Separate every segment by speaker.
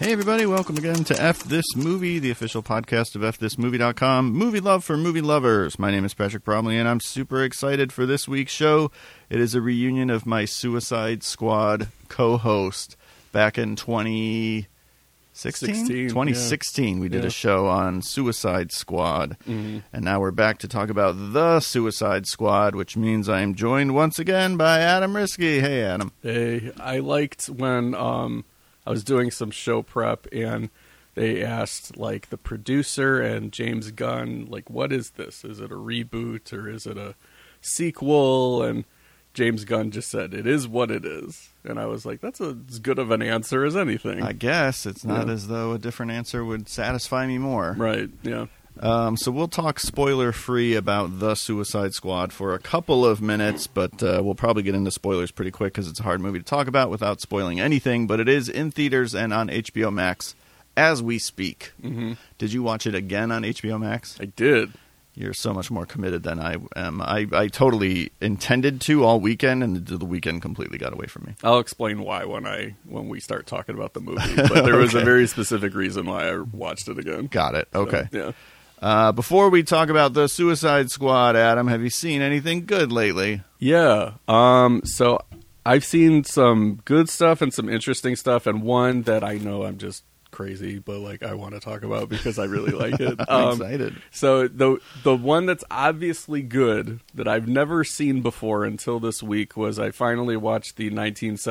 Speaker 1: everybody. Welcome again to F This Movie, the official podcast of FThisMovie.com. Movie love for movie lovers. My name is Patrick Bromley, and I'm super excited for this week's show. It is a reunion of my Suicide Squad co host back in 2016.
Speaker 2: 16, yeah.
Speaker 1: 2016, we did
Speaker 2: Yeah. Mm-hmm.
Speaker 1: a show on Suicide Squad. And now we're back to talk about The Suicide Squad, which means I am joined once again by Adam Risky. Hey, Adam.
Speaker 2: They, I liked when um, I was doing some show prep and they asked like the producer and James Gunn, like, what is this? Is it a reboot or is it a sequel? And James Gunn just said, "It is what it is." And I was like, "That's a, as good of an answer as anything."
Speaker 1: I guess it's not
Speaker 2: Yeah.
Speaker 1: as though a different answer would satisfy me more.
Speaker 2: right? Yeah.
Speaker 1: Um, so we'll talk spoiler free about the Suicide Squad for a couple of minutes, but uh, we'll probably get into spoilers pretty quick because it's a hard movie to talk about without spoiling anything. But it is in theaters and on HBO Max as we speak.
Speaker 2: hmm
Speaker 1: Did you watch it again on HBO Max?
Speaker 2: I did.
Speaker 1: You're so much more committed than I am. I, I totally intended to all weekend, and the the weekend completely got away from me.
Speaker 2: I'll explain why when I when we start talking about the movie. But there was a
Speaker 1: Okay.
Speaker 2: very specific reason why I watched it again.
Speaker 1: Got it. Okay.
Speaker 2: Yeah.
Speaker 1: Uh, before we talk about the Suicide Squad, Adam, have you seen anything good lately?
Speaker 2: Yeah. Um. So I've seen some good stuff and some interesting stuff, and one that I know I'm just crazy, but like I want to talk about because I really like it.
Speaker 1: I'm
Speaker 2: Um,
Speaker 1: excited.
Speaker 2: so the the one that's obviously good that I've never seen before until this week was I finally watched the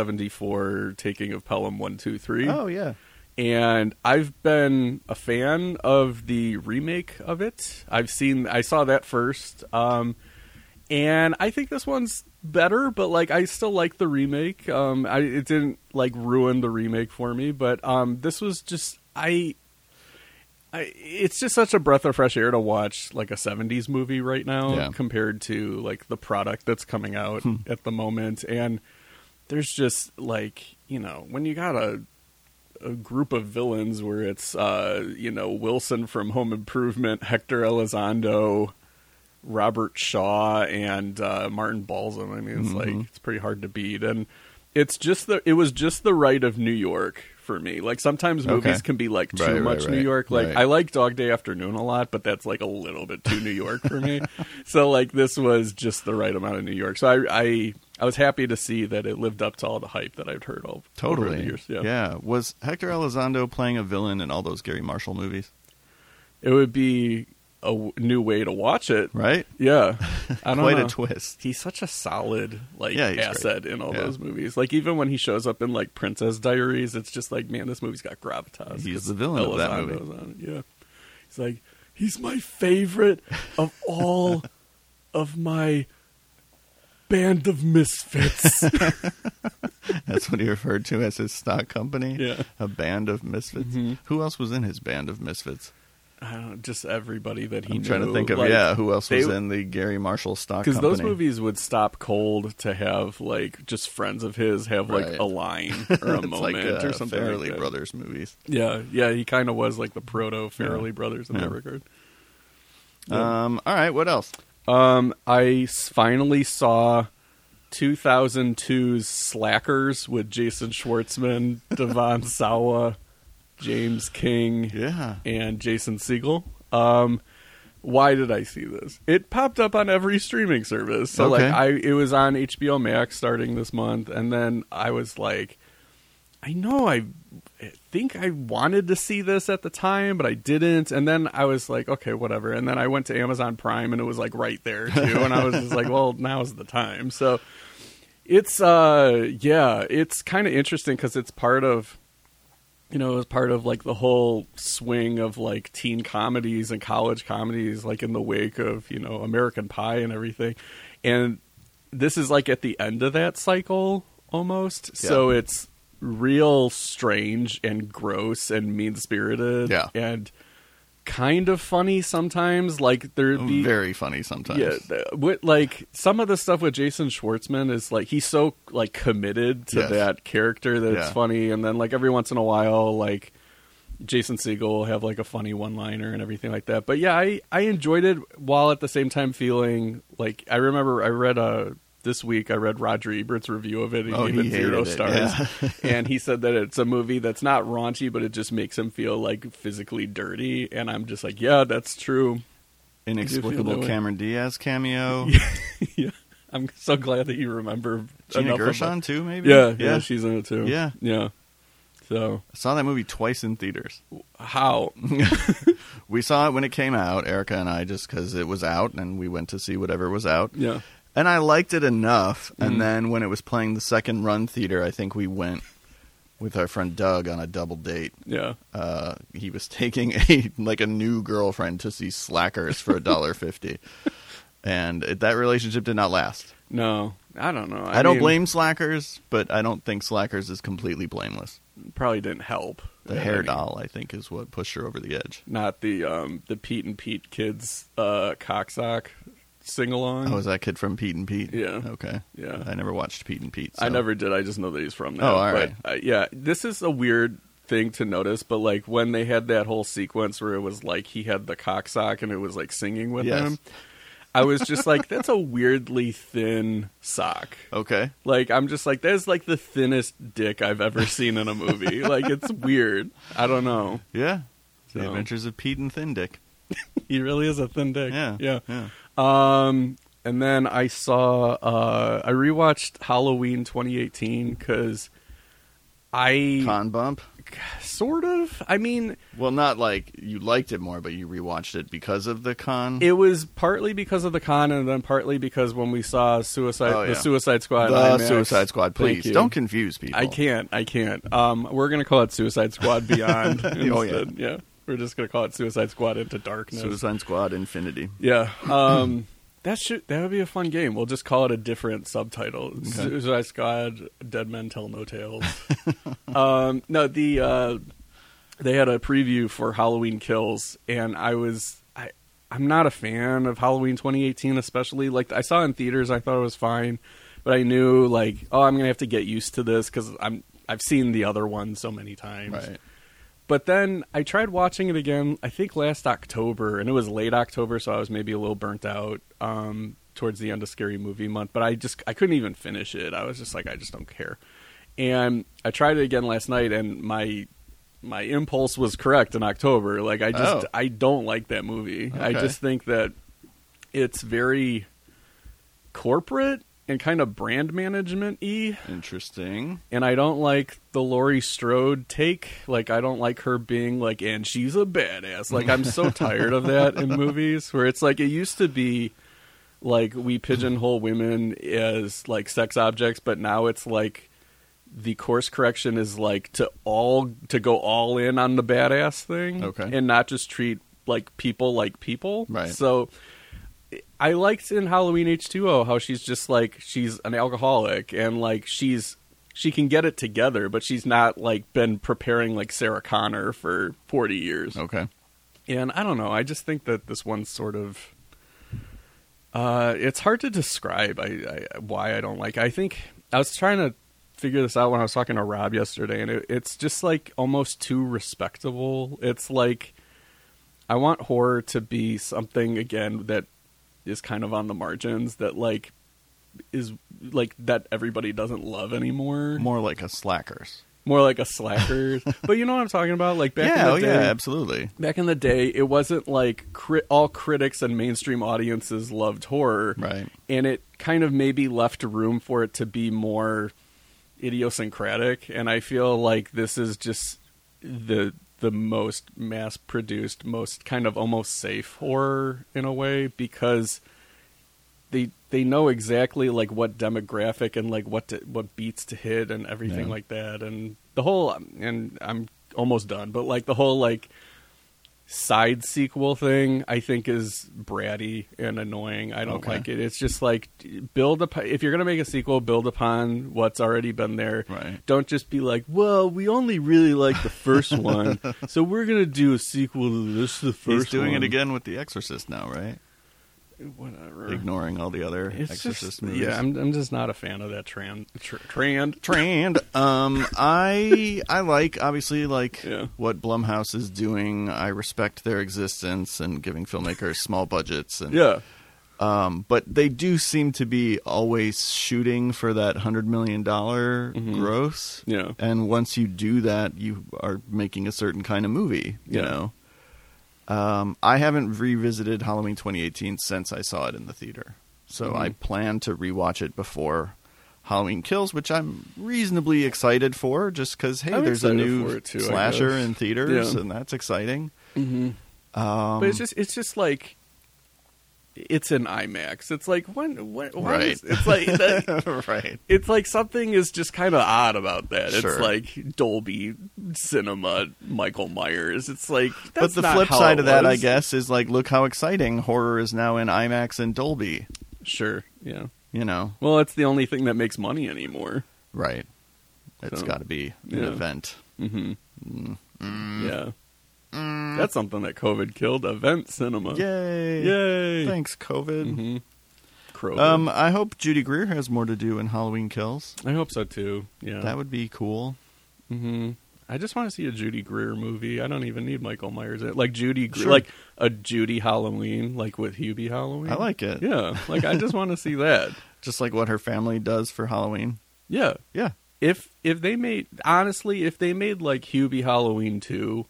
Speaker 2: 1974 taking of Pelham One Two Three.
Speaker 1: Oh yeah,
Speaker 2: and I've been a fan of the remake of it. I've seen, I saw that first, um, and I think this one's better. But like, I still like the remake. Um, I, it didn't like ruin the remake for me, but um, this was just I. I, it's just such a breath of fresh air to watch like a 70s movie right now
Speaker 1: Yeah.
Speaker 2: compared to like the product that's coming out at the moment and there's just like you know when you got a a group of villains where it's uh you know Wilson from Home Improvement, Hector Elizondo, Robert Shaw, and uh, Martin Balsam. I mean, it's
Speaker 1: Mm-hmm.
Speaker 2: like it's pretty hard to beat, and it's just the it was just the right of New York for me. Like sometimes
Speaker 1: Okay.
Speaker 2: movies can be like too
Speaker 1: Right, right,
Speaker 2: much New
Speaker 1: right,
Speaker 2: York. Like
Speaker 1: right.
Speaker 2: I like Dog Day Afternoon a lot, but that's like a little bit too New York for me. so like this was just the right amount of New York. So I I I was happy to see that it lived up to all the hype that I'd heard all
Speaker 1: totally.
Speaker 2: over the years.
Speaker 1: yeah. was Hector Elizondo playing a villain in all those Gary Marshall movies?
Speaker 2: It would be a w- new way to watch it.
Speaker 1: Right,
Speaker 2: Yeah. I don't
Speaker 1: quite
Speaker 2: know.
Speaker 1: a twist.
Speaker 2: He's such a solid like
Speaker 1: Yeah, he's great.
Speaker 2: asset in all
Speaker 1: Yeah.
Speaker 2: those movies. Like even when he shows up in like Princess Diaries, it's just like, man, this movie's got gravitas.
Speaker 1: He's
Speaker 2: 'cause
Speaker 1: the villain of that
Speaker 2: Elizondo's on it. Yeah. He's like, he's my favorite of all of my band of misfits.
Speaker 1: That's what he referred to as his stock company.
Speaker 2: Yeah.
Speaker 1: a band of misfits.
Speaker 2: Mhm.
Speaker 1: Who else was in his band of misfits?
Speaker 2: I don't know, just everybody that he
Speaker 1: I'm trying to
Speaker 2: knew,
Speaker 1: think of
Speaker 2: like,
Speaker 1: yeah, who else was
Speaker 2: they-
Speaker 1: in the Gary Marshall stock
Speaker 2: because
Speaker 1: company?
Speaker 2: those movies would stop cold to have like just friends of his have like
Speaker 1: Right.
Speaker 2: a line or a
Speaker 1: It's
Speaker 2: moment
Speaker 1: like uh,
Speaker 2: or something like
Speaker 1: Farrelly
Speaker 2: that.
Speaker 1: Brothers movies.
Speaker 2: Yeah, yeah, he kind of was like the proto Farrelly
Speaker 1: Yeah.
Speaker 2: brothers in
Speaker 1: Yeah.
Speaker 2: that regard. Yeah.
Speaker 1: Um, all right, what else?
Speaker 2: Um, I s- finally saw 2002's Slackers with Jason Schwartzman, Devon Sawa, James King,
Speaker 1: Yeah,
Speaker 2: and Jason Siegel. Um, why did I see this? It popped up on every streaming service. So
Speaker 1: Okay.
Speaker 2: like I it was on HBO Max starting this month and then I was like I know I think I wanted to see this at the time but I didn't and then I was like okay whatever and then I went to Amazon Prime and it was like right there too and I was just like well now's the time. So it's uh yeah, it's kind of interesting cuz it's part of you know, it was part of like the whole swing of like teen comedies and college comedies, like in the wake of, you know, American Pie and everything. And this is like at the end of that cycle almost. So it's real strange and gross and mean spirited.
Speaker 1: Yeah.
Speaker 2: And kind of funny sometimes. Like there'd be
Speaker 1: very funny sometimes.
Speaker 2: yeah, th- with, like some of the stuff with Jason Schwartzman is like he's so like committed to
Speaker 1: Yes.
Speaker 2: that character that it's
Speaker 1: Yeah.
Speaker 2: funny, and then like every once in a while, like Jason Siegel will have like a funny one liner and everything like that. But yeah, I I enjoyed it while at the same time feeling like I remember I read a this week I read Roger Ebert's review of it. He
Speaker 1: Oh,
Speaker 2: gave
Speaker 1: he
Speaker 2: it zero
Speaker 1: hated it,
Speaker 2: stars,
Speaker 1: yeah.
Speaker 2: and he said that it's a movie that's not raunchy, but it just makes him feel like physically dirty. And I'm just like, yeah, that's true.
Speaker 1: Inexplicable
Speaker 2: that way.
Speaker 1: Cameron Diaz cameo.
Speaker 2: yeah, I'm so glad that you remember
Speaker 1: Gina
Speaker 2: enough of
Speaker 1: Gershon too,
Speaker 2: it.
Speaker 1: maybe.
Speaker 2: Yeah, yeah,
Speaker 1: yeah.
Speaker 2: she's in it too.
Speaker 1: Yeah.
Speaker 2: yeah. So
Speaker 1: I saw that movie twice in theaters.
Speaker 2: how?
Speaker 1: We saw it when it came out, Erica and I, just because it was out, and we went to see whatever was out.
Speaker 2: Yeah,
Speaker 1: And I liked it enough.
Speaker 2: Mhm.
Speaker 1: And then when it was playing the second run theater, I think we went with our friend Doug on a double date.
Speaker 2: yeah.
Speaker 1: Uh, he was taking a like a new girlfriend to see Slackers for a dollar fifty, and it, that relationship did not last.
Speaker 2: No, I don't know.
Speaker 1: I, don't
Speaker 2: mean,
Speaker 1: blame Slackers, but I don't think Slackers is completely blameless.
Speaker 2: Probably didn't help.
Speaker 1: The
Speaker 2: Yeah, I
Speaker 1: hair
Speaker 2: mean,
Speaker 1: doll, I think, is what pushed her over the edge.
Speaker 2: not the um the Pete and Pete kids uh cocksock sing along.
Speaker 1: Oh, is that kid from Pete and Pete?
Speaker 2: Mm-hmm. Yeah.
Speaker 1: Okay.
Speaker 2: Yeah.
Speaker 1: I never watched Pete and Pete.
Speaker 2: I
Speaker 1: so-
Speaker 2: never did. I just know that he's from that.
Speaker 1: Oh, all
Speaker 2: but,
Speaker 1: right.
Speaker 2: uh, yeah, this is a weird thing to notice, but like when they had that whole sequence where it was like he had the cocksock and it was like singing with
Speaker 1: Yes.
Speaker 2: him, I was just like, that's a weirdly thin sock.
Speaker 1: Okay.
Speaker 2: Like I'm just like, that's like the thinnest dick I've ever seen in a movie. like it's weird. I don't know.
Speaker 1: Yeah. The
Speaker 2: So-
Speaker 1: Adventures of Pete and Thin Dick.
Speaker 2: He really is a thin dick.
Speaker 1: Yeah.
Speaker 2: Yeah.
Speaker 1: Yeah.
Speaker 2: Um, and then I saw uh, I rewatched Halloween 2018 because I
Speaker 1: Con bump.
Speaker 2: sort of I mean
Speaker 1: Well, not like you liked it more, but you rewatched it because of the con.
Speaker 2: it was partly because of the con and then partly because when we saw Suicide
Speaker 1: Oh, yeah.
Speaker 2: the Suicide Squad
Speaker 1: the
Speaker 2: IMAX.
Speaker 1: Suicide Squad.
Speaker 2: Thank
Speaker 1: Please
Speaker 2: you.
Speaker 1: don't confuse people.
Speaker 2: I can't I can't um we're gonna call it Suicide Squad Beyond
Speaker 1: Oh, yeah.
Speaker 2: instead. yeah we're just gonna call it Suicide Squad Into Darkness
Speaker 1: Suicide Squad Infinity.
Speaker 2: Yeah. Um, that should that would be a fun game. We'll just call it a different subtitle. Suicide Squad: Dead Men Tell No Tales. um, no, the uh, they had a preview for Halloween Kills, and I was I I'm not a fan of Halloween 2018, especially like I saw in theaters. I thought it was fine, but I knew like oh I'm gonna have to get used to this because I'm I've seen the other one so many times.
Speaker 1: Right.
Speaker 2: But then I tried watching it again, I think last October, and it was late October, so I was maybe a little burnt out um, towards the end of Scary Movie Month. But I just I couldn't even finish it. I was just like, I just don't care. And I tried it again last night, and my my impulse was correct in October. Like I just
Speaker 1: Oh.
Speaker 2: I don't like that movie. I
Speaker 1: Okay.
Speaker 2: just think that it's very corporate and kind of brand management y
Speaker 1: Interesting.
Speaker 2: and I don't like the Laurie Strode take. Like I don't like her being like, and she's a badass. Like I'm so tired of that in movies where it's like it used to be like we pigeonhole women as like sex objects, but now it's like the course correction is like to all to go all in on the badass thing,
Speaker 1: Okay.
Speaker 2: and not just treat like people like people.
Speaker 1: Right.
Speaker 2: So I liked in Halloween H2O how she's just like she's an alcoholic and like she's she can get it together, but she's not like been preparing like Sarah Connor for 40 years.
Speaker 1: Okay.
Speaker 2: And I don't know, I just think that this one's sort of uh it's hard to describe I, I why I don't like. I think I was trying to figure this out when I was talking to Rob yesterday and it, it's just like almost too respectable. It's like I want horror to be something again that is kind of on the margins that like is like that everybody doesn't love anymore. More,
Speaker 1: More like a slackers.
Speaker 2: like a slacker. but you know what I'm talking about? Like back
Speaker 1: yeah.
Speaker 2: in
Speaker 1: Oh
Speaker 2: the day,
Speaker 1: yeah. Absolutely.
Speaker 2: back in the day, it wasn't like cri- all critics and mainstream audiences loved horror,
Speaker 1: Right.
Speaker 2: and it kind of maybe left room for it to be more idiosyncratic. And I feel like this is just the the most mass produced, most kind of almost safe horror in a way because they they know exactly like what demographic and like what to, what beats to hit and everything
Speaker 1: Yeah.
Speaker 2: like that and the whole and I'm almost done but like the whole like side sequel thing I think is bratty and annoying. I don't
Speaker 1: Okay.
Speaker 2: like it. It's just like build up if you're going to make a sequel build upon what's already been there.
Speaker 1: Right.
Speaker 2: Don't just be like, "Well, we only really like the first one, so we're going to do a sequel to this the first
Speaker 1: He's doing
Speaker 2: one."
Speaker 1: it again with The Exorcist now, right?
Speaker 2: Whatever.
Speaker 1: Ignoring all the other
Speaker 2: It's
Speaker 1: Exorcist
Speaker 2: just,
Speaker 1: movies.
Speaker 2: Yeah, I'm, I'm just not a fan of that tran tr- tran
Speaker 1: Trend. Um, I I like obviously like
Speaker 2: Yeah.
Speaker 1: what Blumhouse is doing. I respect their existence and giving filmmakers small budgets and
Speaker 2: Yeah.
Speaker 1: Um, but they do seem to be always shooting for that hundred million gross.
Speaker 2: Mm-hmm. Yeah.
Speaker 1: And once you do that, you are making a certain kind of movie. You
Speaker 2: Yeah.
Speaker 1: know. Um, I haven't revisited Halloween 2018 since I saw it in the theater, so I
Speaker 2: Mhm.
Speaker 1: plan to rewatch it before Halloween Kills, which I'm reasonably excited for, just because hey,
Speaker 2: I'm
Speaker 1: there's a
Speaker 2: excited
Speaker 1: new
Speaker 2: for it too, I
Speaker 1: slasher
Speaker 2: guess.
Speaker 1: in theaters,
Speaker 2: Yeah.
Speaker 1: and that's exciting.
Speaker 2: Mm-hmm.
Speaker 1: Um,
Speaker 2: but it's just it's just like it's an IMAX. It's like when, when why
Speaker 1: Right.
Speaker 2: is- it's like the-
Speaker 1: Um, right.
Speaker 2: it's like something is just kind of odd about that.
Speaker 1: Sure.
Speaker 2: It's like Dolby Cinema, Michael Myers. It's like
Speaker 1: but
Speaker 2: that's
Speaker 1: the
Speaker 2: not
Speaker 1: flip
Speaker 2: how
Speaker 1: side
Speaker 2: it
Speaker 1: of that, I
Speaker 2: was.
Speaker 1: guess, is like, look how exciting horror is now in IMAX and Dolby.
Speaker 2: Sure. Yeah.
Speaker 1: You know,
Speaker 2: Well, it's the only thing that makes money anymore.
Speaker 1: right? It's
Speaker 2: So,
Speaker 1: got to be an
Speaker 2: yeah.
Speaker 1: event.
Speaker 2: Mm-hmm.
Speaker 1: Mm-hmm.
Speaker 2: Yeah. That's something that COVID killed. Event cinema.
Speaker 1: Yay!
Speaker 2: Yay.
Speaker 1: Thanks, COVID.
Speaker 2: Mm-hmm. Crow.
Speaker 1: Um, I hope Judy Greer has more to do in Halloween Kills.
Speaker 2: I hope so too. Yeah.
Speaker 1: That would be cool.
Speaker 2: hmm I just want to see a Judy Greer movie. I don't even need Michael Myers. in it. Like Judy, Greer,
Speaker 1: Sure.
Speaker 2: like a Judy Halloween, like with Hubie Halloween.
Speaker 1: I like it.
Speaker 2: Yeah, like I just want to see that.
Speaker 1: Just like what her family does for Halloween.
Speaker 2: Yeah,
Speaker 1: Yeah.
Speaker 2: if if they made honestly, if they made like Hubie Halloween two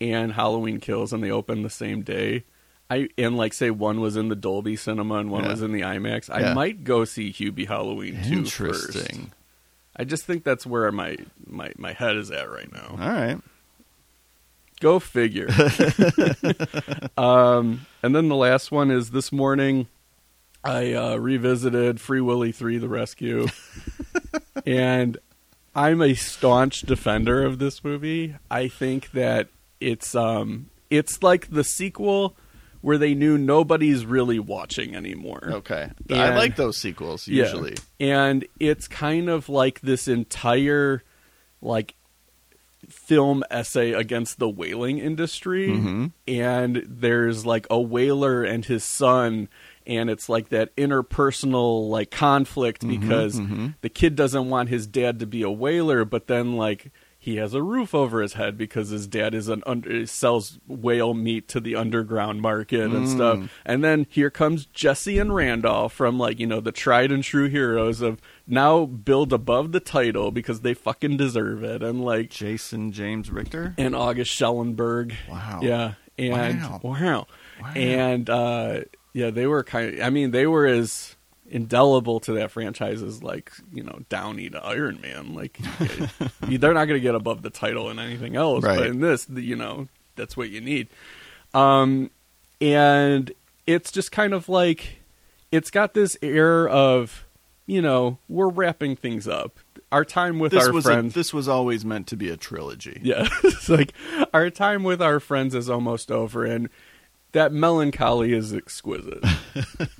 Speaker 2: and Halloween Kills, and they opened the same day, I and like say one was in the Dolby Cinema and one
Speaker 1: Yeah.
Speaker 2: was in the IMAX,
Speaker 1: Yeah.
Speaker 2: I might go see Hubie Halloween two first.
Speaker 1: Interesting.
Speaker 2: I just think that's where my my my head is at right now.
Speaker 1: All right.
Speaker 2: Go figure. um, and then the last one is this morning. I uh, revisited Free Willy Three: The Rescue, and I'm a staunch defender of this movie. I think that it's um, it's like the sequel where they knew nobody's really watching anymore.
Speaker 1: Okay. I
Speaker 2: And-
Speaker 1: like those sequels
Speaker 2: Yeah.
Speaker 1: usually.
Speaker 2: And it's kind of like this entire like film essay against the whaling industry
Speaker 1: Mhm.
Speaker 2: and there's like a whaler and his son and it's like that interpersonal like conflict because
Speaker 1: mhm.
Speaker 2: the kid doesn't want his dad to be a whaler but then like he has a roof over his head because his dad is an under sells whale meat to the underground market and stuff. And then here comes Jesse and Randolph from like you know the tried and true heroes of now build above the title because they fucking deserve it. And like
Speaker 1: Jason James Richter.
Speaker 2: and August Schellenberg.
Speaker 1: Wow.
Speaker 2: Yeah. And
Speaker 1: Wow.
Speaker 2: wow.
Speaker 1: Wow.
Speaker 2: And uh, yeah, they were kind of. I mean, they were as indelible to that franchise as like you know Downey to Iron Man. Like you- they're not going to get above the title in anything else,
Speaker 1: Right.
Speaker 2: but in this, the- you know, that's what you need. Um, and it's just kind of like it's got this air of you know we're wrapping things up. Our time with
Speaker 1: This
Speaker 2: our
Speaker 1: was a-
Speaker 2: friends.
Speaker 1: this was always meant to be a trilogy.
Speaker 2: Yeah. it's like our time with our friends is almost over and that melancholy is exquisite.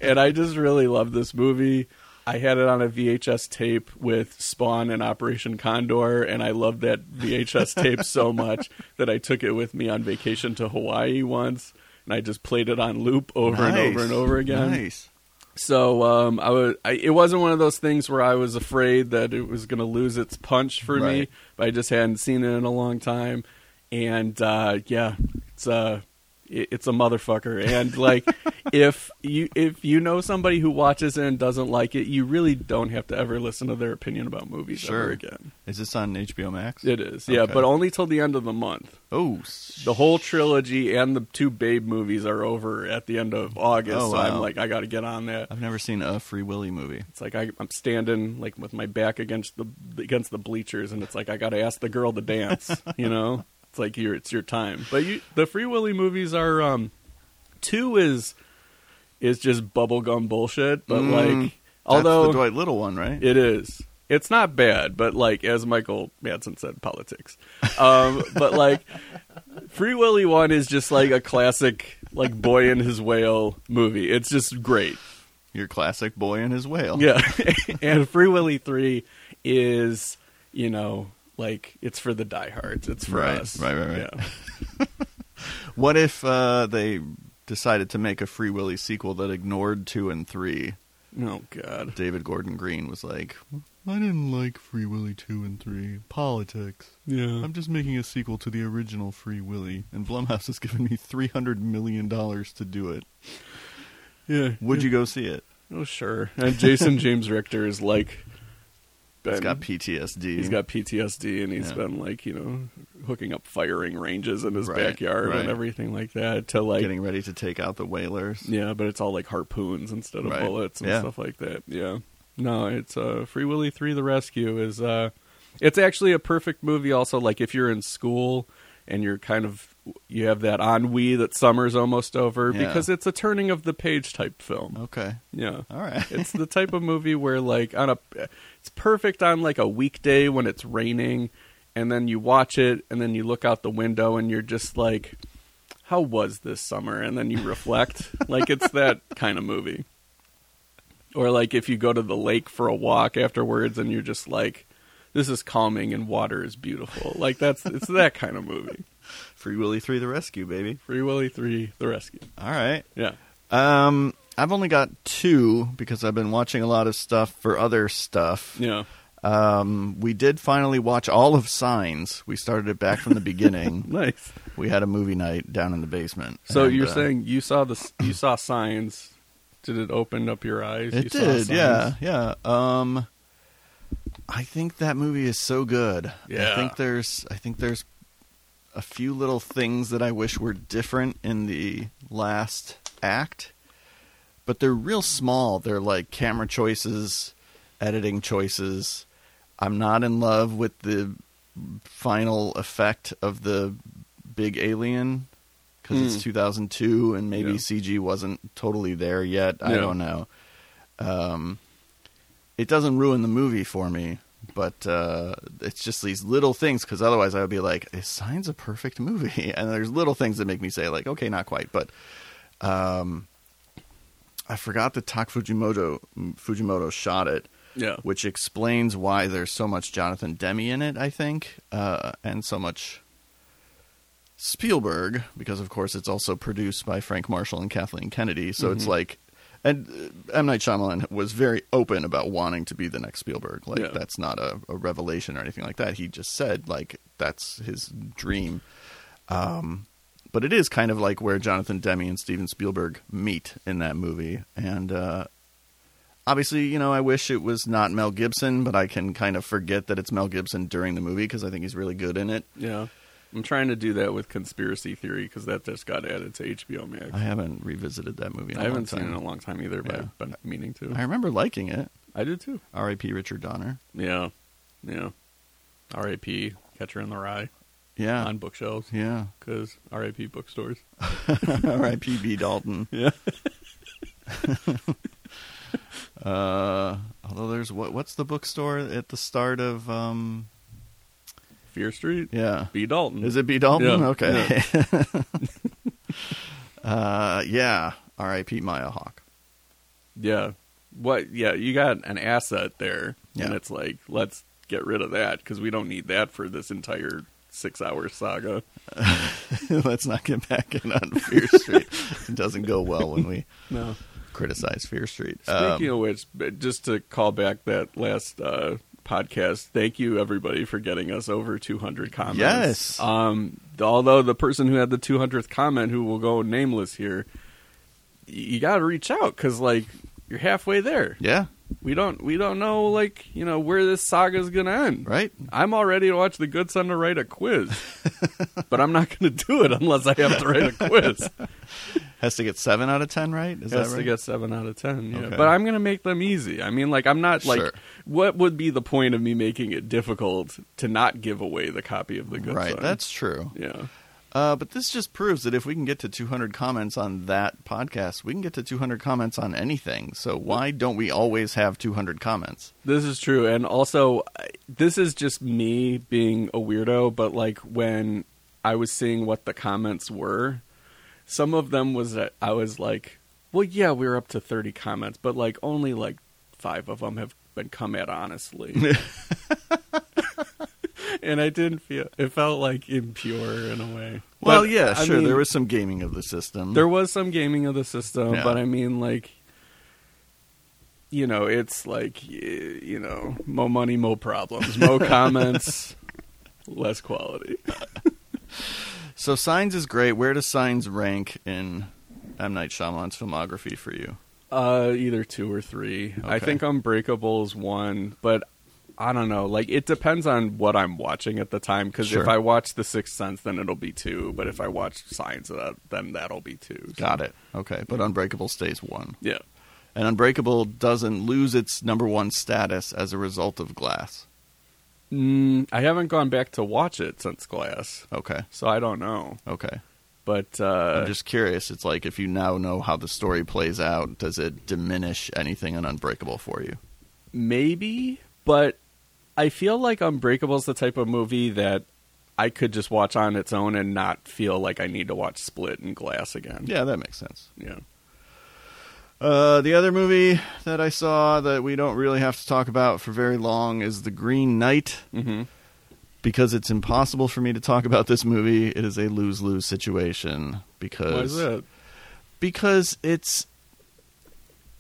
Speaker 2: and I just really love this movie. I had it on a VHS tape with Spawn and Operation Condor, and I loved that VHS tape so much that I took it with me on vacation to Hawaii once, and I just played it on loop over and over
Speaker 1: Nice.
Speaker 2: and over again.
Speaker 1: Nice.
Speaker 2: So um, I was. I, it wasn't one of those things where I was afraid that it was going to lose its punch for me.
Speaker 1: Right.
Speaker 2: But I just hadn't seen it in a long time, and uh, yeah, it's a it, it's a motherfucker. And like, if you if you know somebody who watches it and doesn't like it, you really don't have to ever listen to their opinion about movies
Speaker 1: Sure.
Speaker 2: ever again.
Speaker 1: Is this on HBO Max?
Speaker 2: It is, yeah,
Speaker 1: Okay.
Speaker 2: but only till the end of the month.
Speaker 1: Oh,
Speaker 2: The whole trilogy and the two Babe movies are over at the end of August.
Speaker 1: Oh,
Speaker 2: so
Speaker 1: wow.
Speaker 2: I'm like, I got to get on that.
Speaker 1: I've never seen a Free Willy movie.
Speaker 2: It's like I, I'm standing like with my back against the against the bleachers, and it's like I got to ask the girl to dance. You know, it's like your it's your time. But you, the Free Willy movies are um, two is is just bubblegum bullshit. But
Speaker 1: Mm,
Speaker 2: like,
Speaker 1: That's
Speaker 2: although
Speaker 1: the Dwight Little one, right?
Speaker 2: it is. It's not bad, but like as Michael Madsen said, politics. Um, but like Free Willy one is just like a classic like boy and his whale movie. It's just great.
Speaker 1: Your classic boy and his whale.
Speaker 2: Yeah. and Free Willy 3 is, you know, like it's for the diehards. It's for
Speaker 1: Right,
Speaker 2: us.
Speaker 1: right, right, right.
Speaker 2: Yeah.
Speaker 1: What if uh, they decided to make a Free Willy sequel that ignored two and three?
Speaker 2: Oh god.
Speaker 1: David Gordon Green was like, "I didn't like Free Willy two and three. Politics.
Speaker 2: Yeah.
Speaker 1: I'm just making a sequel to the original Free Willy, and Blumhouse has given me three hundred million dollars to do it."
Speaker 2: Yeah.
Speaker 1: Would you go see it?
Speaker 2: Oh, sure. And Jason James Richter is like. Been,
Speaker 1: He's got PTSD.
Speaker 2: he's got PTSD and he's
Speaker 1: Yeah.
Speaker 2: been like, you know, hooking up firing ranges in his
Speaker 1: Right,
Speaker 2: backyard
Speaker 1: right.
Speaker 2: and everything like that to like
Speaker 1: getting ready to take out the whalers.
Speaker 2: Yeah, but it's all like harpoons instead of
Speaker 1: Right.
Speaker 2: bullets and
Speaker 1: Yeah.
Speaker 2: stuff like that. Yeah. No, it's uh Free Willy 3 The Rescue is uh it's actually a perfect movie also like if you're in school and you're kind of you have that ennui that summer's almost over
Speaker 1: Yeah. Oh.
Speaker 2: because it's a turning of the page type film.
Speaker 1: Okay.
Speaker 2: Yeah.
Speaker 1: All right.
Speaker 2: it's the type of movie where like on a it's perfect on like a weekday when it's raining and then you watch it and then you look out the window and you're just like how was this summer and then you reflect like it's that kind of movie or like if you go to the lake for a walk afterwards and you're just like this is calming and water is beautiful like that's it's that kind of movie
Speaker 1: Free Willy 3 The Rescue, baby.
Speaker 2: free willy 3 the rescue
Speaker 1: All right.
Speaker 2: yeah
Speaker 1: Um, I've only got two because I've been watching a lot of stuff for other stuff.
Speaker 2: yeah
Speaker 1: Um, we did finally watch all of Signs. We started it back from the beginning.
Speaker 2: nice
Speaker 1: We had a movie night down in the basement.
Speaker 2: So
Speaker 1: And,
Speaker 2: you're
Speaker 1: uh,
Speaker 2: saying you saw this? You saw signs? Did it open up your eyes?
Speaker 1: it
Speaker 2: you saw
Speaker 1: did?
Speaker 2: signs?
Speaker 1: Yeah, yeah. Um, I think that movie is so good. I
Speaker 2: Yeah.
Speaker 1: think there's, I think there's a few little things that I wish were different in the last act, but they're real small. They're like camera choices, editing choices. I'm not in love with the final effect of the big alien because it's
Speaker 2: Mm.
Speaker 1: 2002 and maybe
Speaker 2: Yeah.
Speaker 1: CG wasn't totally there yet. I
Speaker 2: Yeah.
Speaker 1: don't know. Um, it doesn't ruin the movie for me, but uh, it's just these little things because otherwise I would be like, "Is Signs a perfect movie?" And there's little things that make me say like, "Okay, not quite," but um, I forgot that Tak Fujimoto Fujimoto shot it
Speaker 2: Yeah.
Speaker 1: which explains why there's so much Jonathan Demi in it, I think, uh, and so much Spielberg, because of course it's also produced by Frank Marshall and Kathleen Kennedy. So it's like, and uh, M Night Shyamalan was very open about wanting to be the next Spielberg. Like
Speaker 2: Yeah.
Speaker 1: that's not a, a revelation or anything like that. He just said like that's his dream. Um, but it is kind of like where Jonathan Demi and Steven Spielberg meet in that movie, and uh, obviously, you know, I wish it was not Mel Gibson, but I can kind of forget that it's Mel Gibson during the movie because I think he's really good in it.
Speaker 2: Yeah. I'm trying to do that with conspiracy theory because that just got added to HBO Max.
Speaker 1: I haven't revisited that movie. In a
Speaker 2: I haven't
Speaker 1: long
Speaker 2: seen it in a
Speaker 1: time.
Speaker 2: long time either, but
Speaker 1: Yeah.
Speaker 2: I've been meaning to.
Speaker 1: I remember liking it.
Speaker 2: I did too.
Speaker 1: R.I.P. Richard Donner.
Speaker 2: Yeah. Yeah. R.I.P. Catcher in the Rye
Speaker 1: Yeah,
Speaker 2: on bookshelves
Speaker 1: yeah.
Speaker 2: because R.I.P. bookstores.
Speaker 1: R.I.P. B. Dalton.
Speaker 2: Yeah.
Speaker 1: Uh, although there's what? What's the bookstore at the start of? Um,
Speaker 2: Fear Street.
Speaker 1: yeah,
Speaker 2: B. Dalton.
Speaker 1: Is it B. Dalton?
Speaker 2: Yeah.
Speaker 1: Okay. uh, yeah. R.I.P. Maya Hawk.
Speaker 2: Yeah. What? Yeah, you got an asset there, and
Speaker 1: Yeah.
Speaker 2: it's like let's get rid of that because we don't need that for this entire six-hour saga.
Speaker 1: Let's not get back in on Fear Street. it doesn't go well when we
Speaker 2: No.
Speaker 1: criticize Fear Street. Um,
Speaker 2: Speaking of which, b- just to call back that last uh, podcast, thank you everybody for getting us over 200 comments.
Speaker 1: Yes.
Speaker 2: Um, although the person who had the 200th comment, who will go nameless here, y- you got to reach out because like you're halfway there.
Speaker 1: yeah,
Speaker 2: We don't we don't know like you know where this saga's gonna end.
Speaker 1: right.
Speaker 2: I'm all ready to watch The Good Son to write a quiz, but I'm not going to do it unless I have to write a quiz.
Speaker 1: Has to get seven out of ten, right? Is
Speaker 2: Has
Speaker 1: that
Speaker 2: to
Speaker 1: right?
Speaker 2: get seven out of ten. Yeah,
Speaker 1: Okay.
Speaker 2: but I'm going to make them easy. I mean, like I'm not like
Speaker 1: Sure.
Speaker 2: what would be the point of me making it difficult to not give away the copy of The Good
Speaker 1: right.
Speaker 2: Son?
Speaker 1: That's true.
Speaker 2: yeah,
Speaker 1: Uh, but this just proves that if we can get to 200 comments on that podcast, we can get to 200 comments on anything. So why don't we always have 200 comments?
Speaker 2: this is true. And also, I- this is just me being a weirdo. But like when I was seeing what the comments were, some of them was that I was like, well, yeah, we were up to 30 comments, but like only like five of them have been come at honestly. and I didn't feel it felt like impure in a way.
Speaker 1: Well,
Speaker 2: But,
Speaker 1: yeah,
Speaker 2: I
Speaker 1: sure.
Speaker 2: mean,
Speaker 1: there was some gaming of the system.
Speaker 2: Mm-hmm. there was some gaming of the system,
Speaker 1: Yeah.
Speaker 2: but I mean like you know, it's like y- you know, mo money, mo problems, mo comments, less quality.
Speaker 1: so Signs is great. Where does Signs rank in M. Night Shyamalan's filmography for you?
Speaker 2: Uh, either two or three. I
Speaker 1: Okay.
Speaker 2: think Unbreakable is one, but I don't know. Like it depends on what I'm watching at the time. Because if
Speaker 1: Sure.
Speaker 2: I watch The Sixth Sense, then it'll be two. But if I watch Science of that, then that'll be two. So,
Speaker 1: Got it. Okay, but Unbreakable stays one.
Speaker 2: Yeah.
Speaker 1: And Unbreakable doesn't lose its number one status as a result of Glass.
Speaker 2: Mm, I haven't gone back to watch it since Glass,
Speaker 1: Okay.
Speaker 2: so I don't know.
Speaker 1: Okay.
Speaker 2: But uh,
Speaker 1: I'm just curious. It's like if you now know how the story plays out, does it diminish anything in Unbreakable for you?
Speaker 2: maybe, but I feel like Unbreakable's the type of movie that I could just watch on its own and not feel like I need to watch Split and Glass again.
Speaker 1: Yeah, that makes sense.
Speaker 2: Yeah.
Speaker 1: Uh, the other movie that I saw that we don't really have to talk about for very long is The Green Knight.
Speaker 2: hmm
Speaker 1: Because it's impossible for me to talk about this movie, it is a lose lose situation. Because
Speaker 2: What is it?
Speaker 1: because it's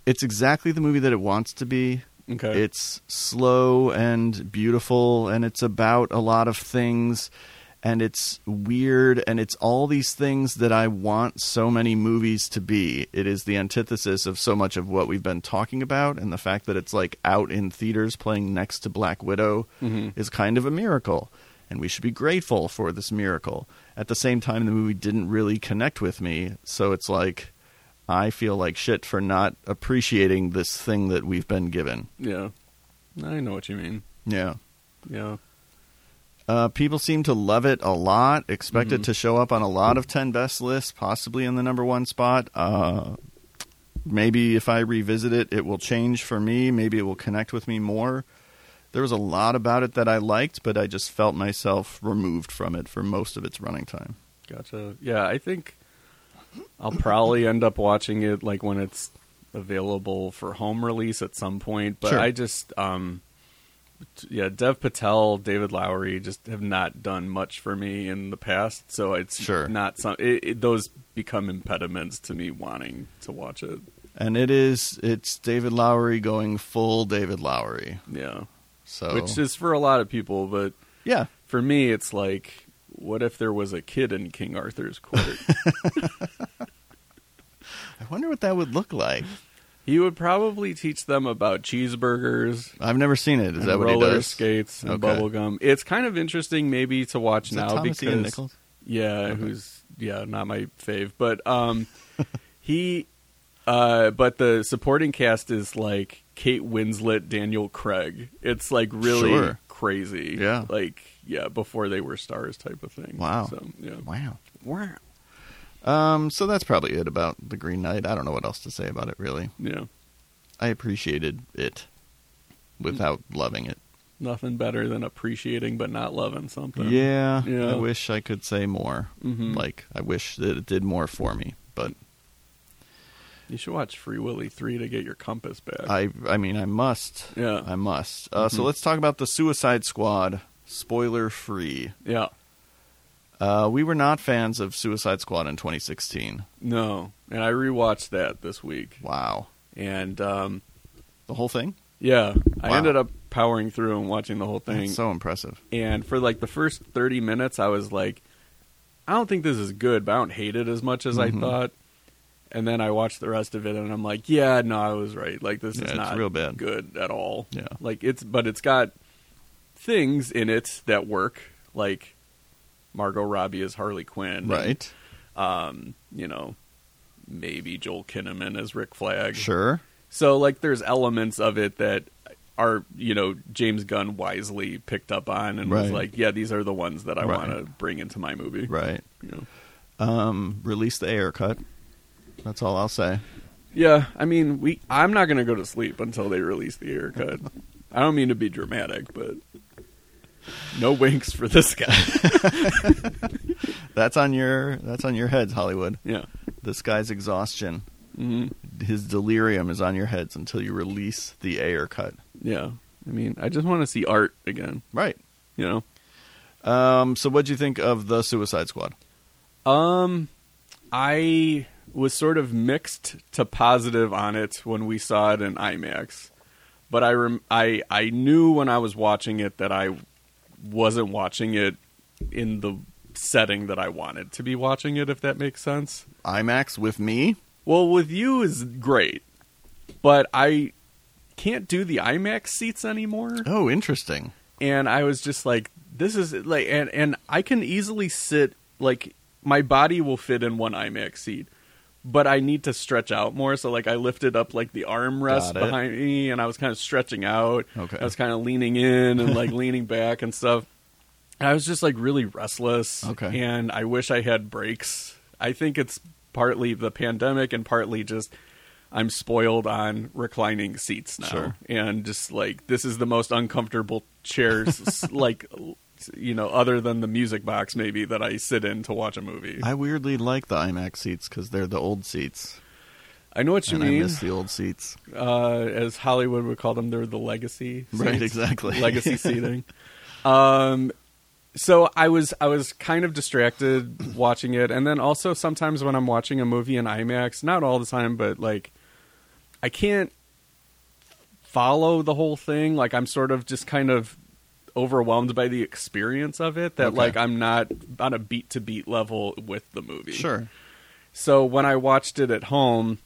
Speaker 1: it's exactly the movie that it wants to be.
Speaker 2: Okay.
Speaker 1: It's slow and beautiful, and it's about a lot of things, and it's weird, and it's all these things that I want so many movies to be. It is the antithesis of so much of what we've been talking about, and the fact that it's like out in theaters playing next to Black Widow
Speaker 2: Mhm.
Speaker 1: is kind of a miracle. And we should be grateful for this miracle. At the same time, the movie didn't really connect with me, so it's like I feel like shit for not appreciating this thing that we've been given.
Speaker 2: yeah. I know what you mean.
Speaker 1: Yeah.
Speaker 2: Yeah.
Speaker 1: Uh, people seem to love it a lot. Expect
Speaker 2: Mm-hmm.
Speaker 1: it to show up on a lot of 10 best lists, possibly in the number one spot. Uh, maybe if I revisit it, it will change for me. Maybe it will connect with me more. There was a lot about it that I liked, but I just felt myself removed from it for most of its running time.
Speaker 2: Gotcha. Yeah, I think I'll probably end up watching it like when it's available for home release at some point. But
Speaker 1: Sure.
Speaker 2: I just, um, t- yeah, Dev Patel, David Lowery just have not done much for me in the past. So it's
Speaker 1: Sure.
Speaker 2: not some. It, it, those become impediments to me wanting to watch it.
Speaker 1: And it is, it's David Lowery going full David Lowery.
Speaker 2: Yeah,
Speaker 1: So,
Speaker 2: which is for a lot of people, but
Speaker 1: yeah,
Speaker 2: for me, it's like, what if there was a kid in King Arthur's court?
Speaker 1: I wonder what that would look like.
Speaker 2: He would probably teach them about cheeseburgers,
Speaker 1: I've never seen it. Is
Speaker 2: and
Speaker 1: that what he
Speaker 2: roller
Speaker 1: does?
Speaker 2: skates, and
Speaker 1: Okay.
Speaker 2: bubblegum. It's kind of interesting, maybe to watch
Speaker 1: Is that
Speaker 2: now
Speaker 1: Thomas
Speaker 2: because
Speaker 1: Ian Nichols?
Speaker 2: yeah, who's yeah, not my fave, but um, he, uh, but the supporting cast is like Kate Winslet, Daniel Craig. It's like really
Speaker 1: Sure.
Speaker 2: crazy,
Speaker 1: Yeah.
Speaker 2: like yeah, before they were stars type of thing.
Speaker 1: Wow.
Speaker 2: so, yeah,
Speaker 1: Wow.
Speaker 2: wow,
Speaker 1: Um, so that's probably it about the Green Knight. I don't know what else to say about it really.
Speaker 2: yeah,
Speaker 1: I appreciated it without loving it.
Speaker 2: nothing better than appreciating but not loving something.
Speaker 1: Yeah,
Speaker 2: Yeah.
Speaker 1: I wish I could say more.
Speaker 2: Mhm.
Speaker 1: Like I wish that it did more for me, but
Speaker 2: you should watch Free Willy three to get your compass back.
Speaker 1: I I mean I must.
Speaker 2: Yeah.
Speaker 1: I must. Uh, so
Speaker 2: Mhm.
Speaker 1: let's talk about the Suicide Squad, spoiler free.
Speaker 2: yeah.
Speaker 1: Uh, we were not fans of Suicide Squad in 2016.
Speaker 2: No, and I rewatched that this week,
Speaker 1: Wow.
Speaker 2: and um,
Speaker 1: The whole thing?
Speaker 2: yeah, I
Speaker 1: Wow.
Speaker 2: ended up powering through and watching the whole thing.
Speaker 1: That's so impressive.
Speaker 2: and for like the first thirty minutes, I was like, I don't think this is good, but I don't hate it as much as
Speaker 1: Mhm.
Speaker 2: I thought. And then I watched the rest of it, and I'm like, yeah, no, I was right. Like this
Speaker 1: Yeah,
Speaker 2: is
Speaker 1: it's
Speaker 2: not
Speaker 1: real bad.
Speaker 2: good at all.
Speaker 1: Yeah.
Speaker 2: like it's but it's got things in it that work, like Margot Robbie is Harley Quinn, and,
Speaker 1: Right.
Speaker 2: um, you know, maybe Joel Kinnaman as Rick Flag.
Speaker 1: Sure.
Speaker 2: So like there's elements of it that are, you know, James Gunn wisely picked up on and was
Speaker 1: Right.
Speaker 2: like, yeah, these are the ones that I
Speaker 1: Right.
Speaker 2: want to bring into my movie.
Speaker 1: Right.
Speaker 2: You know?
Speaker 1: Um, release the air cut. That's all I'll say.
Speaker 2: Yeah, I mean, we I'm not going to go to sleep until they release the air cut. I don't mean to be dramatic, but no winks for this guy.
Speaker 1: That's on your that's on your heads, Hollywood.
Speaker 2: yeah.
Speaker 1: This guy's exhaustion,
Speaker 2: hmm
Speaker 1: his delirium is on your heads until you release the air cut.
Speaker 2: Yeah. I mean, I just want to see art again,
Speaker 1: Right.
Speaker 2: you know.
Speaker 1: Um, so what'd you think of the Suicide Squad?
Speaker 2: Um, I was sort of mixed to positive on it when we saw it in IMAX, but I rem- I I knew when I was watching it that I wasn't watching it in the setting that I wanted to be watching it. If that makes sense.
Speaker 1: IMAX with me?
Speaker 2: Well, with you is great. But I can't do the IMAX seats anymore.
Speaker 1: Oh, interesting.
Speaker 2: and I was just like, this is like, and and I can easily sit like my body will fit in one IMAX seat, but I need to stretch out more. So like I lifted up like the armrest
Speaker 1: Got it.
Speaker 2: behind me, and I was kind of stretching out.
Speaker 1: Okay.
Speaker 2: I was kind of leaning in and like leaning back and stuff. And I was just like really restless.
Speaker 1: Okay.
Speaker 2: and I wish I had breaks. I think it's partly the pandemic and partly just. I'm spoiled on reclining seats now,
Speaker 1: Sure.
Speaker 2: and just like this is the most uncomfortable chairs, s- like you know, other than the music box maybe that I sit in to watch a movie. I,
Speaker 1: I weirdly like the IMAX seats because they're the old seats,
Speaker 2: know what you
Speaker 1: and I
Speaker 2: mean.
Speaker 1: miss the old seats.
Speaker 2: Uh, as Hollywood would call them, they're the legacy,
Speaker 1: Right,
Speaker 2: seats.
Speaker 1: exactly.
Speaker 2: legacy seating. Um, so I was I was kind of distracted watching it, and then also sometimes when I'm watching a movie in IMAX, not all the time, but like I can't follow the whole thing. Like I'm sort of just kind of overwhelmed by the experience of it. That
Speaker 1: Okay.
Speaker 2: like I'm not on a beat to beat level with the movie.
Speaker 1: Sure.
Speaker 2: So when I watched it at home,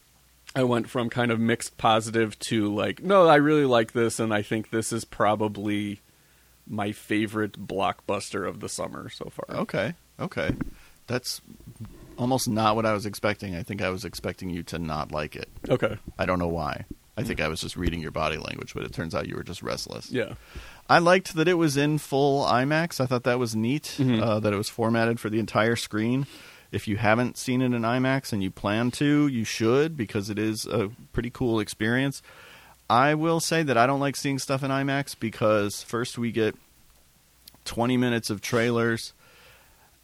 Speaker 2: I went from kind of mixed positive to like, no, I really like this, and I think this is probably my favorite blockbuster of the summer so far.
Speaker 1: Okay. Okay. That's almost not what I was expecting. I think I was expecting you to not like it.
Speaker 2: Okay.
Speaker 1: I don't know why. I think I was just reading your body language, but it turns out you were just restless.
Speaker 2: Yeah.
Speaker 1: I liked that it was in full IMAX. I thought that was neat
Speaker 2: Mhm.
Speaker 1: uh, that it was formatted for the entire screen. If you haven't seen it in IMAX and you plan to, you should because it is a pretty cool experience. I will say that I don't like seeing stuff in IMAX because first we get 20 minutes of trailers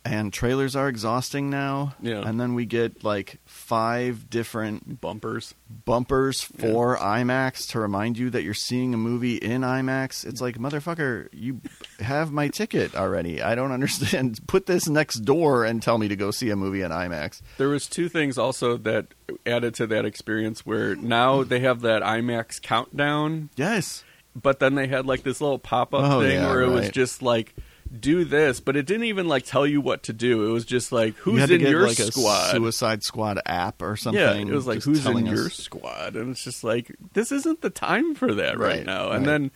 Speaker 1: and trailers are exhausting now.
Speaker 2: Yeah.
Speaker 1: And then we get like five different
Speaker 2: Bumpers.
Speaker 1: bumpers for IMAX to remind you that you're seeing a movie in IMAX. It's like, motherfucker, you have my ticket already. I don't understand. Put this next door and tell me to go see a movie in IMAX.
Speaker 2: There was two things also that added to that experience where now they have that IMAX countdown,
Speaker 1: Yes.
Speaker 2: but then they had like this little pop-up
Speaker 1: Oh,
Speaker 2: thing
Speaker 1: yeah,
Speaker 2: where it was
Speaker 1: right.
Speaker 2: just like do this, but it didn't even like tell you what to do. It was just like
Speaker 1: you
Speaker 2: who's
Speaker 1: had
Speaker 2: in
Speaker 1: to get
Speaker 2: your
Speaker 1: like
Speaker 2: squad?
Speaker 1: a Suicide Squad app or something.
Speaker 2: Yeah, it was like
Speaker 1: just
Speaker 2: who's in
Speaker 1: telling
Speaker 2: your
Speaker 1: us-
Speaker 2: squad, and it's just like this isn't the time for that right,
Speaker 1: Right,
Speaker 2: now. And
Speaker 1: right.
Speaker 2: then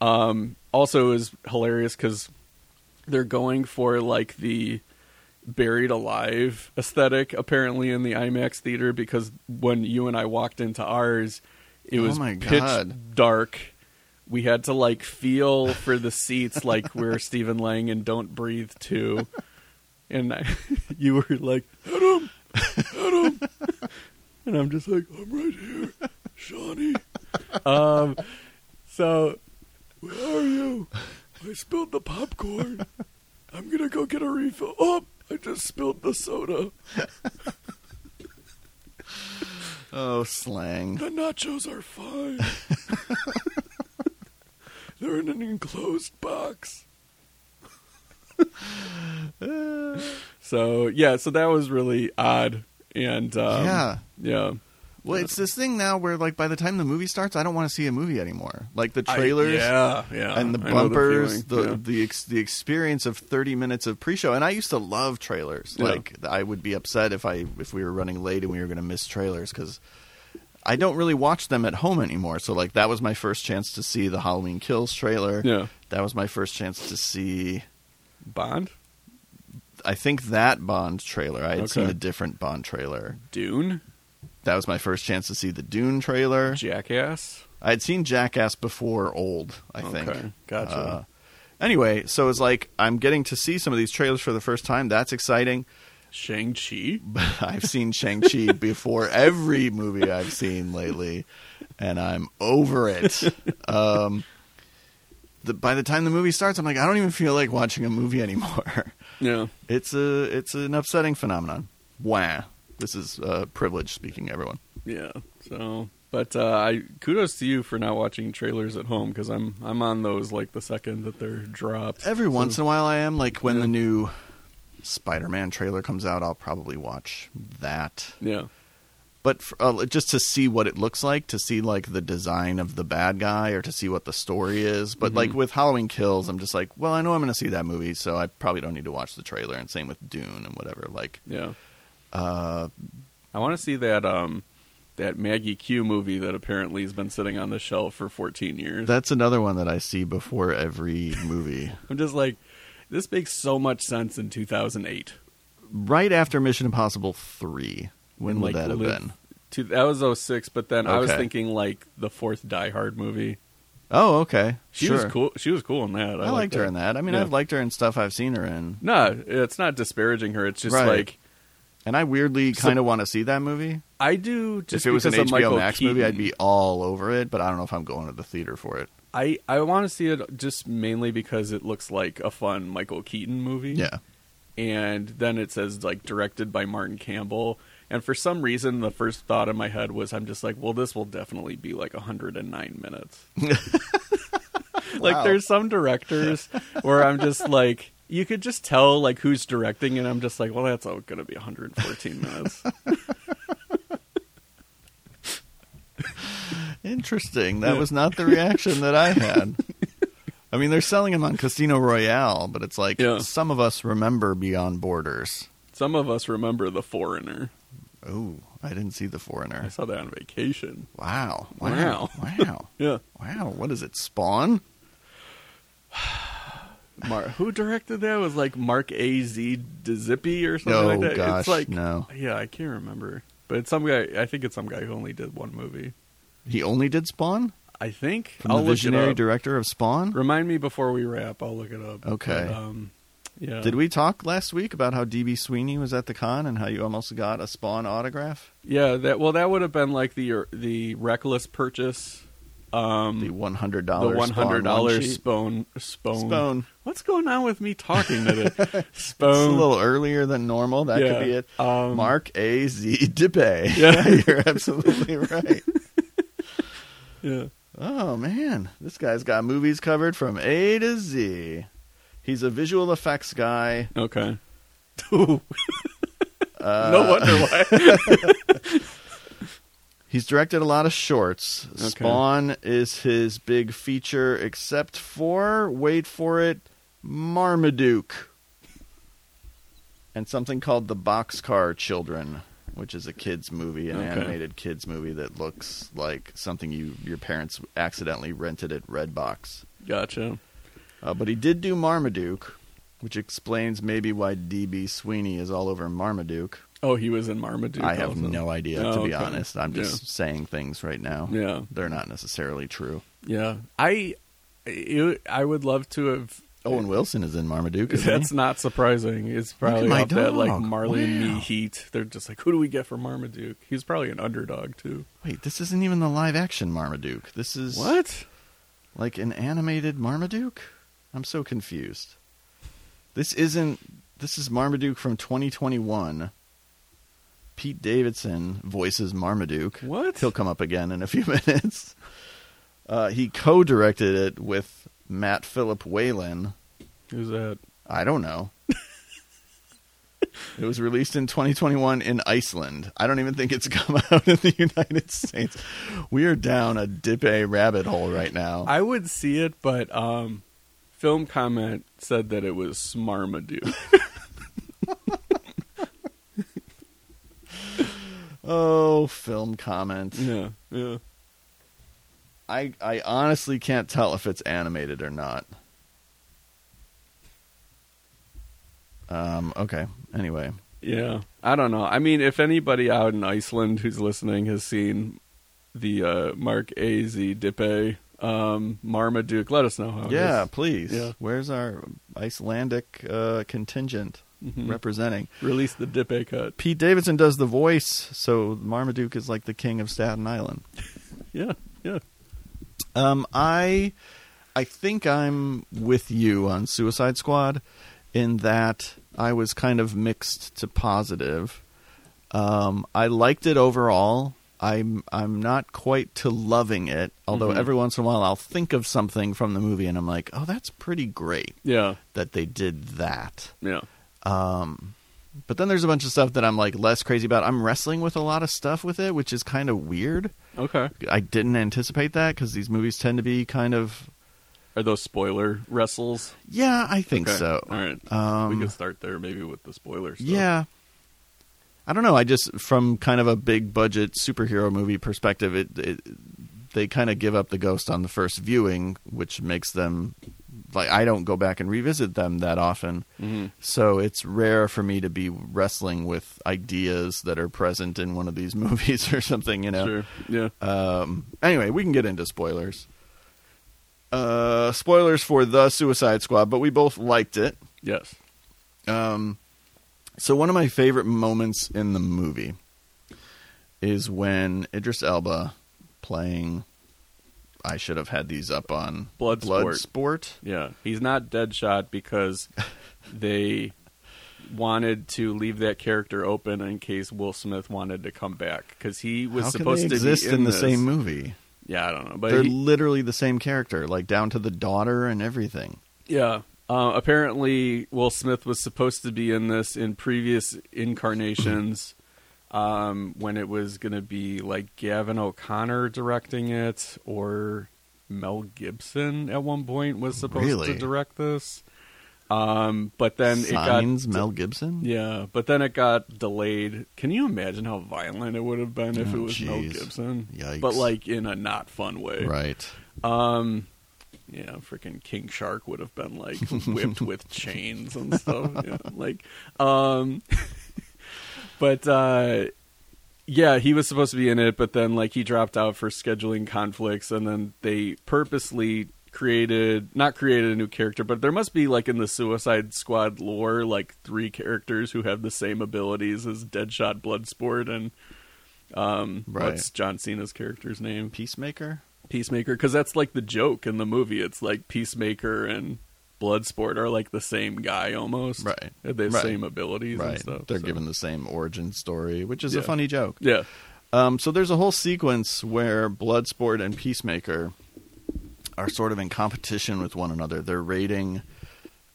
Speaker 2: um, also it was hilarious because they're going for like the buried alive aesthetic apparently in the IMAX theater because when you and I walked into ours, it
Speaker 1: Oh
Speaker 2: was
Speaker 1: my
Speaker 2: pitch
Speaker 1: God.
Speaker 2: dark. We had to like feel for the seats like we're Stephen Lang and Don't Breathe too. And I, you were like, Adam, Adam. and I'm just like, I'm right here, Shawnee. Um, so, where are you? I spilled the popcorn. I'm going to go get a refill. Oh, I just spilled the soda.
Speaker 1: Oh, slang.
Speaker 2: The nachos are fine. They're in an enclosed box. So yeah, so that was really odd, and um,
Speaker 1: Yeah.
Speaker 2: yeah,
Speaker 1: Well, it's this thing now where like by the time the movie starts, I don't want to see a movie anymore. Like the
Speaker 2: I-
Speaker 1: trailers.
Speaker 2: yeah, yeah,
Speaker 1: and the
Speaker 2: I know
Speaker 1: bumpers, the
Speaker 2: feeling, yeah.
Speaker 1: the ex, the experience of thirty minutes of pre-show. And I used to love trailers.
Speaker 2: Yeah.
Speaker 1: Like I would be upset if I if we were running late and we were going to miss trailers because I don't really watch them at home anymore. So like that was my first chance to see the Halloween Kills trailer.
Speaker 2: Yeah.
Speaker 1: that was my first chance to see.
Speaker 2: Bond,
Speaker 1: I think that Bond trailer. I had seen
Speaker 2: Okay.
Speaker 1: a different Bond trailer.
Speaker 2: Dune,
Speaker 1: That was my first chance to see the Dune trailer.
Speaker 2: Jackass.
Speaker 1: I had seen Jackass before old, I think.
Speaker 2: Okay, gotcha.
Speaker 1: Uh, anyway, so it's like I'm getting to see some of these trailers for the first time. That's exciting.
Speaker 2: Shang Chi.
Speaker 1: But I've seen Shang-Chi before every movie I've seen lately, and I'm over it. Um, the, by the time the movie starts, I'm like, I don't even feel like watching a movie anymore.
Speaker 2: Yeah,
Speaker 1: It's a it's an upsetting phenomenon. Wow. This is uh, privilege speaking, everyone.
Speaker 2: yeah. So, but uh, I kudos to you for not watching trailers at home because I'm I'm on those like the second that they're dropped.
Speaker 1: Every
Speaker 2: So-
Speaker 1: once in a while, I am like when the new Spider-Man trailer comes out, I'll probably watch that.
Speaker 2: yeah,
Speaker 1: But for, uh, just to see what it looks like, to see like the design of the bad guy, or to see what the story is. But
Speaker 2: Mm-hmm.
Speaker 1: like with Halloween Kills, I'm just like, well, I know I'm going to see that movie, so I probably don't need to watch the trailer. And same with Dune and whatever. Like,
Speaker 2: yeah.
Speaker 1: uh,
Speaker 2: I want to see that um that Maggie Q movie that apparently has been sitting on the shelf for 14 years.
Speaker 1: That's another one that I see before every movie.
Speaker 2: I'm just like, this makes so much sense in 2008.
Speaker 1: right after Mission Impossible 3. When
Speaker 2: And,
Speaker 1: would
Speaker 2: like,
Speaker 1: that have
Speaker 2: live-
Speaker 1: been?
Speaker 2: Two, that was 06, but then I was
Speaker 1: Okay.
Speaker 2: thinking like the fourth Die Hard movie.
Speaker 1: Oh, okay.
Speaker 2: She
Speaker 1: sure.
Speaker 2: was cool. She was cool in that. I,
Speaker 1: I, liked her in that. I mean,
Speaker 2: Yeah.
Speaker 1: I've liked her in stuff I've seen her in.
Speaker 2: No, it's not disparaging her. It's just
Speaker 1: Right.
Speaker 2: like
Speaker 1: And I weirdly
Speaker 2: So-
Speaker 1: kind of want to see that movie.
Speaker 2: I do. Just
Speaker 1: if it was an
Speaker 2: because
Speaker 1: HBO
Speaker 2: of Michael
Speaker 1: Max movie, I'd
Speaker 2: Keaton.
Speaker 1: be all over it, but I don't know if I'm going to the theater for it.
Speaker 2: I I want to see it just mainly because it looks like a fun Michael Keaton movie.
Speaker 1: Yeah.
Speaker 2: and then it says like directed by Martin Campbell. And for some reason, the first thought in my head was, I'm just like, well, this will definitely be like 109 minutes. like,
Speaker 1: Wow.
Speaker 2: there's some directors where I'm just like, you could just tell like who's directing, and I'm just like, well, that's all going to be 114 minutes.
Speaker 1: Interesting. That was not the reaction that I had. I mean, they're selling them on Casino Royale, but it's like
Speaker 2: Yeah.
Speaker 1: some of us remember Beyond Borders.
Speaker 2: some of us remember The Foreigner.
Speaker 1: Oh, I didn't see The
Speaker 2: I
Speaker 1: Foreigner.
Speaker 2: saw that on vacation.
Speaker 1: Wow. Wow. Wow.
Speaker 2: Yeah.
Speaker 1: wow. What is it? Spawn?
Speaker 2: Mar- who directed that? It was like Mark A. Z. DeZippy or something
Speaker 1: No,
Speaker 2: like that.
Speaker 1: Oh, gosh,
Speaker 2: it's like,
Speaker 1: no.
Speaker 2: Yeah, I can't remember. But it's some guy. I think it's some guy who only did one movie.
Speaker 1: He only did Spawn?
Speaker 2: I think.
Speaker 1: From
Speaker 2: I'll
Speaker 1: the
Speaker 2: look it
Speaker 1: visionary
Speaker 2: up.
Speaker 1: director of Spawn?
Speaker 2: Remind me before we wrap. I'll look it up.
Speaker 1: Okay.
Speaker 2: But, um, yeah.
Speaker 1: Did we talk last week about how DB Sweeney was at the con and how you almost got a Spawn autograph?
Speaker 2: Yeah. That. Well, that would have been like the the reckless purchase. Um,
Speaker 1: The
Speaker 2: the
Speaker 1: one hundred
Speaker 2: the
Speaker 1: dollars.
Speaker 2: one hundred dollars spoon spoon What's going on with me talking today?
Speaker 1: It's a
Speaker 2: Spoon.
Speaker 1: little earlier than normal. That
Speaker 2: Yeah.
Speaker 1: could be it.
Speaker 2: Um,
Speaker 1: Mark A Z Dippe.
Speaker 2: Yeah.
Speaker 1: you're absolutely right.
Speaker 2: Yeah.
Speaker 1: Oh man, this guy's got movies covered from A to Z. He's a visual effects guy.
Speaker 2: Okay.
Speaker 1: Uh,
Speaker 2: no wonder why.
Speaker 1: He's directed a lot of shorts. Spawn is his big feature, except for, wait for it, Marmaduke. And something called The Boxcar Children, which is a kids' movie, an
Speaker 2: Okay.
Speaker 1: animated kids' movie that looks like something you your parents accidentally rented at Redbox.
Speaker 2: gotcha.
Speaker 1: Uh, but he did do Marmaduke, which explains maybe why D.B. Sweeney is all over Marmaduke.
Speaker 2: Oh, he was in Marmaduke.
Speaker 1: I have
Speaker 2: also.
Speaker 1: no idea,
Speaker 2: Oh,
Speaker 1: to be
Speaker 2: okay.
Speaker 1: honest. I'm just saying things right now.
Speaker 2: Yeah,
Speaker 1: They're not necessarily true.
Speaker 2: yeah. I, you, I would love to have.
Speaker 1: Owen Wilson is in Marmaduke, isn't
Speaker 2: That's
Speaker 1: he?
Speaker 2: not surprising. It's probably
Speaker 1: my
Speaker 2: up that like
Speaker 1: dog.
Speaker 2: Marley and
Speaker 1: Wow.
Speaker 2: Me heat. They're just like, who do we get for Marmaduke? He's probably an underdog too.
Speaker 1: Wait, this isn't even the live action Marmaduke. This is
Speaker 2: What?
Speaker 1: like an animated Marmaduke? I'm so confused. This isn't this is Marmaduke from 2021. Pete Davidson voices Marmaduke.
Speaker 2: What?
Speaker 1: He'll come up again in a few minutes. Uh, he co-directed it with Matt Philip Whalen.
Speaker 2: Who's that?
Speaker 1: I don't know. it was released in 2021 in Iceland. I don't even think it's come out in the United States. We are down a dip a rabbit hole right now.
Speaker 2: I would see it, but um, film comment said that it was Smarmaduke.
Speaker 1: oh, film comment.
Speaker 2: yeah, yeah.
Speaker 1: I I honestly can't tell if it's animated or not. Um. Okay. Anyway,
Speaker 2: Yeah, I don't know. I mean, if anybody out in Iceland who's listening has seen the uh, Mark A Z Dippe um, Marmaduke, let us know how.
Speaker 1: yeah. Please.
Speaker 2: Oh, Yeah.
Speaker 1: Where's our Icelandic uh, contingent
Speaker 2: hmm
Speaker 1: representing?
Speaker 2: release the Dippe cut.
Speaker 1: Pete Davidson does the voice, so Marmaduke is like the king of Staten Island.
Speaker 2: Yeah, yeah.
Speaker 1: Um, I, I think I'm with you on Suicide Squad, in that I was kind of mixed to positive. Um, I liked it overall. I'm I'm not quite to loving it, although
Speaker 2: Mhm.
Speaker 1: every once in a while I'll think of something from the movie and I'm like, oh, that's pretty great
Speaker 2: Yeah,
Speaker 1: that they did that.
Speaker 2: yeah.
Speaker 1: Um, but then there's a bunch of stuff that I'm like less crazy about. I'm wrestling with a lot of stuff with it, which is kind of weird.
Speaker 2: Okay.
Speaker 1: I didn't anticipate that because these movies tend to be kind of.
Speaker 2: Are those spoiler wrestles?
Speaker 1: Yeah, I think
Speaker 2: Okay.
Speaker 1: so.
Speaker 2: All right.
Speaker 1: Um,
Speaker 2: we can start there maybe with the spoilers.
Speaker 1: Yeah. I don't know. I just from kind of a big budget superhero movie perspective, it, it they kind of give up the ghost on the first viewing, which makes them like I don't go back and revisit them that often.
Speaker 2: Mhm.
Speaker 1: So it's rare for me to be wrestling with ideas that are present in one of these movies or something, you know.
Speaker 2: Sure. Yeah.
Speaker 1: Um, anyway, we can get into spoilers. Uh, spoilers for the Suicide Squad, but we both liked it.
Speaker 2: Yes.
Speaker 1: Um, so one of my favorite moments in the movie is when Idris Elba playing. I should have had these up on
Speaker 2: Bloodsport.
Speaker 1: Bloodsport.
Speaker 2: Yeah. He's not Deadshot because they wanted to leave that character open in case Will Smith wanted to come back because he was
Speaker 1: How can
Speaker 2: supposed
Speaker 1: they
Speaker 2: to
Speaker 1: exist
Speaker 2: be in,
Speaker 1: in the
Speaker 2: this.
Speaker 1: same movie?
Speaker 2: Yeah, I don't know, but
Speaker 1: They're
Speaker 2: he-
Speaker 1: literally the same character, like down to the daughter and everything.
Speaker 2: yeah. Uh, apparently, Will Smith was supposed to be in this in previous incarnations um, when it was going to be like Gavin O'Connor directing it or Mel Gibson at one point was supposed
Speaker 1: Really?
Speaker 2: to direct this. Um, but then it got
Speaker 1: Signs, Mel Gibson.
Speaker 2: Yeah, but then it got delayed. Can you imagine how violent it would have been if
Speaker 1: Oh,
Speaker 2: it was Mel
Speaker 1: jeez.
Speaker 2: Gibson?
Speaker 1: Yikes.
Speaker 2: But like in a not fun way.
Speaker 1: Right.
Speaker 2: Um yeah, freaking King Shark would have been like whipped with chains and stuff. Yeah, like um but uh yeah, he was supposed to be in it, but then like he dropped out for scheduling conflicts and then they purposely created not created a new character, but there must be like in the Suicide Squad lore like three characters who have the same abilities as Deadshot, Bloodsport and um
Speaker 1: Right.
Speaker 2: what's John Cena's character's name?
Speaker 1: Peacemaker.
Speaker 2: Peacemaker because that's like the joke in the movie. It's like Peacemaker and Bloodsport are like the same guy almost.
Speaker 1: Right.
Speaker 2: They have the
Speaker 1: Right.
Speaker 2: same abilities and
Speaker 1: Right.
Speaker 2: stuff.
Speaker 1: They're
Speaker 2: so.
Speaker 1: given the same origin story, which is a
Speaker 2: Yeah.
Speaker 1: funny joke.
Speaker 2: Yeah.
Speaker 1: Um, so there's a whole sequence where Bloodsport and Peacemaker are sort of in competition with one another. They're raiding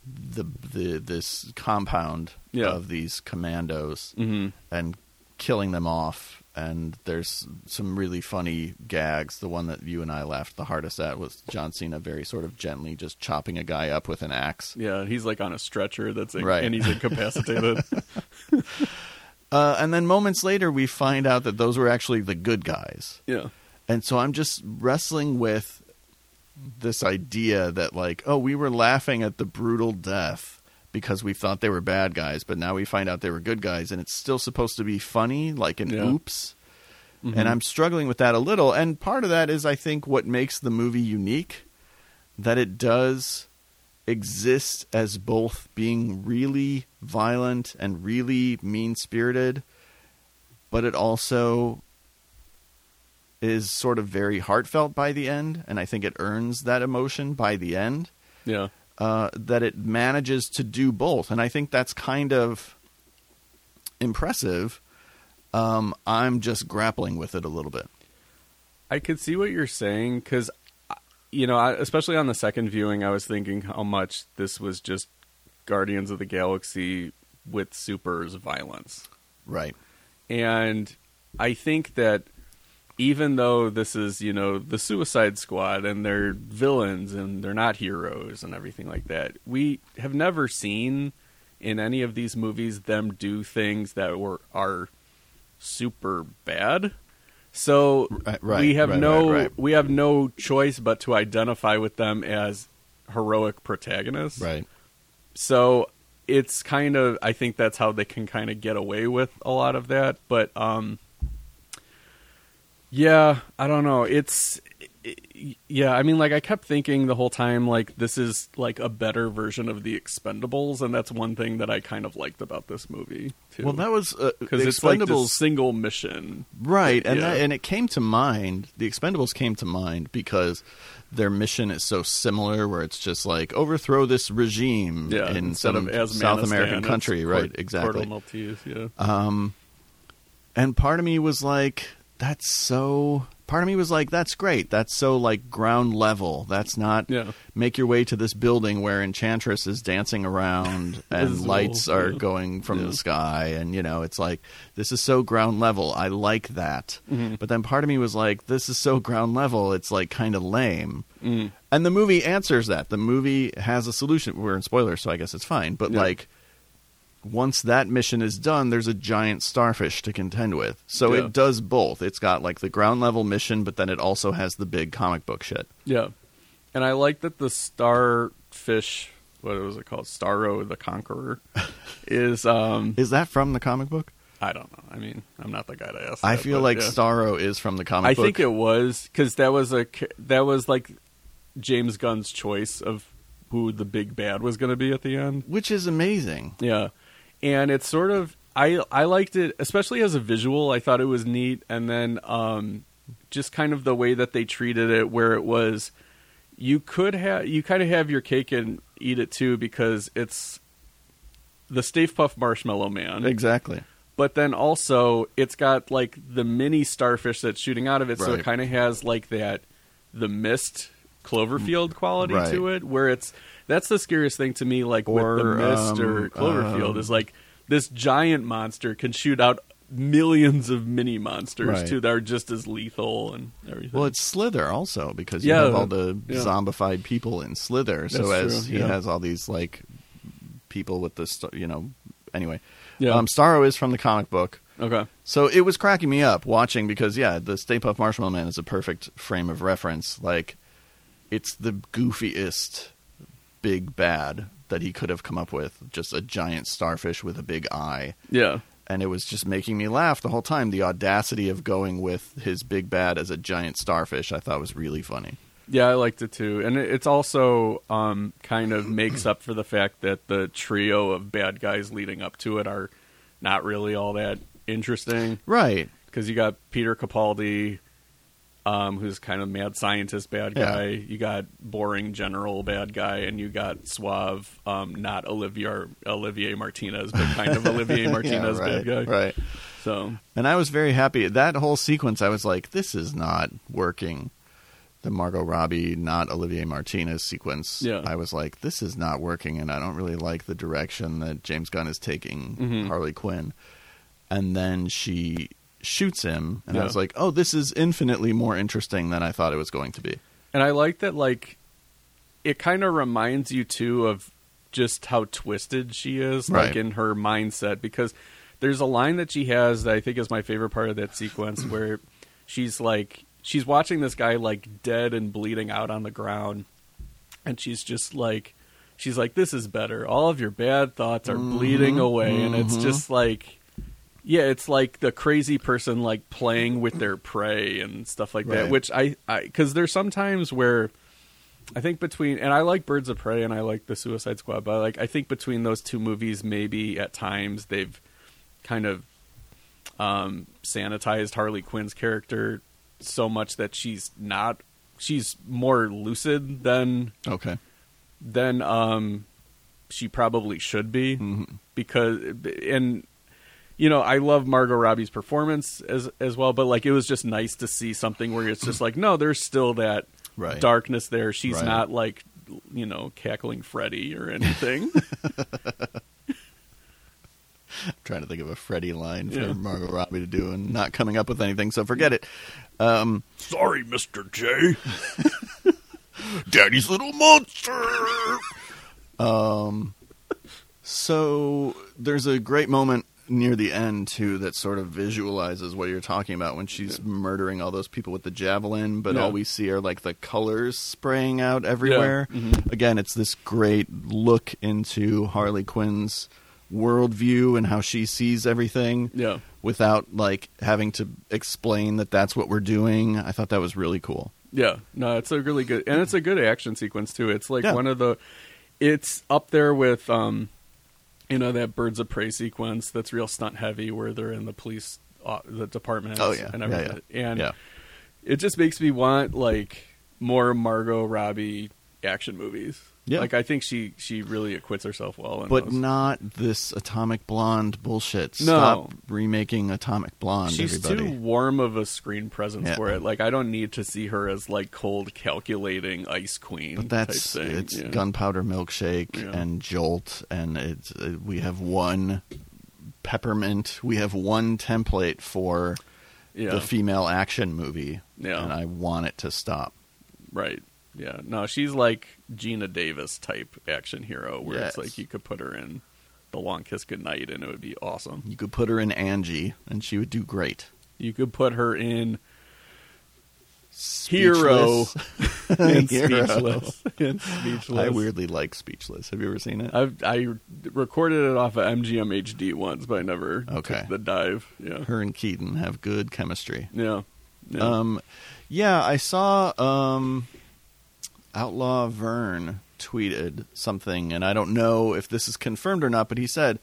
Speaker 1: the the this compound
Speaker 2: Yeah.
Speaker 1: of these commandos
Speaker 2: hmm
Speaker 1: and killing them off. And there's some really funny gags. The one that you and I laughed the hardest at was John Cena very sort of gently just chopping a guy up with an axe.
Speaker 2: Yeah. He's like on a stretcher that's in-
Speaker 1: Right.
Speaker 2: and he's incapacitated.
Speaker 1: Uh, and then moments later, we find out that those were actually the good guys.
Speaker 2: yeah.
Speaker 1: And so I'm just wrestling with this idea that, like, oh, we were laughing at the brutal death because we thought they were bad guys, but now we find out they were good guys, and it's still supposed to be funny, like an
Speaker 2: Yeah.
Speaker 1: oops. And I'm struggling with that a little. And part of that is, I think, what makes the movie unique that it does exist as both being really violent and really mean spirited, but it also is sort of very heartfelt by the end, and I think it earns that emotion by the end.
Speaker 2: Yeah.
Speaker 1: Uh, that it manages to do both, and I think that's kind of impressive. Um, I'm just grappling with it a little bit.
Speaker 2: I could see what you're saying because, you know, I, especially on the second viewing, I was thinking how much this was just Guardians of the Galaxy with supers violence.
Speaker 1: Right.
Speaker 2: And I think that even though this is, you know, the Suicide Squad and they're villains and they're not heroes and everything like that, we have never seen in any of these movies them do things that were are super bad. So
Speaker 1: Right, right,
Speaker 2: we have
Speaker 1: right,
Speaker 2: no
Speaker 1: right, right.
Speaker 2: we have no choice but to identify with them as heroic protagonists. So it's kind of I think that's how they can kind of get away with a lot of that, but um yeah, I don't know. It's it- yeah, I mean like I kept thinking the whole time like this is like a better version of the Expendables and that's one thing that I kind of liked about this movie too.
Speaker 1: Well, that was uh,
Speaker 2: cuz
Speaker 1: the
Speaker 2: it's like
Speaker 1: Expendables
Speaker 2: this single mission.
Speaker 1: Right, and
Speaker 2: Yeah.
Speaker 1: that, and it came to mind. The Expendables came to mind because their mission is so similar, where it's just like overthrow this regime
Speaker 2: Yeah,
Speaker 1: in
Speaker 2: instead
Speaker 1: some
Speaker 2: of Asmanistan,
Speaker 1: South American
Speaker 2: it's
Speaker 1: country,
Speaker 2: Cor-
Speaker 1: right?
Speaker 2: Corto
Speaker 1: Exactly.
Speaker 2: Maltese, yeah.
Speaker 1: Um, and part of me was like, "That's so." Part of me was like, "That's great. That's so like ground level. That's not
Speaker 2: Yeah.
Speaker 1: make your way to this building where Enchantress is dancing around and
Speaker 2: Visible,
Speaker 1: lights are
Speaker 2: yeah.
Speaker 1: going from
Speaker 2: Yeah.
Speaker 1: the sky, and you know, it's like this is so ground level. I like that."
Speaker 2: Mhm.
Speaker 1: But then part of me was like, "This is so ground level. It's like kind of lame."
Speaker 2: Mm.
Speaker 1: And the movie answers that. The movie has a solution. We're in spoilers, so I guess it's fine. But
Speaker 2: Yeah.
Speaker 1: like, once that mission is done, there's a giant starfish to contend with. So
Speaker 2: Yeah.
Speaker 1: it does both. It's got like the ground level mission, but then it also has the big comic book shit.
Speaker 2: Yeah, and I like that the starfish. What was it called? Starro the Conqueror is. um
Speaker 1: Is that from the comic book?
Speaker 2: I don't know. I mean, I'm not the guy to ask.
Speaker 1: I
Speaker 2: that,
Speaker 1: feel
Speaker 2: but
Speaker 1: like
Speaker 2: yeah.
Speaker 1: Starro is from the comic
Speaker 2: I
Speaker 1: book.
Speaker 2: think it was because that was a ca- that was like James Gunn's choice of who the big bad was going to be at the end.
Speaker 1: which is amazing.
Speaker 2: Yeah, and it's sort of I I liked it, especially as a visual. I thought it was neat, and then um, just kind of the way that they treated it, where it was you could have you kind of have your cake and eat it too because it's the Stave Puff Marshmallow Man,
Speaker 1: Exactly.
Speaker 2: but then also it's got like the mini starfish that's shooting out of it, so
Speaker 1: Right.
Speaker 2: it kind of has like that the mist Cloverfield quality
Speaker 1: Mm, Right.
Speaker 2: to it, where it's that's the scariest thing to me, like with the
Speaker 1: Or,
Speaker 2: mist
Speaker 1: um,
Speaker 2: or Cloverfield,
Speaker 1: um,
Speaker 2: is like this giant monster can shoot out millions of mini monsters
Speaker 1: Right.
Speaker 2: too that are just as lethal and everything.
Speaker 1: Well, it's Slither also because you
Speaker 2: Yeah,
Speaker 1: have all the
Speaker 2: yeah.
Speaker 1: zombified people in Slither. So
Speaker 2: That's
Speaker 1: as
Speaker 2: true,
Speaker 1: he
Speaker 2: yeah.
Speaker 1: has all these like people with the st- you know anyway,
Speaker 2: Yeah.
Speaker 1: um, Starro is from the comic book.
Speaker 2: okay,
Speaker 1: So it was cracking me up watching because yeah, the Stay Puft Marshmallow Man is a perfect frame of reference. Like it's the goofiest big bad that he could have come up with, just a giant starfish with a big eye.
Speaker 2: yeah,
Speaker 1: and it was just making me laugh the whole time. The audacity of going with his big bad as a giant starfish, I thought was really funny.
Speaker 2: yeah, I liked it too, and it- it's also um, kind of makes up for the fact that the trio of bad guys leading up to it are not really all that interesting.
Speaker 1: Right.
Speaker 2: because you got Peter Capaldi, um, who's kind of mad scientist bad
Speaker 1: Yeah.
Speaker 2: guy. You got boring general bad guy, and you got suave, um, not Olivier Olivier Martinez, but kind of Olivier Martinez
Speaker 1: right,
Speaker 2: bad guy.
Speaker 1: Right.
Speaker 2: So
Speaker 1: And I was very happy. That whole sequence, I was like, this is not working. The Margot Robbie, not Olivier Martinez sequence.
Speaker 2: Yeah.
Speaker 1: I was like, this is not working, and I don't really like the direction that James Gunn is taking
Speaker 2: Mhm.
Speaker 1: Harley Quinn. And then she shoots him, and I
Speaker 2: Yeah.
Speaker 1: was like, oh, this is infinitely more interesting than I thought it was going to be.
Speaker 2: And I like that, like, it kind of reminds you, too, of just how twisted she is,
Speaker 1: Right.
Speaker 2: like, in her mindset. Because there's a line that she has that I think is my favorite part of that sequence where she's like, she's watching this guy, like, dead and bleeding out on the ground. And she's just like, she's like, this is better. All of your bad thoughts are bleeding away. And it's just like, yeah, it's like the crazy person like playing with their prey and stuff like
Speaker 1: Right.
Speaker 2: that. Which I, because there's sometimes where I think between, and I like Birds of Prey and I like the Suicide Squad, but like I think between those two movies, maybe at times they've kind of um, sanitized Harley Quinn's character so much that she's not, she's more lucid than
Speaker 1: Okay.
Speaker 2: then um she probably should be
Speaker 1: Mm-hmm.
Speaker 2: because and you know I love Margot Robbie's performance as as well but like it was just nice to see something where it's just like no there's still that
Speaker 1: Right.
Speaker 2: darkness there she's
Speaker 1: Right.
Speaker 2: not like you know cackling Freddy or anything
Speaker 1: trying to think of a Freddy line for
Speaker 2: Yeah.
Speaker 1: Margot Robbie to do and not coming up with anything, so forget it.
Speaker 3: Sorry, Mr. J. Daddy's little monster.
Speaker 1: Um, So there's a great moment near the end too that sort of visualizes what you're talking about when she's murdering all those people with the javelin, but
Speaker 2: Yeah.
Speaker 1: all we see are like the colors spraying out everywhere.
Speaker 2: Mm-hmm.
Speaker 1: Again, it's this great look into Harley Quinn's worldview and how she sees everything.
Speaker 2: yeah
Speaker 1: Without like having to explain that that's what we're doing, I thought that was really cool.
Speaker 2: Yeah, no, it's a really good, and it's a good action sequence too. It's like
Speaker 1: Yeah.
Speaker 2: one of the, it's up there with, um, you know, that Birds of Prey sequence that's real stunt heavy, where they're in the police, uh, the department,
Speaker 1: Oh, yeah.
Speaker 2: and
Speaker 1: Yeah,
Speaker 2: everything, and
Speaker 1: yeah,
Speaker 2: it just makes me want like more Margot Robbie action movies.
Speaker 1: Yeah.
Speaker 2: like I think she she really acquits herself well, in
Speaker 1: but
Speaker 2: those.
Speaker 1: not this Atomic Blonde bullshit.
Speaker 2: No.
Speaker 1: Stop remaking Atomic Blonde,
Speaker 2: She's
Speaker 1: everybody.
Speaker 2: too warm of a screen presence
Speaker 1: Yeah.
Speaker 2: for it. Like I don't need to see her as like cold, calculating ice queen.
Speaker 1: but that's
Speaker 2: type thing.
Speaker 1: it's
Speaker 2: Yeah.
Speaker 1: Gunpowder Milkshake
Speaker 2: Yeah.
Speaker 1: and Jolt, and it's uh, we have one peppermint. We have one template for
Speaker 2: yeah.
Speaker 1: the female action movie,
Speaker 2: Yeah.
Speaker 1: and I want it to stop.
Speaker 2: Right. Yeah. No, she's like Gina Davis type action hero, where
Speaker 1: Yes.
Speaker 2: it's like you could put her in the long kiss goodnight, and it would be awesome.
Speaker 1: You could put her in Angie, and she would do great.
Speaker 2: You could put her in
Speaker 1: Speechless.
Speaker 2: hero and
Speaker 1: Hero.
Speaker 2: speechless. and speechless.
Speaker 1: I weirdly like Speechless. Have you ever seen it?
Speaker 2: I've, I recorded it off of MGM HD once, but I never
Speaker 1: Okay.
Speaker 2: took the dive. Yeah,
Speaker 1: her and Keaton have good chemistry.
Speaker 2: yeah. yeah.
Speaker 1: Um, yeah, I saw um, Outlaw Vern tweeted something, and I don't know if this is confirmed or not, but he said,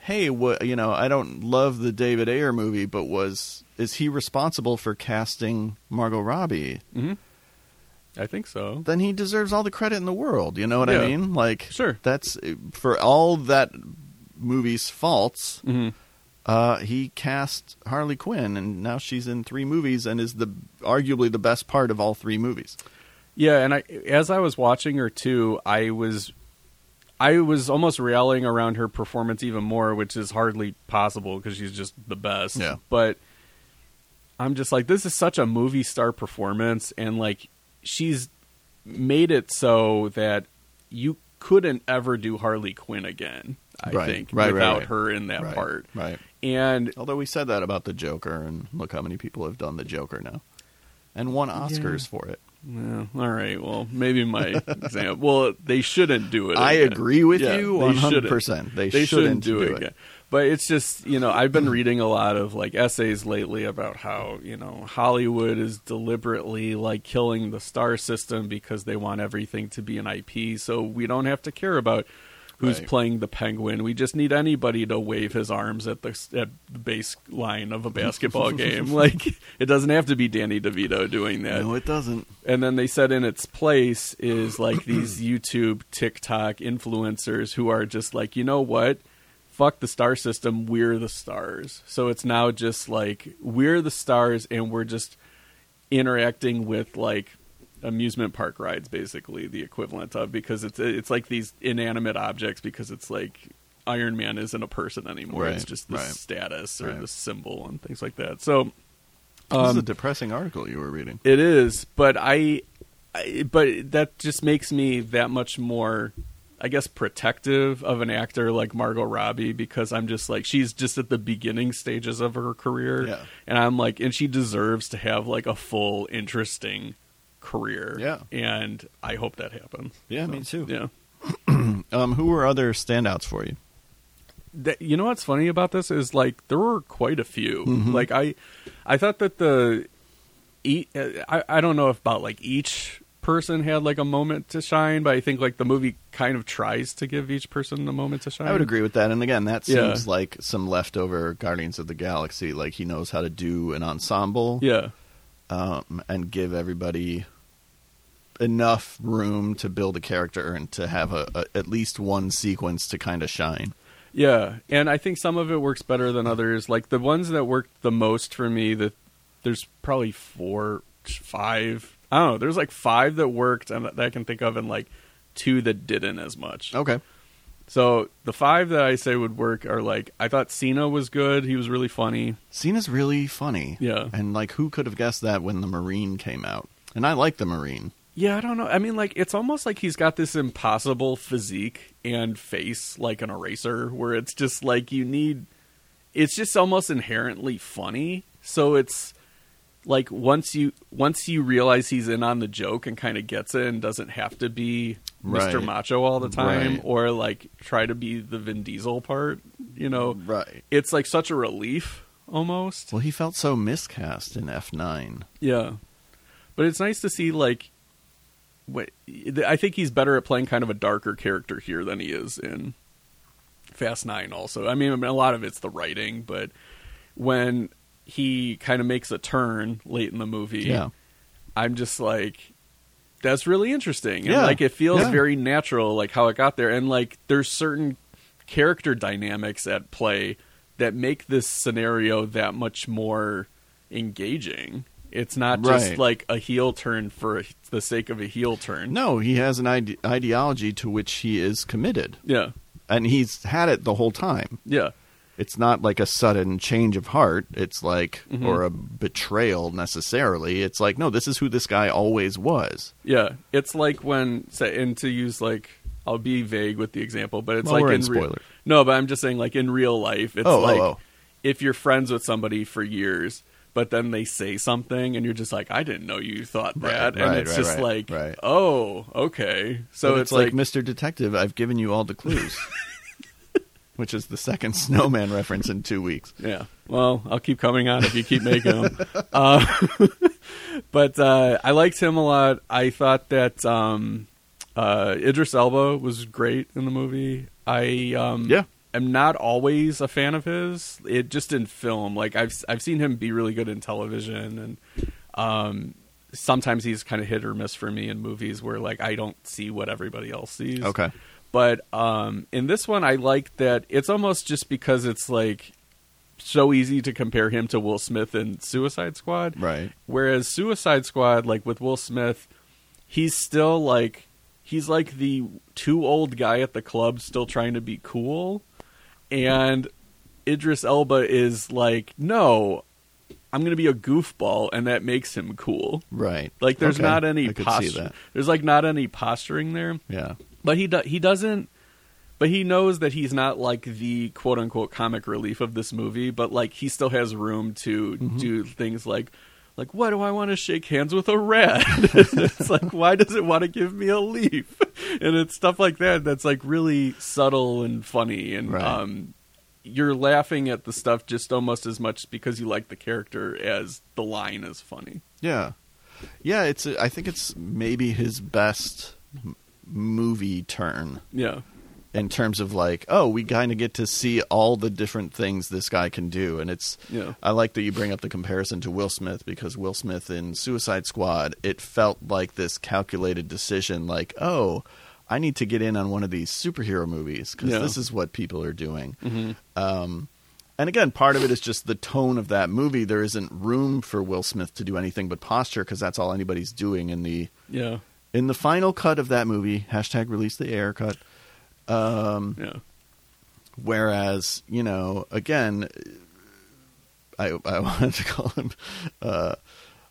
Speaker 1: "Hey, what you know? I don't love the David Ayer movie, but was is he responsible for casting Margot Robbie?
Speaker 2: Mhm. I think so.
Speaker 1: Then he deserves all the credit in the world. You know what I
Speaker 2: Yeah.
Speaker 1: mean? Like,
Speaker 2: Sure.
Speaker 1: that's for all that movie's faults."
Speaker 2: hmm
Speaker 1: Uh, he cast Harley Quinn, and now she's in three movies, and is the arguably the best part of all three movies.
Speaker 2: Yeah, and I as I was watching her too, I was I was almost rallying around her performance even more, which is hardly possible because she's just the best.
Speaker 1: Yeah.
Speaker 2: But I'm just like this is such a movie star performance and like she's made it so that you couldn't ever do Harley Quinn again, I
Speaker 1: Right,
Speaker 2: think,
Speaker 1: right, right,
Speaker 2: without
Speaker 1: right.
Speaker 2: her in that
Speaker 1: Right,
Speaker 2: part.
Speaker 1: right?
Speaker 2: And
Speaker 1: Although we said that about the Joker, and look how many people have done the Joker now, and won Oscars for it.
Speaker 2: well, all right, well, maybe my example. Well, they shouldn't do it.
Speaker 1: I
Speaker 2: again.
Speaker 1: agree with
Speaker 2: Yeah,
Speaker 1: you
Speaker 2: they
Speaker 1: one hundred
Speaker 2: shouldn't.
Speaker 1: percent. They
Speaker 2: they
Speaker 1: shouldn't do
Speaker 2: it. again. But it's just you know I've been reading a lot of like essays lately about how you know Hollywood is deliberately like killing the star system because they want everything to be an IP, so we don't have to care about who's
Speaker 1: Right.
Speaker 2: playing the penguin. We just need anybody to wave his arms at the at the baseline of a basketball game. Like it doesn't have to be Danny DeVito doing that
Speaker 1: No, it doesn't.
Speaker 2: and then they said in its place is like these YouTube, TikTok influencers who are just like, you know what? Fuck the star system. We're the stars. So it's now just like we're the stars, and we're just interacting with like amusement park rides, basically the equivalent of because it's it's like these inanimate objects because it's like Iron Man isn't a person anymore. It's
Speaker 1: Right,
Speaker 2: just the
Speaker 1: right,
Speaker 2: status or
Speaker 1: right.
Speaker 2: the symbol and things like that. So
Speaker 1: this is
Speaker 2: Um,
Speaker 1: a depressing article you were reading.
Speaker 2: it is, but I, I, but that just makes me that much more, I guess, protective of an actor like Margot Robbie because I'm just like she's just at the beginning stages of her career,
Speaker 1: Yeah.
Speaker 2: and I'm like, and she deserves to have like a full, interesting career,
Speaker 1: Yeah.
Speaker 2: and I hope that happens.
Speaker 1: Yeah, me too.
Speaker 2: Yeah.
Speaker 1: Um, who were other standouts for you?
Speaker 2: that, you know what's funny about this is like there were quite a few.
Speaker 1: Mm-hmm.
Speaker 2: Like I, I thought that the, e- I I don't know if about like each person had like a moment to shine, but I think like the movie kind of tries to give each person a moment to shine.
Speaker 1: I would agree with that. And again, that
Speaker 2: Yeah.
Speaker 1: seems like some leftover Guardians of the Galaxy. Like he knows how to do an ensemble.
Speaker 2: Yeah,
Speaker 1: um, and give everybody enough room to build a character and to have a, a at least one sequence to kind of shine.
Speaker 2: yeah, and I think some of it works better than others. Like the ones that worked the most for me, that there's probably four, five. I don't know. There's like five that worked and that I can think of, and like two that didn't as much.
Speaker 1: Okay,
Speaker 2: So the five that I say would work are like I thought Cena was good. He was really funny.
Speaker 1: Cena's really funny.
Speaker 2: Yeah.
Speaker 1: and like who could have guessed that when the Marine came out? And I like the Marine.
Speaker 2: Yeah, I don't know. I mean, like it's almost like he's got this impossible physique and face like an eraser, where it's just like you need. It's just almost inherently funny. So it's like once you once you realize he's in on the joke and kind of gets it and doesn't have to be
Speaker 1: Right.
Speaker 2: Mr. Macho all the time
Speaker 1: Right.
Speaker 2: or like try to be the Vin Diesel part. You know,
Speaker 1: Right.
Speaker 2: it's like such a relief almost.
Speaker 1: Well, he felt so miscast in F nine.
Speaker 2: Yeah, but it's nice to see like. What, I think he's better at playing kind of a darker character here than he is in Fast Nine. Also, I mean, I mean, a lot of it's the writing, but when he kind of makes a turn late in the movie,
Speaker 1: Yeah.
Speaker 2: I'm just like, that's really interesting. And
Speaker 1: Yeah.
Speaker 2: like it feels
Speaker 1: Yeah.
Speaker 2: very natural, like how it got there. And like there's certain character dynamics at play that make this scenario that much more engaging. It's not
Speaker 1: Right.
Speaker 2: just like a heel turn for the sake of a heel turn.
Speaker 1: No, he has an ide- ideology to which he is committed,
Speaker 2: Yeah.
Speaker 1: and he's had it the whole time.
Speaker 2: Yeah.
Speaker 1: it's not like a sudden change of heart. It's like
Speaker 2: Mhm.
Speaker 1: or a betrayal necessarily. It's like no, this is who this guy always was.
Speaker 2: Yeah, it's like when say, and to use like I'll be vague with the example, but it's
Speaker 1: Well,
Speaker 2: like
Speaker 1: we're in
Speaker 2: re-
Speaker 1: spoiler.
Speaker 2: no, but I'm just saying like in real life, it's
Speaker 1: Oh, oh,
Speaker 2: like
Speaker 1: oh.
Speaker 2: if you're friends with somebody for years, but then they say something and you're just like, I didn't know you thought
Speaker 1: Right,
Speaker 2: that, and
Speaker 1: right,
Speaker 2: it's
Speaker 1: right,
Speaker 2: just
Speaker 1: right,
Speaker 2: like,
Speaker 1: right.
Speaker 2: oh, okay. So
Speaker 1: But
Speaker 2: it's, like,
Speaker 1: Mr. Detective, I've given you all the clues. Which is the second snowman reference in two weeks.
Speaker 2: Yeah. Well, I'll keep coming on if you keep making them. uh, but uh, I liked him a lot. I thought that um, uh, Idris Elba was great in the movie. I um,
Speaker 1: Yeah.
Speaker 2: am not always a fan of his. It just in film, like I've I've seen him be really good in television, and um, sometimes he's kind of hit or miss for me in movies where like I don't see what everybody else sees
Speaker 1: Okay.
Speaker 2: but um, in this one i like that it's almost just because it's like so easy to compare him to will smith in suicide squad
Speaker 1: Right.
Speaker 2: whereas suicide squad like with will smith he's still like he's like the too old guy at the club still trying to be cool and idris elba is like no i'm gonna be a goofball and that makes him cool
Speaker 1: Right.
Speaker 2: like there's
Speaker 1: Okay.
Speaker 2: not any
Speaker 1: I could see
Speaker 2: posture
Speaker 1: that.
Speaker 2: there's like not any posturing there
Speaker 1: Yeah.
Speaker 2: but he do- he doesn't. But he knows that he's not like the quote unquote comic relief of this movie. But like he still has room to do things like. Like, why do I want to shake hands with a rat? it's like, why does it want to give me a leaf? And it's stuff like that that's like really subtle and funny. And
Speaker 1: Right.
Speaker 2: um, you're laughing at the stuff just almost as much because you like the character as the line is funny.
Speaker 1: Yeah, yeah. It's I think it's maybe his best m- movie turn
Speaker 2: Yeah.
Speaker 1: in terms of like, oh, we kind of get to see all the different things this guy can do, and it's.
Speaker 2: Yeah.
Speaker 1: I like that you bring up the comparison to Will Smith because Will Smith in Suicide Squad, it felt like this calculated decision, like, oh, I need to get in on one of these superhero movies because
Speaker 2: Yeah.
Speaker 1: this is what people are doing.
Speaker 2: Mhm.
Speaker 1: Um, and again, part of it is just the tone of that movie. There isn't room for Will Smith to do anything but posture because that's all anybody's doing in the
Speaker 2: Yeah.
Speaker 1: in the final cut of that movie. Hashtag release the air cut.
Speaker 2: Yeah.
Speaker 1: Whereas, you know, again, I I wanted to call him uh,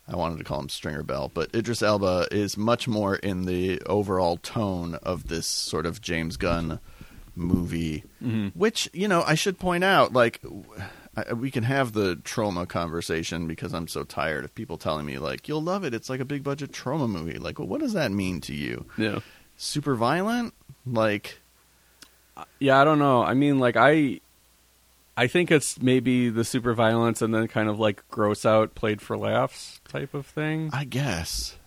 Speaker 1: I wanted to call him Stringer Bell, but Idris Elba is much more in the overall tone of this sort of James Gunn movie, which you know I should point out, like. I, we can have the trauma conversation because I'm so tired of people telling me like you'll love it. It's like a big budget trauma movie. Like, well, what does that mean to you?
Speaker 2: Yeah.
Speaker 1: Super violent? Like,
Speaker 2: Yeah, I don't know. I mean, like I, I think it's maybe the super violence and then kind of like gross out, played for laughs type of thing.
Speaker 1: I guess.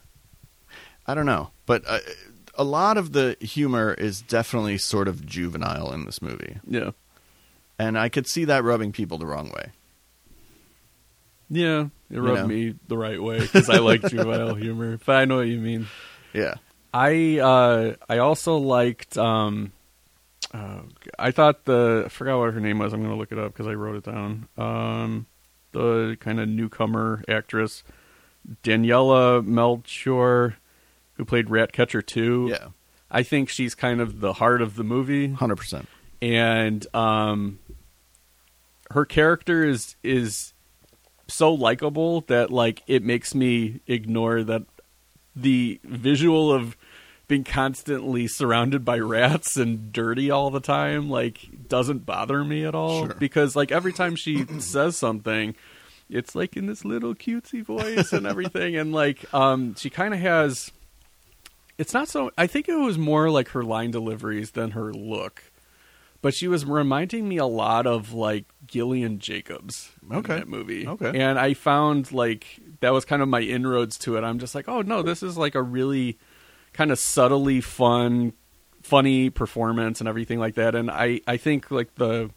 Speaker 1: I don't know, but uh, a lot of the humor is definitely sort of juvenile in this movie,
Speaker 2: Yeah,
Speaker 1: and I could see that rubbing people the wrong way.
Speaker 2: yeah, it rubbed
Speaker 1: know.
Speaker 2: me the right way because I like juvenile humor. But I know what you mean.
Speaker 1: Yeah,
Speaker 2: I uh, I also liked. Um, uh, I thought the I forgot what her name was. I'm gonna look it up because I wrote it down. Um, the kind of newcomer actress Daniela Melchior, who played Ratcatcher Two.
Speaker 1: yeah,
Speaker 2: I think she's kind of the heart of the movie,
Speaker 1: hundred percent.
Speaker 2: and um, her character is is so likable that like it makes me ignore that the visual of being constantly surrounded by rats and dirty all the time like doesn't bother me at all
Speaker 1: Sure.
Speaker 2: because like every time she says something it's like in this little cutesy voice and everything and like um she kind of has it's not so i think it was more like her line deliveries than her look but she was reminding me a lot of like gillian jacobs in
Speaker 1: Okay.
Speaker 2: that movie
Speaker 1: Okay.
Speaker 2: and i found like that was kind of my inroads to it i'm just like oh no this is like a really kind of subtly fun funny performance and everything like that and i i think like the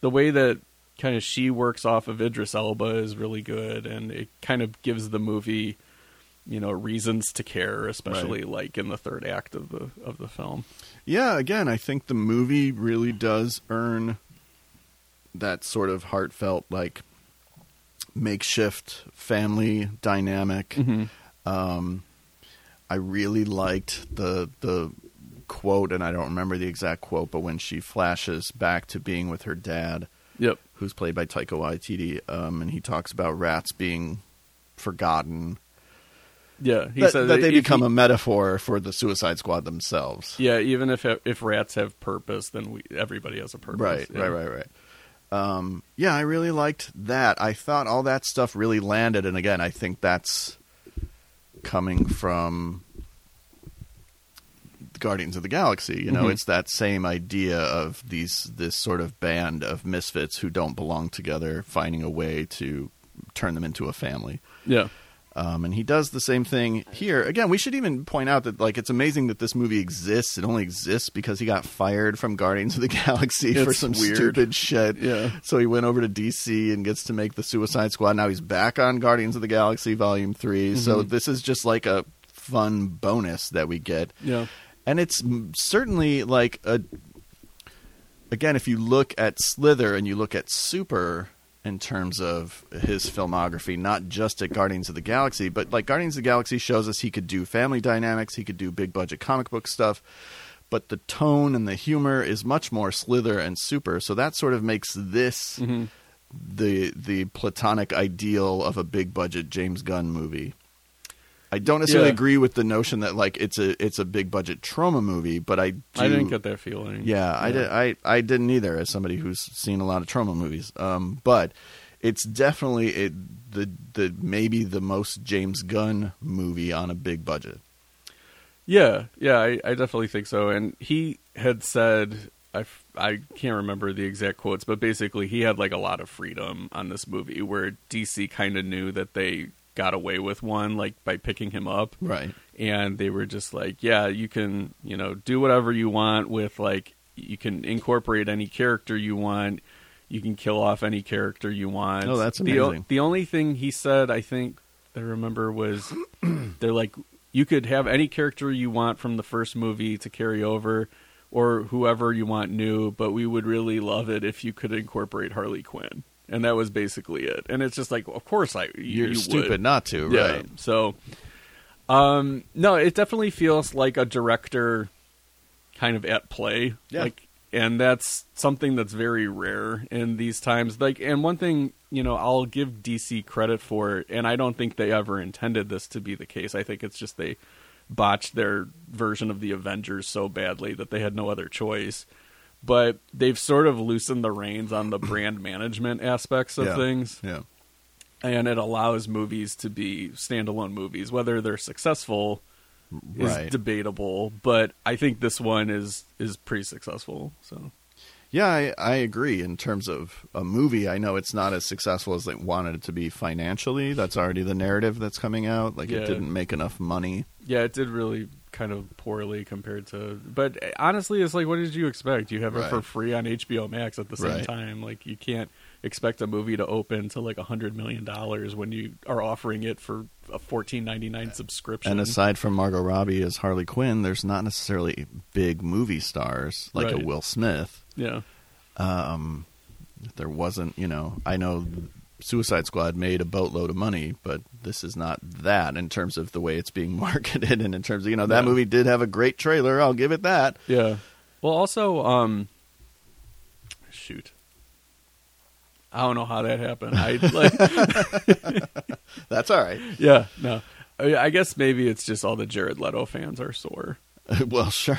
Speaker 2: the way that kind of she works off of Idris Elba is really good, and it kind of gives the movie, you know, reasons to care, especially like in the third act of the of the film.
Speaker 1: Yeah, again, I think the movie really does earn that sort of heartfelt, like makeshift family dynamic. Um, I really liked the the quote, and I don't remember the exact quote, but when she flashes back to being with her dad,
Speaker 2: Yep.
Speaker 1: who's played by Taika Waititi, um, and he talks about rats being forgotten
Speaker 2: Yeah, he
Speaker 1: that,
Speaker 2: said
Speaker 1: that they
Speaker 2: if
Speaker 1: become
Speaker 2: he-
Speaker 1: a metaphor for the Suicide Squad themselves.
Speaker 2: Yeah, even if if rats have purpose, then we everybody has a purpose.
Speaker 1: Right,
Speaker 2: Yeah.
Speaker 1: right, right, right. Um, yeah, I really liked that. I thought all that stuff really landed, and again, I think that's coming from Guardians of the Galaxy. You know,
Speaker 2: Mhm.
Speaker 1: it's that same idea of these this sort of band of misfits who don't belong together, finding a way to turn them into a family.
Speaker 2: Yeah,
Speaker 1: Um, and he does the same thing here. Again, we should even point out that like it's amazing that this movie exists. It only exists because he got fired from Guardians of the Galaxy for
Speaker 2: It's
Speaker 1: some
Speaker 2: weird.
Speaker 1: stupid shit.
Speaker 2: Yeah.
Speaker 1: So he went over to DC and gets to make the Suicide Squad. Now he's back on Guardians of the Galaxy Volume 3. So
Speaker 2: Mm-hmm.
Speaker 1: this is just like a fun bonus that we get.
Speaker 2: yeah,
Speaker 1: And it's m- certainly like a again, if you look at Slither and you look at Super in terms of his filmography, not just at Guardians of the Galaxy, but like Guardians of the Galaxy shows us he could do family dynamics, he could do big budget comic book stuff, but the tone and the humor is much more Slither and Super, so that sort of makes this
Speaker 2: Mhm.
Speaker 1: the the platonic ideal of a big budget James Gunn movie. I don't necessarily
Speaker 2: Yeah.
Speaker 1: agree with the notion that like it's a it's a big budget trauma movie, but I do
Speaker 2: I didn't get that feeling.
Speaker 1: yeah, I, did, I I didn't either. As somebody who's seen a lot of trauma movies, um, but it's definitely it, the the maybe the most James Gunn movie on a big budget.
Speaker 2: Yeah, yeah, I, I definitely think so. And he had said, I, f- I can't remember the exact quotes, but basically he had like a lot of freedom on this movie where DC kind of knew that they got away with one, like by picking him up.
Speaker 1: Right.
Speaker 2: And they were just like, yeah, you can, you know, do whatever you want with like, you can incorporate any character you want. You can kill off any character you want.
Speaker 1: Oh, that's
Speaker 2: The o-
Speaker 1: amazing.
Speaker 2: the only thing he said, I think, I remember was they're like you could have any character you want from the first movie to carry over or whoever you want new but we would really love it if you could incorporate harley quinn and that was basically it and it's just like of course i
Speaker 1: You're
Speaker 2: you
Speaker 1: stupid
Speaker 2: would.
Speaker 1: not to.
Speaker 2: Yeah.
Speaker 1: Right.
Speaker 2: so um no it definitely feels like a director kind of at play
Speaker 1: Yeah.
Speaker 2: like and that's something that's very rare in these times like and one thing you know i'll give dc credit for and i don't think they ever intended this to be the case i think it's just they botched their version of the avengers so badly that they had no other choice but they've sort of loosened the reins on the brand management aspects of
Speaker 1: Yeah.
Speaker 2: things
Speaker 1: Yeah.
Speaker 2: and it allows movies to be standalone movies. Whether they're successful is
Speaker 1: Right.
Speaker 2: debatable, but I think this one is is pretty successful. So
Speaker 1: Yeah, I, I agree. In terms of a movie, I know it's not as successful as they wanted it to be financially. That's already the narrative that's coming out. Like
Speaker 2: Yeah.
Speaker 1: it didn't make enough money.
Speaker 2: yeah, it did really kind of poorly compared to. But honestly, it's like, what did you expect? You have it
Speaker 1: Right.
Speaker 2: for free on HBO Max at the same
Speaker 1: Right.
Speaker 2: time. Like you can't expect a movie to open to like a hundred million dollars when you are offering it for a fourteen ninety nine subscription.
Speaker 1: And aside from Margot Robbie as Harley Quinn, there's not necessarily big movie stars like a
Speaker 2: Right.
Speaker 1: Will Smith.
Speaker 2: yeah,
Speaker 1: um, there wasn't, you know, I know Suicide Squad made a boatload of money, but this is not that in terms of the way it's being marketed and in terms of, you know, that
Speaker 2: No.
Speaker 1: movie did have a great trailer. I'll give it that.
Speaker 2: Yeah. Well, also, um, shoot, I don't know how that happened. I like,
Speaker 1: That's all right.
Speaker 2: yeah, no. I I guess maybe it's just all the Jared Leto fans are sore.
Speaker 1: well, sure.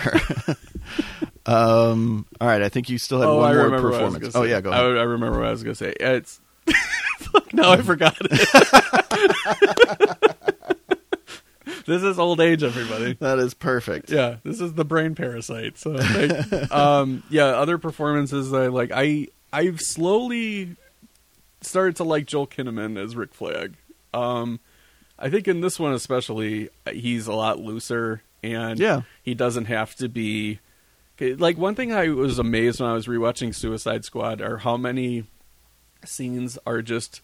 Speaker 1: um, all right. I think you still had one
Speaker 2: Oh, I
Speaker 1: more
Speaker 2: remember what I was
Speaker 1: performance. Oh,
Speaker 2: gonna say.
Speaker 1: yeah, go
Speaker 2: I,
Speaker 1: ahead.
Speaker 2: I remember what I was gonna say. It's fuck. No, I forgot it. this is old age, everybody.
Speaker 1: That is perfect.
Speaker 2: Yeah, this is the brain parasite. So, like, um, yeah, other performances I like. I I've slowly started to like Joel Kinnaman as Rick Flag. Um, I think in this one especially, he's a lot looser and
Speaker 1: Yeah.
Speaker 2: he doesn't have to be. Like one thing I was amazed when I was rewatching Suicide Squad are how many scenes are just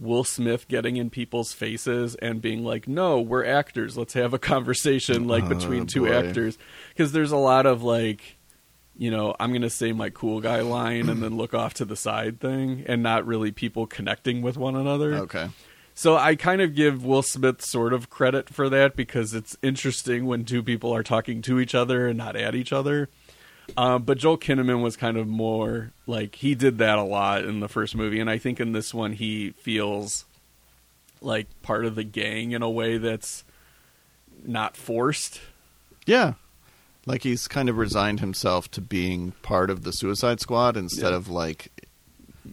Speaker 2: Will Smith getting in people's faces and being like, "No, we're actors. Let's have a conversation like between
Speaker 1: Oh,
Speaker 2: two
Speaker 1: boy.
Speaker 2: actors." Cuz there's a lot of like, you know, I'm going to say my cool guy line and then look off to the side thing and not really people connecting with one another.
Speaker 1: Okay.
Speaker 2: So I kind of give Will Smith sort of credit for that because it's interesting when two people are talking to each other and not at each other. Uh, but Joel Kinnaman was kind of more like he did that a lot in the first movie, and I think in this one he feels like part of the gang in a way that's not forced.
Speaker 1: Yeah. Like he's kind of resigned himself to being part of the Suicide Squad instead
Speaker 2: Yeah.
Speaker 1: of like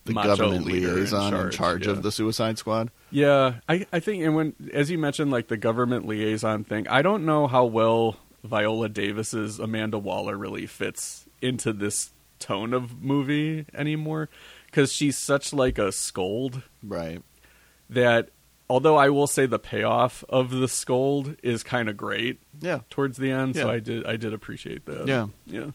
Speaker 1: the
Speaker 2: Macho
Speaker 1: government
Speaker 2: leader in
Speaker 1: liaison in charge,
Speaker 2: charge,
Speaker 1: of
Speaker 2: yeah.
Speaker 1: the Suicide Squad.
Speaker 2: Yeah, I, I think, and when as you mentioned, like the government liaison thing, I don't know how well Viola Davis's Amanda Waller really fits into this tone of movie anymore, because she's such like a scold
Speaker 1: Right.
Speaker 2: that, although I will say the payoff of the scold is kind of great
Speaker 1: Yeah.
Speaker 2: towards the end, so
Speaker 1: Yeah.
Speaker 2: I did I did appreciate that.
Speaker 1: Yeah.
Speaker 2: yeah,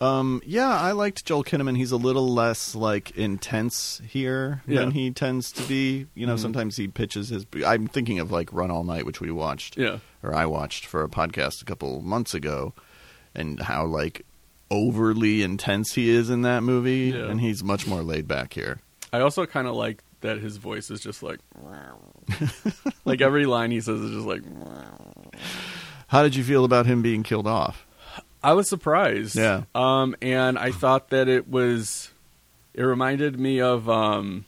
Speaker 1: Um, yeah, I liked Joel Kinnaman. He's a little less like intense here
Speaker 2: Yeah.
Speaker 1: than he tends to be. You know,
Speaker 2: Mhm.
Speaker 1: sometimes he pitches his. I'm thinking of like Run All Night, which we watched.
Speaker 2: yeah,
Speaker 1: or I watched for a podcast a couple months ago, and how like overly intense he is in that movie,
Speaker 2: Yeah.
Speaker 1: and he's much more laid back here.
Speaker 2: I also kind of like that his voice is just like, like every line he says is just like.
Speaker 1: How did you feel about him being killed off?
Speaker 2: I was surprised.
Speaker 1: Yeah.
Speaker 2: Um, and I thought that it was, it reminded me of, um,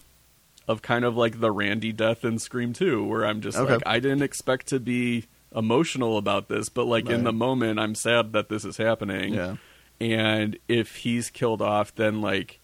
Speaker 2: of kind of like the Randy death in Scream 2, where I'm just
Speaker 1: Okay.
Speaker 2: like, I didn't expect to be emotional about this, but like
Speaker 1: Right.
Speaker 2: in the moment, I'm sad that this is happening.
Speaker 1: Yeah,
Speaker 2: And if he's killed off, then like,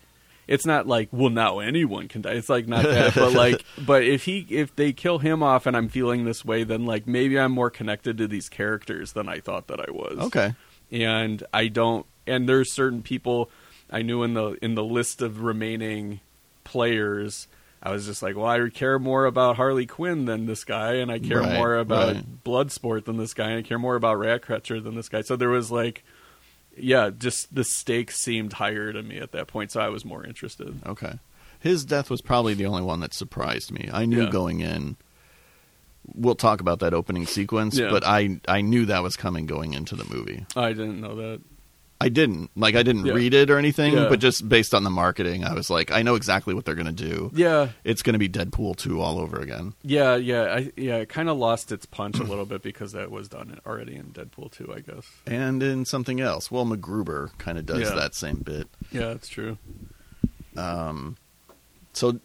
Speaker 2: it's not like well now anyone can die. It's like not that, but like, but if he if they kill him off and I'm feeling this way, then like maybe I'm more connected to these characters than I thought that I was
Speaker 1: okay,
Speaker 2: and I don't and there's certain people I knew in the in the list of remaining players I was just like, well, I care more about Harley Quinn than this guy, and I care
Speaker 1: Right,
Speaker 2: more about
Speaker 1: right.
Speaker 2: Bloodsport than this guy, and I care more about Ratcatcher than this guy. So there was like, yeah, just the stakes seemed higher to me at that point, so I was more interested.
Speaker 1: okay. His death was probably the only one that surprised me. I knew
Speaker 2: Yeah.
Speaker 1: going in. We'll talk about that opening sequence,
Speaker 2: Yeah.
Speaker 1: but I I knew that was coming going into the movie.
Speaker 2: I didn't know that.
Speaker 1: I didn't like I didn't
Speaker 2: Yeah.
Speaker 1: read it or anything,
Speaker 2: Yeah.
Speaker 1: but just based on the marketing, I was like, I know exactly what they're gonna do.
Speaker 2: Yeah,
Speaker 1: It's gonna be Deadpool two all over again.
Speaker 2: yeah, yeah, I, yeah. It kind of lost its punch a little bit because that was done already in Deadpool 2, I guess.
Speaker 1: and in something else. Well, MacGruber kind of does
Speaker 2: Yeah.
Speaker 1: that same bit.
Speaker 2: Yeah, that's true.
Speaker 1: So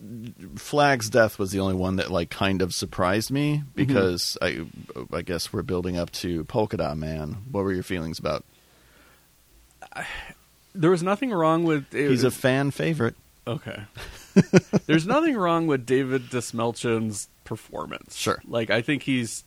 Speaker 1: Flag's death was the only one that like kind of surprised me
Speaker 2: Mm-hmm.
Speaker 1: because I I guess we're building up to Polka Dot Man. What were your feelings about?
Speaker 2: There was nothing wrong with. It,
Speaker 1: He's a fan favorite.
Speaker 2: okay. There's nothing wrong with David Desmelchin's performance.
Speaker 1: Sure.
Speaker 2: like I think he's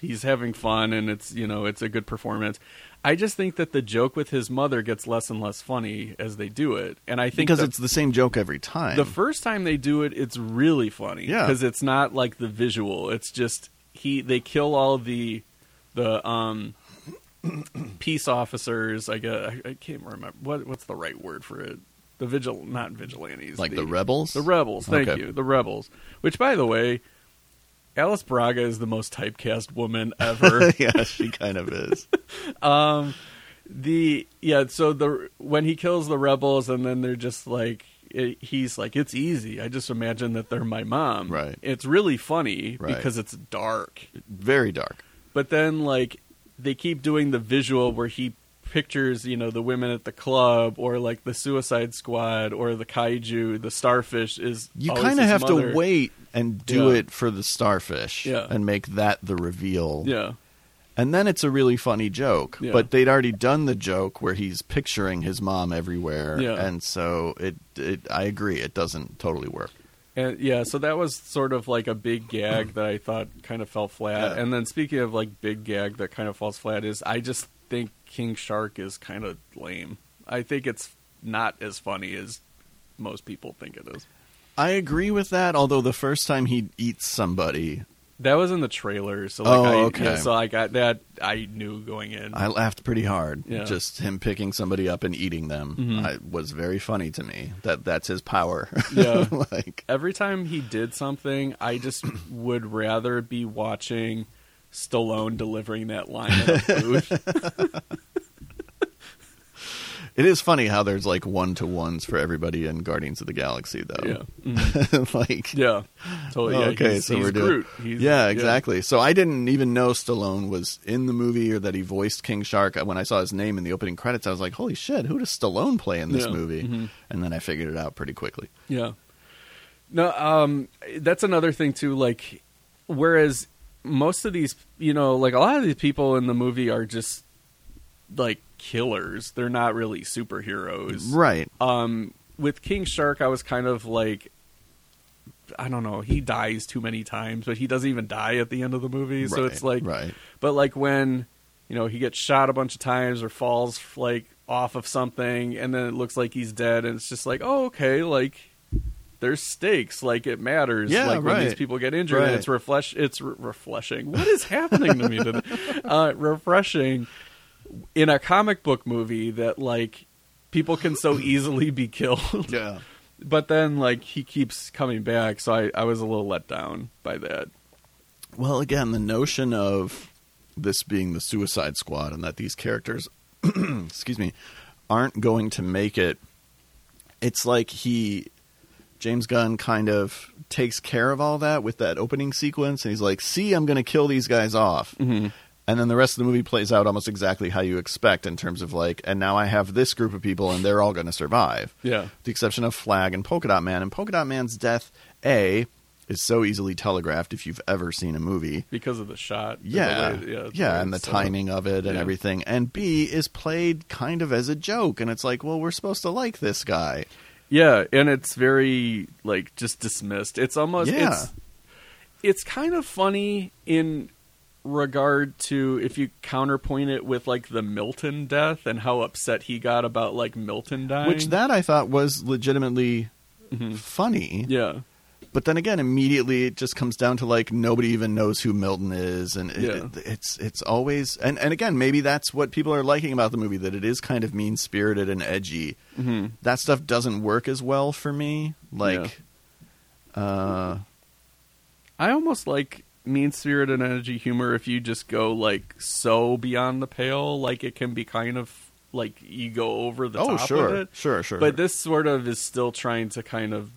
Speaker 2: he's having fun, and it's you know it's a good performance. I just think that the joke with his mother gets less and less funny as they do it, and I think
Speaker 1: Because
Speaker 2: the,
Speaker 1: it's the same joke every time.
Speaker 2: the first time they do it, it's really funny.
Speaker 1: Yeah.
Speaker 2: because it's not like the visual; it's just he they kill all the the um peace officers. I guess I, I can't remember what what's the right word for it. The vigil, not vigilantes,
Speaker 1: like the, rebels?
Speaker 2: the rebels. Thank
Speaker 1: Okay.
Speaker 2: you, the rebels. Which, by the way, Alice Braga is the most typecast woman ever.
Speaker 1: yeah, she kind of is.
Speaker 2: Um, the yeah so the when he kills the rebels and then they're just like it, he's like it's easy i just imagine that they're my mom
Speaker 1: Right.
Speaker 2: it's really funny
Speaker 1: Right.
Speaker 2: because it's dark
Speaker 1: Very dark.
Speaker 2: but then like they keep doing the visual where he pictures you know the women at the club or like the suicide squad or the kaiju the starfish is
Speaker 1: You
Speaker 2: always
Speaker 1: kind of
Speaker 2: Oh, his
Speaker 1: have
Speaker 2: mother.
Speaker 1: to wait and do
Speaker 2: Yeah.
Speaker 1: it for the starfish
Speaker 2: Yeah.
Speaker 1: and make that the reveal.
Speaker 2: yeah
Speaker 1: And then it's a really funny joke,
Speaker 2: Yeah.
Speaker 1: but they'd already done the joke where he's picturing his mom everywhere,
Speaker 2: Yeah.
Speaker 1: and so it, it. I agree, it doesn't totally work.
Speaker 2: And yeah, so that was sort of like a big gag that I thought kind of fell flat.
Speaker 1: Yeah.
Speaker 2: And then speaking of like big gag that kind of falls flat is I just think King Shark is kind of lame. I think it's not as funny as most people think it is.
Speaker 1: I agree with that. Although the first time he eats somebody,
Speaker 2: That was in the trailer, so like
Speaker 1: Oh,
Speaker 2: I,
Speaker 1: okay.
Speaker 2: yeah, so I got that I knew going in.
Speaker 1: I laughed pretty hard.
Speaker 2: Yeah.
Speaker 1: Just him picking somebody up and eating them
Speaker 2: Mhm.
Speaker 1: I, was very funny to me. That that's his power.
Speaker 2: Yeah.
Speaker 1: like
Speaker 2: every time he did something, I just would rather be watching Stallone delivering that line in a booth.
Speaker 1: it is funny how there's like one to ones for everybody in Guardians of the Galaxy,
Speaker 2: yeah.
Speaker 1: though.
Speaker 2: Mhm.
Speaker 1: like
Speaker 2: Yeah, totally.
Speaker 1: Oh,
Speaker 2: yeah,
Speaker 1: okay,
Speaker 2: he's,
Speaker 1: so
Speaker 2: he's
Speaker 1: we're doing-
Speaker 2: Groot. He's-
Speaker 1: yeah, exactly. So I didn't even know Stallone was in the movie or that he voiced King Shark. When I saw his name in the opening credits, I was like, "Holy shit, who does Stallone play in this
Speaker 2: Yeah,
Speaker 1: movie?"
Speaker 2: mhm.
Speaker 1: And then I figured it out pretty quickly.
Speaker 2: Yeah. No, um, that's another thing too. Like, whereas most of these, you know, like a lot of these people in the movie are just like killers. They're not really superheroes.
Speaker 1: Right.
Speaker 2: Um, with King Shark, I was kind of like, I don't know, he dies too many times, but he doesn't even die at the end of the movie. So
Speaker 1: right,
Speaker 2: it's like,
Speaker 1: right.
Speaker 2: but like when you know he gets shot a bunch of times or falls like off of something, and then it looks like he's dead, and it's just like, oh okay, like there's stakes, like it matters,
Speaker 1: Yeah,
Speaker 2: like when these
Speaker 1: right.
Speaker 2: people get injured, and
Speaker 1: Right.
Speaker 2: it's refresh, it's re- refreshing. What is happening to me today? Uh, refreshing in a comic book movie that like people can so easily be killed
Speaker 1: Yeah.
Speaker 2: but then like he keeps coming back so I, I was a little let down by that
Speaker 1: Well, again, the notion of this being the Suicide Squad and that these characters, excuse me, aren't going to make it. It's like he, James Gunn, kind of takes care of all that with that opening sequence, and he's like, "See, I'm going to kill these guys off."
Speaker 2: Mhm.
Speaker 1: And then the rest of the movie plays out almost exactly how you expect in terms of like, and now I have this group of people, and they're all going to survive
Speaker 2: yeah
Speaker 1: with the exception of Flag and Polka Dot Man. And Polka Dot Man's death, A, is so easily telegraphed if you've ever seen a movie.
Speaker 2: because of the shot the
Speaker 1: Yeah. yeah,
Speaker 2: way- the way
Speaker 1: and the
Speaker 2: it's set up.
Speaker 1: timing of it and
Speaker 2: Yeah.
Speaker 1: everything. And B is played kind of as a joke. And it's like, well, we're supposed to like this guy.
Speaker 2: yeah and it's very like just dismissed it's almost
Speaker 1: Yeah.
Speaker 2: it's it's kind of funny in regard to if you counterpoint it with like the milton death and how upset he got about like milton dying
Speaker 1: Which that I thought was legitimately
Speaker 2: Mhm.
Speaker 1: funny.
Speaker 2: yeah
Speaker 1: But then again, immediately it just comes down to like nobody even knows who Milton is, and it,
Speaker 2: Yeah.
Speaker 1: it- it's it's always and and again maybe that's what people are liking about the movie that it is kind of mean spirited and edgy.
Speaker 2: Mhm.
Speaker 1: That stuff doesn't work as well for me. Like, uh,
Speaker 2: I almost like mean spirit and energy humor if you just go like so beyond the pale, like it can be kind of like you go over the
Speaker 1: oh
Speaker 2: top
Speaker 1: sure,
Speaker 2: of it.
Speaker 1: sure, sure.
Speaker 2: But this sort of is still trying to kind of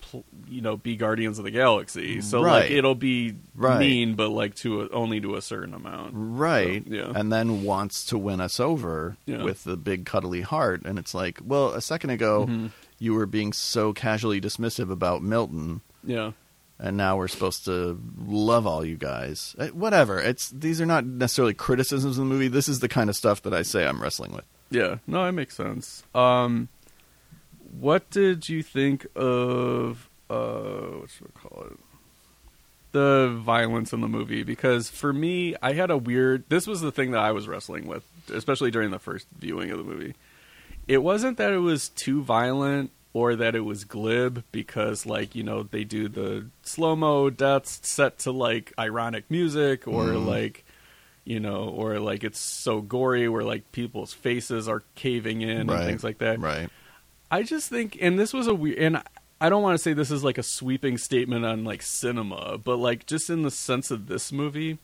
Speaker 2: pl- you know be Guardians of the Galaxy, so like
Speaker 1: Right.
Speaker 2: it'll be
Speaker 1: Right.
Speaker 2: mean, but like to a, only to a certain amount.
Speaker 1: right,
Speaker 2: So, yeah.
Speaker 1: and then wants to win us over
Speaker 2: Yeah.
Speaker 1: with the big cuddly heart, and it's like, well, a second ago
Speaker 2: Mhm.
Speaker 1: you were being so casually dismissive about Milton.
Speaker 2: Yeah,
Speaker 1: and now we're supposed to love all you guys. Uh, Whatever. It's these are not necessarily criticisms of the movie. This is the kind of stuff that I say I'm wrestling with.
Speaker 2: yeah. No, that makes sense. Um, what did you think of uh, what should we call it? the violence in the movie because for me, I had a weird. This was the thing that I was wrestling with, especially during the first viewing of the movie. It wasn't that it was too violent or that it was glib because, like, you know, they do the slow mo deaths set to like ironic music or
Speaker 1: Mm.
Speaker 2: like. You know, or like it's so gory where like people's faces are caving in and
Speaker 1: Right.
Speaker 2: things like that.
Speaker 1: Right.
Speaker 2: I just think, and this was a weird, and I don't want to say this is like a sweeping statement on like cinema, but like just in the sense of this movie,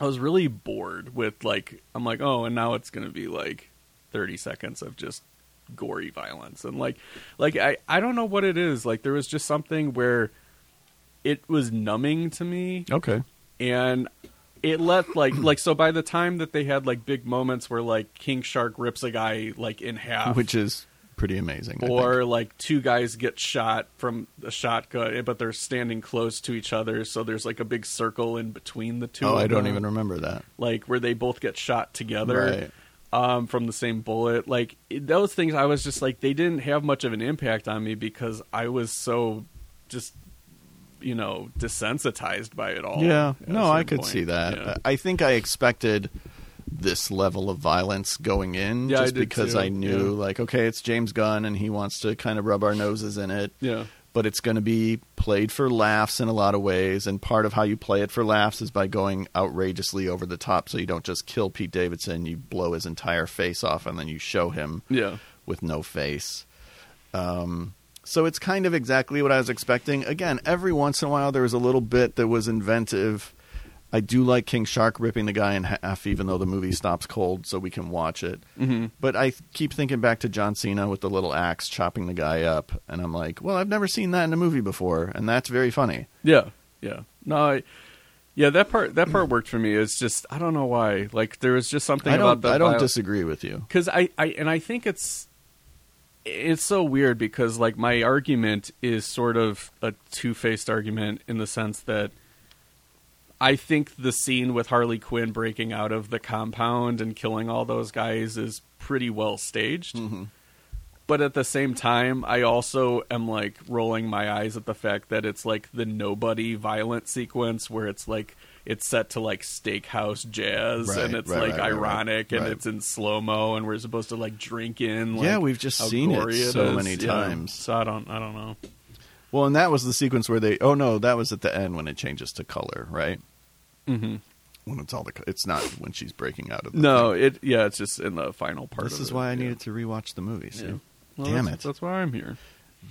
Speaker 2: I was really bored with like, I'm like, oh, and now it's going to be like 30 seconds of just gory violence. And like, like I, I don't know what it is. Like there was just something where it was numbing to me
Speaker 1: Okay.
Speaker 2: and it let like like so by the time that they had like big moments where like king shark rips a guy like in half
Speaker 1: Which is pretty amazing. I
Speaker 2: or like two guys get shot from a shotgun, eh, but they're standing close to each other, so there's like a big circle in between the two.
Speaker 1: think. oh,
Speaker 2: of
Speaker 1: I don't
Speaker 2: them,
Speaker 1: even remember that.
Speaker 2: like where they both get shot together
Speaker 1: Right.
Speaker 2: um, from the same bullet. Like it- those things, I was just like they didn't have much of an impact on me because I was so just you know desensitized by it all.
Speaker 1: yeah.
Speaker 2: at a
Speaker 1: No, I
Speaker 2: certain
Speaker 1: could
Speaker 2: point.
Speaker 1: see that.
Speaker 2: Yeah.
Speaker 1: I think I expected this level of violence going in
Speaker 2: Yeah, I
Speaker 1: just
Speaker 2: did
Speaker 1: because
Speaker 2: too.
Speaker 1: I knew
Speaker 2: Yeah.
Speaker 1: like okay, it's James Gunn and he wants to kind of rub our noses in it.
Speaker 2: yeah.
Speaker 1: but it's going to be played for laughs in a lot of ways. And part of how you play it for laughs is by going outrageously over the top. So you don't just kill Pete Davidson, you blow his entire face off and then you show him
Speaker 2: Yeah.
Speaker 1: with no face. Um, so it's kind of exactly what I was expecting. Again, every once in a while there was a little bit that was inventive. I do like King Shark ripping the guy in half, even though the movie stops cold, so we can watch it.
Speaker 2: Mm-hmm.
Speaker 1: But I th- keep thinking back to John Cena with the little axe chopping the guy up, and I'm like, well, I've never seen that in a movie before, and that's very funny.
Speaker 2: Yeah, yeah. No, I, yeah. That part that part worked for me. It's just I don't know why. Like there was just something
Speaker 1: I don't,
Speaker 2: about the
Speaker 1: I don't disagree with you.
Speaker 2: because I, I and I think it's it's so weird because like my argument is sort of a two faced argument in the sense that I think the scene with Harley Quinn breaking out of the compound and killing all those guys is pretty well staged.
Speaker 1: Mm-hmm.
Speaker 2: But at the same time, I also am like rolling my eyes at the fact that it's like the nobody violent sequence where it's like it's set to like steakhouse jazz
Speaker 1: Right,
Speaker 2: and it's
Speaker 1: right,
Speaker 2: like
Speaker 1: right, right, right.
Speaker 2: ironic and
Speaker 1: Right.
Speaker 2: it's in slow mo and we're supposed to like drink in. Like,
Speaker 1: Yeah, we've just
Speaker 2: how
Speaker 1: seen it
Speaker 2: gory
Speaker 1: so
Speaker 2: is.
Speaker 1: many
Speaker 2: Yeah.
Speaker 1: times.
Speaker 2: So I don't, I don't know.
Speaker 1: Well, and that was the sequence where they. Oh no, that was at the end when it changes to color, right?
Speaker 2: Mm-hmm.
Speaker 1: When it's all the. co- It's not when she's breaking out of. The
Speaker 2: No,
Speaker 1: thing.
Speaker 2: it yeah, it's just in the final part.
Speaker 1: This
Speaker 2: of
Speaker 1: is
Speaker 2: it,
Speaker 1: why I
Speaker 2: yeah.
Speaker 1: needed to rewatch the movie. See?
Speaker 2: Yeah. Well,
Speaker 1: Damn
Speaker 2: that's-
Speaker 1: it!
Speaker 2: That's why I'm here.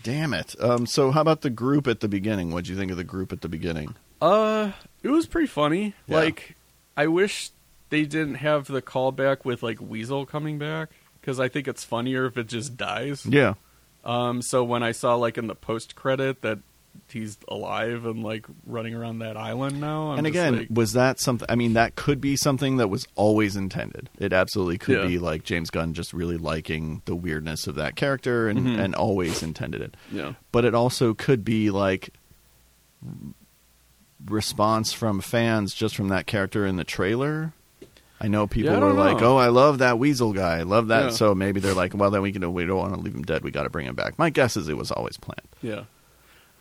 Speaker 1: Damn it! Um, so, how about the group at the beginning? What would you think of the group at the beginning?
Speaker 2: Uh, it was pretty funny.
Speaker 1: Yeah.
Speaker 2: Like, I wish they didn't have the callback with like Weasel coming back because I think it's funnier if it just dies.
Speaker 1: Yeah,
Speaker 2: Um, so when I saw like in the post credit that he's alive and like running around that island now, I'm
Speaker 1: and
Speaker 2: just
Speaker 1: again,
Speaker 2: like,
Speaker 1: was that something? I mean, that could be something that was always intended. It absolutely could
Speaker 2: Yeah.
Speaker 1: be like James Gunn just really liking the weirdness of that character and,
Speaker 2: Mhm.
Speaker 1: and always intended it.
Speaker 2: yeah,
Speaker 1: But it also could be like response from fans just from that character in the trailer. I know people
Speaker 2: Yeah, I
Speaker 1: were
Speaker 2: don't
Speaker 1: like,
Speaker 2: know.
Speaker 1: "Oh, I love that Weasel guy. I love that."
Speaker 2: Yeah.
Speaker 1: So maybe they're like, "Well, then we can. We don't want to leave him dead. We got to bring him back." My guess is it was always planned.
Speaker 2: yeah.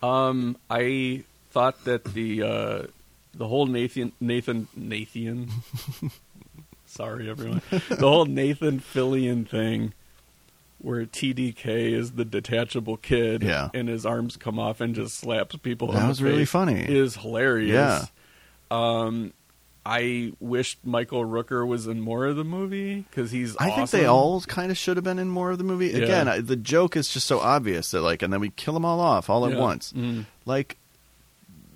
Speaker 2: Um, I thought that the uh, the whole Nathan Nathan Nathan. Sorry, everyone. The whole Nathan Fillion thing, where TDK is the detachable kid,
Speaker 1: Yeah.
Speaker 2: and his arms come off and just slaps people.
Speaker 1: That
Speaker 2: in
Speaker 1: was
Speaker 2: the
Speaker 1: really
Speaker 2: face,
Speaker 1: funny.
Speaker 2: Is hilarious.
Speaker 1: Yeah.
Speaker 2: Um, I wished Michael Rooker was in more of the movie because he's.
Speaker 1: I think they
Speaker 2: awesome.
Speaker 1: all kind of should have been in more of the movie.
Speaker 2: Yeah.
Speaker 1: Again, I, the joke is just so obvious that like, and then we kill them all off all at
Speaker 2: Yeah.
Speaker 1: once.
Speaker 2: Mm.
Speaker 1: Like,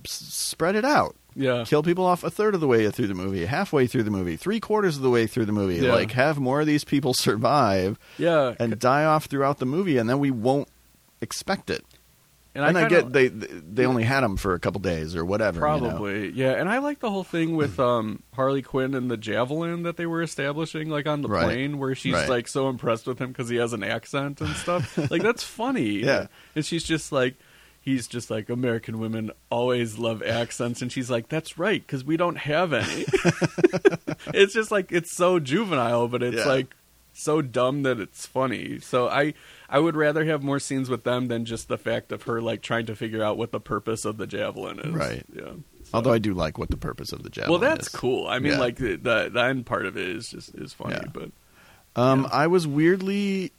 Speaker 1: s- spread it out.
Speaker 2: Yeah.
Speaker 1: Kill people off a third of the way through the movie, halfway through the movie, three quarters of the way through the movie.
Speaker 2: Yeah.
Speaker 1: Like, have more of these people survive
Speaker 2: yeah.
Speaker 1: and die off throughout the movie, and then we won't expect it. And, I,
Speaker 2: kinda-
Speaker 1: get they they only had them for a couple days or whatever. you know?
Speaker 2: Probably, yeah. And I like the whole thing with um, Harley Quinn and the javelin that they were establishing, like on the
Speaker 1: Right.
Speaker 2: plane, where she's
Speaker 1: Right.
Speaker 2: like so impressed with him because he has an accent and stuff. like that's funny.
Speaker 1: Yeah.
Speaker 2: and she's just like. He's just like American women always love accents, and she's like, "That's right, because we don't have any." it's just like it's so juvenile, but it's
Speaker 1: Yeah.
Speaker 2: like so dumb that it's funny. So I I would rather have more scenes with them than just the fact of her like trying to figure out what the purpose of the javelin is.
Speaker 1: Right.
Speaker 2: Yeah. So-
Speaker 1: Although I do like what the purpose of the javelin.
Speaker 2: well, that's
Speaker 1: is.
Speaker 2: cool. I mean,
Speaker 1: Yeah.
Speaker 2: like the, the the end part of it is just is funny,
Speaker 1: Yeah.
Speaker 2: but
Speaker 1: Um, I was weirdly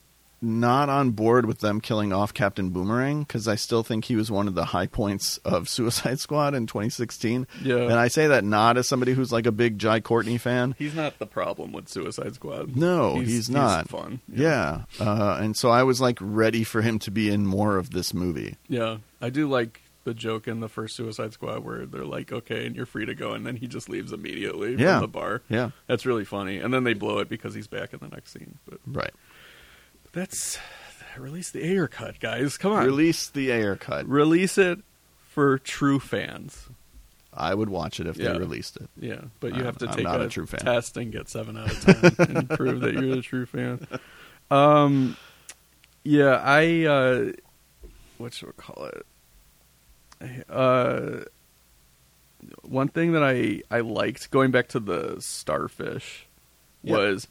Speaker 1: not on board with them killing off Captain Boomerang because I still think he was one of the high points of Suicide Squad in 2016.
Speaker 2: Yeah.
Speaker 1: and I say that not as somebody who's like a big Jai Courtney fan.
Speaker 2: he's not the problem with Suicide Squad.
Speaker 1: No, he's, not.
Speaker 2: fun.
Speaker 1: Yeah, Uh, and so I was like ready for him to be in more of this movie.
Speaker 2: yeah. I do like the joke in the first Suicide Squad where they're like, "Okay, and you're free to go," and then he just leaves immediately
Speaker 1: Yeah.
Speaker 2: from the bar.
Speaker 1: Yeah,
Speaker 2: That's really funny. And then they blow it because he's back in the next scene. But
Speaker 1: right.
Speaker 2: that's release the air cut, guys. Come on,
Speaker 1: Release the air cut.
Speaker 2: release it for true fans.
Speaker 1: I would watch it if
Speaker 2: Yeah.
Speaker 1: they released it.
Speaker 2: Yeah, but you
Speaker 1: I'm-
Speaker 2: have to
Speaker 1: I'm
Speaker 2: take
Speaker 1: not
Speaker 2: a,
Speaker 1: a true fan.
Speaker 2: test and get seven out of ten and prove that you're a true fan. Um, yeah, I uh, what should we call it? Uh, one thing that I I liked going back to the starfish
Speaker 1: Yep.
Speaker 2: was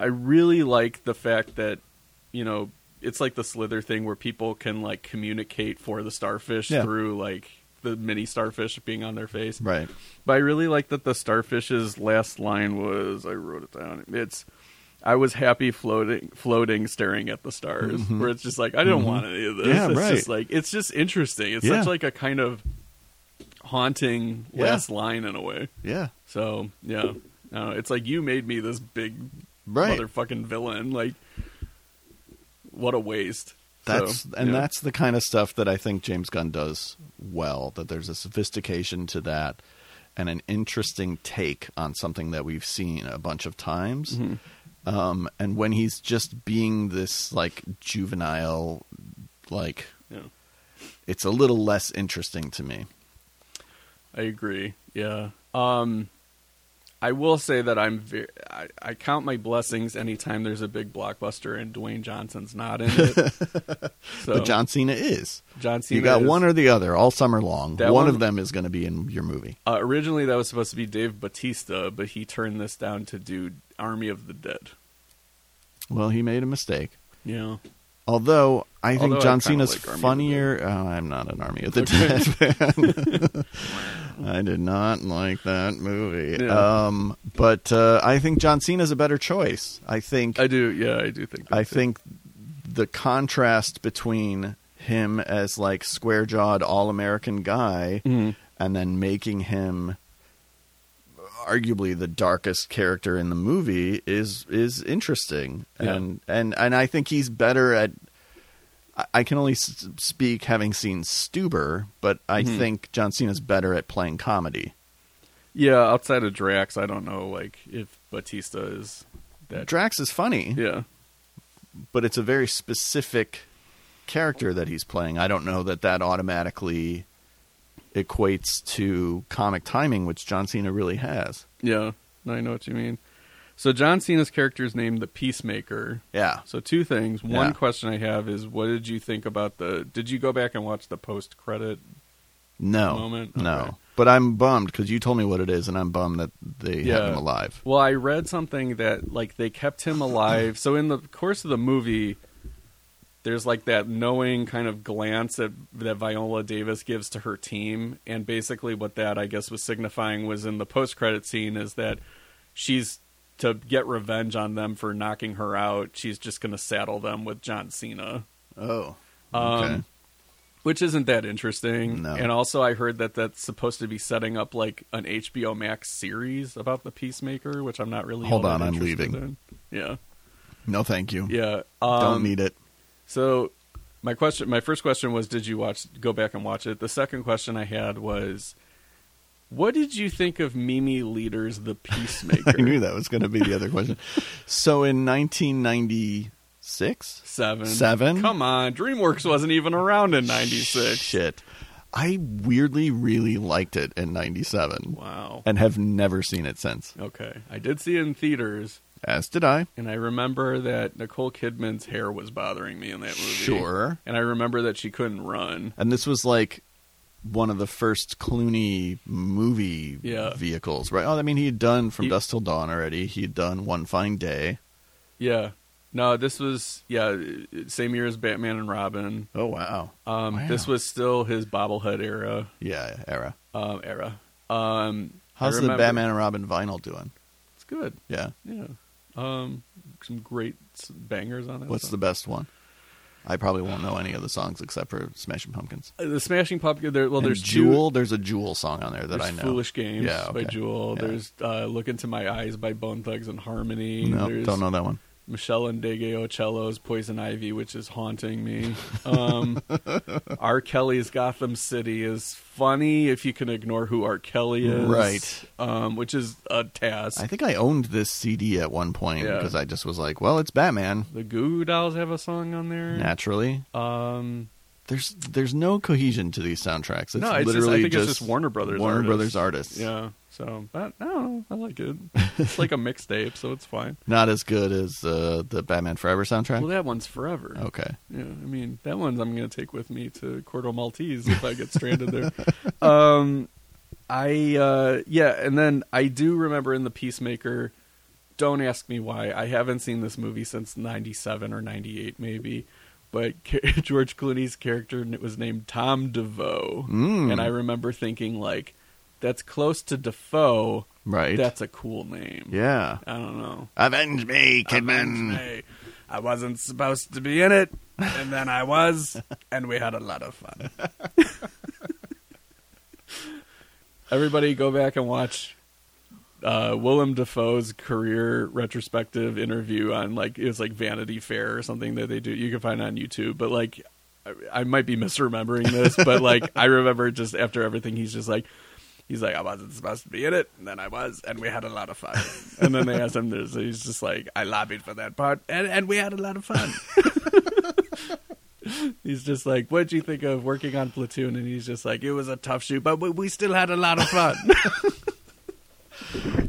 Speaker 2: I really like the fact that you know it's like the slither thing where people can like communicate for the starfish
Speaker 1: Yeah.
Speaker 2: through like the mini starfish being on their face
Speaker 1: Right.
Speaker 2: but I really like that the starfish's last line was I wrote it down. It's I was happy floating floating staring at the stars. Where it's just like I don't want any of this.
Speaker 1: Mm-hmm. Yeah,
Speaker 2: it's
Speaker 1: right.
Speaker 2: just like it's just interesting. It's
Speaker 1: Yeah.
Speaker 2: such like a kind of haunting
Speaker 1: Yeah.
Speaker 2: last line in a way.
Speaker 1: Yeah.
Speaker 2: So yeah. Uh, it's like you made me this big
Speaker 1: Right.
Speaker 2: motherfucking villain. Like what a waste.
Speaker 1: That's
Speaker 2: So,
Speaker 1: and
Speaker 2: yeah.
Speaker 1: that's the kind of stuff that I think James Gunn does well. That there's a sophistication to that, and an interesting take on something that we've seen a bunch of times.
Speaker 2: Mhm.
Speaker 1: Um, and when he's just being this like juvenile, like
Speaker 2: yeah.
Speaker 1: it's a little less interesting to me.
Speaker 2: I agree. Yeah. Um, I will say that I'm very, I, I count my blessings anytime there's a big blockbuster and Dwayne Johnson's not in it. so
Speaker 1: But John Cena is.
Speaker 2: John Cena.
Speaker 1: You got
Speaker 2: is-
Speaker 1: one or the other all summer long. One,
Speaker 2: That one-
Speaker 1: of them is going to be in your movie.
Speaker 2: Uh, originally, that was supposed to be Dave Batista, but he turned this down to do Army of the Dead.
Speaker 1: Well, he made a mistake.
Speaker 2: Yeah.
Speaker 1: Although I think
Speaker 2: Although I
Speaker 1: John
Speaker 2: kinda
Speaker 1: Cena's
Speaker 2: like Army of the
Speaker 1: funnier. Oh, I'm not an Army of the Dead fan. I did not like that movie.
Speaker 2: Yeah.
Speaker 1: Um, but uh, I think John Cena's a better choice. I think.
Speaker 2: I do. Yeah, I do think. That
Speaker 1: I
Speaker 2: too.
Speaker 1: think the contrast between him as like square jawed all American guy
Speaker 2: Mhm.
Speaker 1: and then making him arguably the darkest character in the movie is is interesting
Speaker 2: Yeah.
Speaker 1: and and and I think he's better at I- I can only s- speak having seen Stuber, but I
Speaker 2: Mhm.
Speaker 1: think John Cena's better at playing comedy.
Speaker 2: Yeah, outside of Drax, I don't know like if Batista is that.
Speaker 1: Drax is funny,
Speaker 2: yeah.
Speaker 1: but it's a very specific character that he's playing. I don't know that that automatically equates to comic timing, which John Cena really has.
Speaker 2: Yeah. No, I know what you mean. So John Cena's character is named the Peacemaker.
Speaker 1: Yeah.
Speaker 2: So two things. One
Speaker 1: Yeah.
Speaker 2: question I have is, what did you think about the? Did you go back and watch the post credit?
Speaker 1: No.
Speaker 2: Moment?
Speaker 1: No.
Speaker 2: Okay.
Speaker 1: But I'm bummed because you told me what it is, and I'm bummed that they have
Speaker 2: Yeah.
Speaker 1: him alive.
Speaker 2: Well, I read something that like they kept him alive. so in the course of the movie, there's like that knowing kind of glance that that Viola Davis gives to her team, and basically what that I guess was signifying was in the post credit scene is that she's to get revenge on them for knocking her out. She's just going to saddle them with John Cena.
Speaker 1: Oh.
Speaker 2: Um,
Speaker 1: Okay.
Speaker 2: Which isn't that interesting.
Speaker 1: No.
Speaker 2: And also, I heard that that's supposed to be setting up like an HBO Max series about the Peacemaker, which I'm not really.
Speaker 1: Hold
Speaker 2: all
Speaker 1: on,
Speaker 2: that
Speaker 1: I'm
Speaker 2: interested
Speaker 1: leaving.
Speaker 2: in. Yeah,
Speaker 1: No, thank you.
Speaker 2: yeah.
Speaker 1: Don't
Speaker 2: um,
Speaker 1: need it.
Speaker 2: So, my question, my first question was, did you watch? Go back and watch it. The second question I had was, what did you think of Mimi Leader's The Peacemaker?
Speaker 1: I knew that was going to be the other question. So in 1996,
Speaker 2: Seven.
Speaker 1: Seven?
Speaker 2: Come on, DreamWorks wasn't even around in '96.
Speaker 1: shit, I weirdly really liked it in 97
Speaker 2: Wow.
Speaker 1: and have never seen it since.
Speaker 2: Okay, I did see it in theaters.
Speaker 1: As did I.
Speaker 2: And I remember that Nicole Kidman's hair was bothering me in that movie.
Speaker 1: Sure.
Speaker 2: And I remember that she couldn't run.
Speaker 1: And this was like one of the first Clooney movie
Speaker 2: Yeah.
Speaker 1: vehicles, right? Oh, I mean, he had done From
Speaker 2: He-
Speaker 1: Dust Till Dawn already. He had done One Fine Day.
Speaker 2: Yeah. No, this was yeah, same year as Batman and Robin.
Speaker 1: Oh, wow.
Speaker 2: Um,
Speaker 1: Wow.
Speaker 2: This was still his bobblehead era.
Speaker 1: Yeah, era.
Speaker 2: Um, era. Um, I
Speaker 1: How's the
Speaker 2: remember-
Speaker 1: Batman and Robin vinyl doing?
Speaker 2: It's good.
Speaker 1: Yeah.
Speaker 2: Yeah. Um, some great s- bangers on that.
Speaker 1: What's the best one? I probably won't know any of the songs except for Smashing Pumpkins.
Speaker 2: Uh, the the Smashing Pumpkin? There, well,
Speaker 1: And
Speaker 2: there's two-
Speaker 1: Jewel. There's a Jewel song on there that
Speaker 2: There's
Speaker 1: I know.
Speaker 2: Foolish Games
Speaker 1: Yeah,
Speaker 2: by
Speaker 1: okay.
Speaker 2: Jewel.
Speaker 1: Yeah.
Speaker 2: There's uh, Look Into My Eyes by Bone Thugs and Harmony.
Speaker 1: No,
Speaker 2: There's
Speaker 1: don't know that one.
Speaker 2: Michelle and Dege Ocello's Poison Ivy, which is haunting me. Um, R. Kelly's Gotham City is funny if you can ignore who R. Kelly is,
Speaker 1: Right.
Speaker 2: Um, which is a task.
Speaker 1: I think I owned this CD at one point
Speaker 2: Yeah.
Speaker 1: because I just was like, well, it's Batman,
Speaker 2: the Goo Goo Dolls have a song on there.
Speaker 1: naturally.
Speaker 2: Um,
Speaker 1: There's there's no cohesion to these soundtracks. It's
Speaker 2: no, it's just, I
Speaker 1: literally
Speaker 2: think it's just Warner Brothers.
Speaker 1: Warner
Speaker 2: artists.
Speaker 1: Brothers artists.
Speaker 2: Yeah. So, but I don't know. I like it. It's like a mixtape, so it's fine.
Speaker 1: Not as good as uh, the Batman Forever soundtrack.
Speaker 2: Well, that one's forever.
Speaker 1: okay.
Speaker 2: Yeah, I mean that one's I'm going to take with me to Cordo Maltese if I get stranded there. Um, I uh, yeah, and then I do remember in the Peacemaker. Don't ask me why. I haven't seen this movie since '97 or '98, maybe. But Ca- George Clooney's character n- was named Tom DeVoe,
Speaker 1: Mm.
Speaker 2: and I remember thinking like, "That's close to Defoe.
Speaker 1: Right.
Speaker 2: That's a cool name."
Speaker 1: yeah.
Speaker 2: I don't know.
Speaker 1: Avenge me, Kidman.
Speaker 2: Hey, I wasn't supposed to be in it, and then I was, and we had a lot of fun. Everybody, go back and watch uh, Willem Dafoe's career retrospective interview on like it was like Vanity Fair or something that they do. You can find it on YouTube, but like I, I might be misremembering this, but like I remember just after everything, he's just like. He's like, I wasn't supposed to be in it, and then I was, and we had a lot of fun. And then they asked him this, and he's just like, I lobbied for that part, and, and we had a lot of fun. he's just like, What'd you think of working on Platoon? And he's just like, It was a tough shoot, but we, we still had a lot of fun.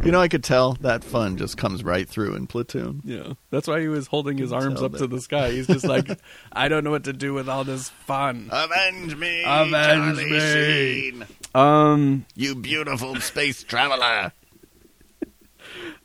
Speaker 1: You know, I could tell that fun just comes right through in Platoon.
Speaker 2: Yeah, that's why he was holding his
Speaker 1: Can
Speaker 2: arms
Speaker 1: tell
Speaker 2: up
Speaker 1: that-
Speaker 2: to the sky. He's just like, I don't know what to do with all this fun.
Speaker 1: Avenge me,
Speaker 2: Avenge Charlie me. Sheen, Um,
Speaker 1: you beautiful space traveler.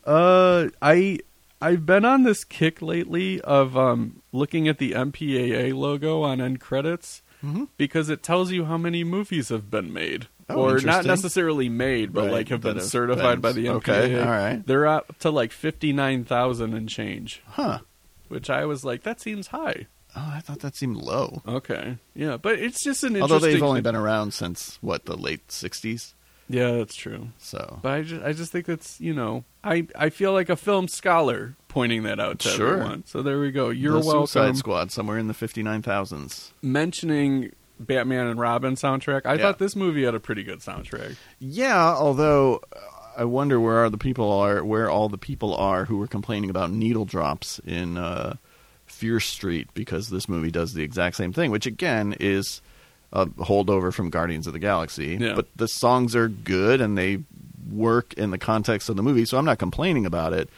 Speaker 2: uh, I I've been on this kick lately of um looking at the MPAA logo on end credits
Speaker 1: Mhm.
Speaker 2: because it tells you how many movies have been made.
Speaker 1: Oh,
Speaker 2: or not
Speaker 1: interesting.
Speaker 2: necessarily made, but
Speaker 1: Right,
Speaker 2: like have
Speaker 1: that
Speaker 2: been
Speaker 1: have
Speaker 2: certified
Speaker 1: been-
Speaker 2: by the MPAA.
Speaker 1: okay, all right.
Speaker 2: They're up to like fifty nine thousand and change,
Speaker 1: Huh.
Speaker 2: which I was like, that seems high.
Speaker 1: Oh, I thought that seemed low.
Speaker 2: Okay, yeah, but it's just an
Speaker 1: Although
Speaker 2: interesting.
Speaker 1: they've only been around since what the late '60s,
Speaker 2: yeah, that's true.
Speaker 1: so
Speaker 2: But I just, I just think that's you know I, I feel like a film scholar pointing that out to
Speaker 1: Sure.
Speaker 2: everyone. So there we go.
Speaker 1: the
Speaker 2: You're welcome.
Speaker 1: Suicide Squad somewhere in the fifty-nine thousands.
Speaker 2: Mentioning Batman and Robin soundtrack, I
Speaker 1: Yeah.
Speaker 2: thought this movie had a pretty good soundtrack.
Speaker 1: Yeah, although uh, I wonder where are the people are where all the people are who were complaining about needle drops in uh, Fear Street because this movie does the exact same thing, which again is a holdover from Guardians of the Galaxy.
Speaker 2: Yeah.
Speaker 1: But the songs are good and they work in the context of the movie, so I'm not complaining about it.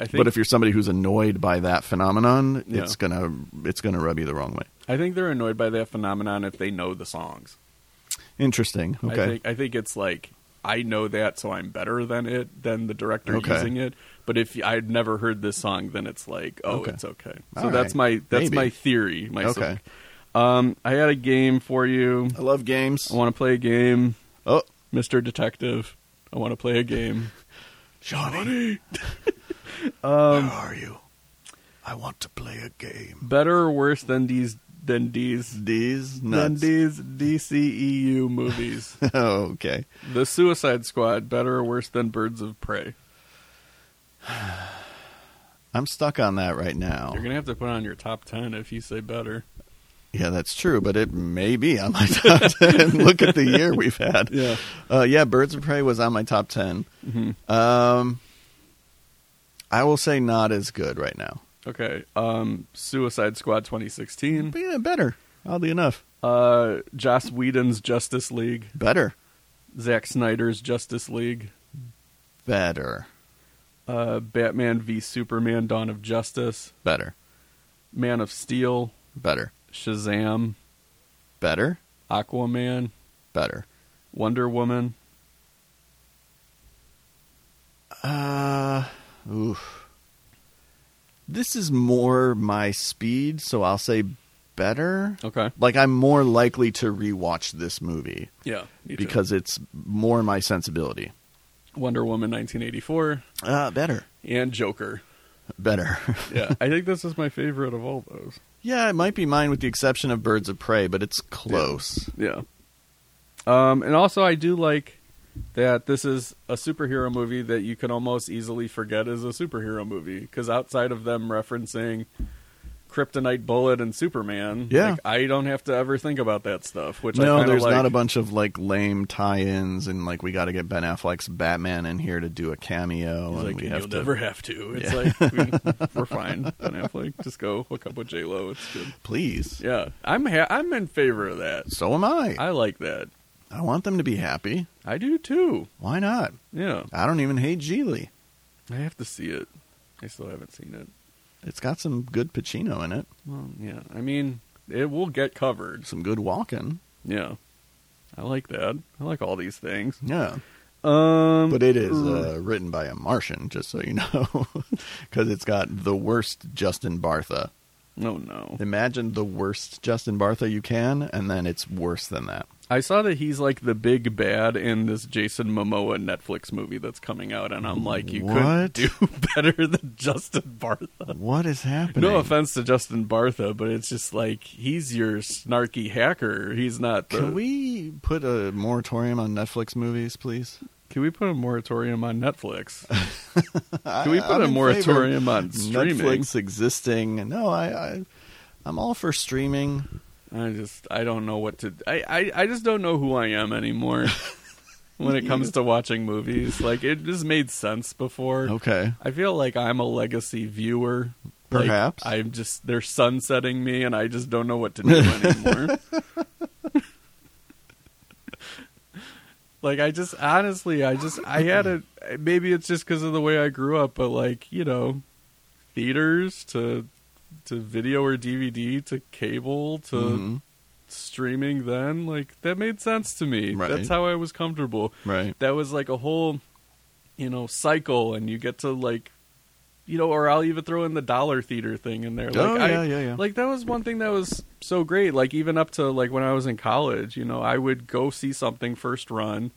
Speaker 2: I think.
Speaker 1: But if you're somebody who's annoyed by that phenomenon,
Speaker 2: Yeah.
Speaker 1: it's gonna it's gonna rub you the wrong way.
Speaker 2: I think they're annoyed by that phenomenon if they know the songs.
Speaker 1: Interesting. Okay.
Speaker 2: I think I think it's like I know that, so I'm better than it than the director
Speaker 1: Okay.
Speaker 2: using it. But if I'd never heard this song, then it's like, oh,
Speaker 1: Okay.
Speaker 2: it's okay. So
Speaker 1: All
Speaker 2: that's
Speaker 1: right.
Speaker 2: my that's
Speaker 1: Maybe.
Speaker 2: my theory. My
Speaker 1: Okay.
Speaker 2: Um, I had a game for you.
Speaker 1: I love games.
Speaker 2: I want to play a game,
Speaker 1: Oh,
Speaker 2: Mister Detective. I want to play a game.
Speaker 1: Johnny,
Speaker 2: Um,
Speaker 1: where are you? I want to play a game.
Speaker 2: Better or worse than these than these
Speaker 1: These
Speaker 2: than
Speaker 1: nuts.
Speaker 2: these DCEU movies?
Speaker 1: okay.
Speaker 2: the Suicide Squad. Better or worse than Birds of Prey?
Speaker 1: I'm stuck on that right now.
Speaker 2: You're gonna have to put on your top ten if you say better.
Speaker 1: Yeah, that's true, but it may be on my top 10. Look at the year we've had.
Speaker 2: Yeah.
Speaker 1: Uh, yeah, Birds of Prey was on my top 10.
Speaker 2: hmm
Speaker 1: Um, I will say not as good right now.
Speaker 2: Okay. Um, Suicide Squad 2016.
Speaker 1: But yeah, better. Oddly enough,
Speaker 2: Uh, Joss Whedon's Justice League.
Speaker 1: better.
Speaker 2: Zack Snyder's Justice League.
Speaker 1: Better.
Speaker 2: Uh, Batman v Superman: Dawn of Justice.
Speaker 1: Better.
Speaker 2: Man of Steel.
Speaker 1: Better.
Speaker 2: Shazam.
Speaker 1: Better.
Speaker 2: Aquaman.
Speaker 1: Better.
Speaker 2: Wonder Woman.
Speaker 1: Uh, oof. This is more my speed, so I'll say better.
Speaker 2: Okay.
Speaker 1: Like I'm more likely to rewatch this movie
Speaker 2: Yeah. me too.
Speaker 1: because it's more my sensibility.
Speaker 2: Wonder Woman 1984
Speaker 1: Uh, better,
Speaker 2: and Joker.
Speaker 1: better.
Speaker 2: Yeah. I think this is my favorite of all those.
Speaker 1: yeah, it might be mine with the exception of Birds of Prey, but it's close.
Speaker 2: Yeah. Um, and also, I do like that this is a superhero movie that you can almost easily forget is a superhero movie because outside of them referencing Kryptonite Bullet and Superman,
Speaker 1: Yeah.
Speaker 2: like, I don't have to ever think about that stuff. Which I
Speaker 1: No,
Speaker 2: kinda
Speaker 1: there's
Speaker 2: like.
Speaker 1: not a bunch of like lame tie-ins and like we got to get Ben Affleck's Batman in here to do a cameo.
Speaker 2: He's
Speaker 1: and
Speaker 2: like,
Speaker 1: we
Speaker 2: "And
Speaker 1: have
Speaker 2: you'll
Speaker 1: to,
Speaker 2: never have to. It's
Speaker 1: Yeah.
Speaker 2: like we, we're fine. Ben Affleck, just go hook up with J Lo. It's good.
Speaker 1: please.
Speaker 2: Yeah, I'm ha- I'm in favor of that.
Speaker 1: So am I.
Speaker 2: I like that.
Speaker 1: I want them to be happy.
Speaker 2: I do too.
Speaker 1: Why not?
Speaker 2: Yeah,
Speaker 1: I don't even hate Geely.
Speaker 2: I have to see it. I still haven't seen it.
Speaker 1: It's got some good Pacino in it,
Speaker 2: Well, yeah. I mean, it will get covered.
Speaker 1: some good walking.
Speaker 2: Yeah. I like that. I like all these things.
Speaker 1: Yeah.
Speaker 2: Um,
Speaker 1: But it is uh, written by a Martian, just so you know, because it's got the worst Justin Bartha.
Speaker 2: No, oh, no.
Speaker 1: Imagine the worst Justin Bartha you can, and then it's worse than that.
Speaker 2: I saw that he's like the big bad in this Jason Momoa Netflix movie that's coming out, and I'm like, you
Speaker 1: What?
Speaker 2: couldn't do better than Justin Bartha.
Speaker 1: What is happening?
Speaker 2: No offense to Justin Bartha, but it's just like he's your snarky hacker. He's not. The,
Speaker 1: Can we put a moratorium on Netflix movies, please?
Speaker 2: Can we put a moratorium on Netflix? Can we put
Speaker 1: I'm
Speaker 2: a
Speaker 1: in
Speaker 2: moratorium on
Speaker 1: favor of
Speaker 2: streaming?
Speaker 1: Netflix existing. No, I, I, I'm all for streaming.
Speaker 2: I just I don't know what to I I, I just don't know who I am anymore when it comes to watching movies. Like it just made sense before.
Speaker 1: Okay.
Speaker 2: I feel like I'm a legacy viewer. Like,
Speaker 1: Perhaps.
Speaker 2: I'm just they're sunsetting me and I just don't know what to do anymore. Like I just honestly, I just I had it. Maybe it's just because of the way I grew up, but like you know, theaters to to video or DVD to cable to
Speaker 1: Mhm.
Speaker 2: streaming. Then like that made sense to me.
Speaker 1: Right.
Speaker 2: That's how I was comfortable.
Speaker 1: Right.
Speaker 2: That was like a whole, you know, cycle, and you get to like, you know, or I'll even throw in the dollar theater thing in there. Like,
Speaker 1: oh
Speaker 2: I,
Speaker 1: yeah, yeah, yeah.
Speaker 2: like that was one thing that was so great like even up to like when i was in college you know i would go see something first run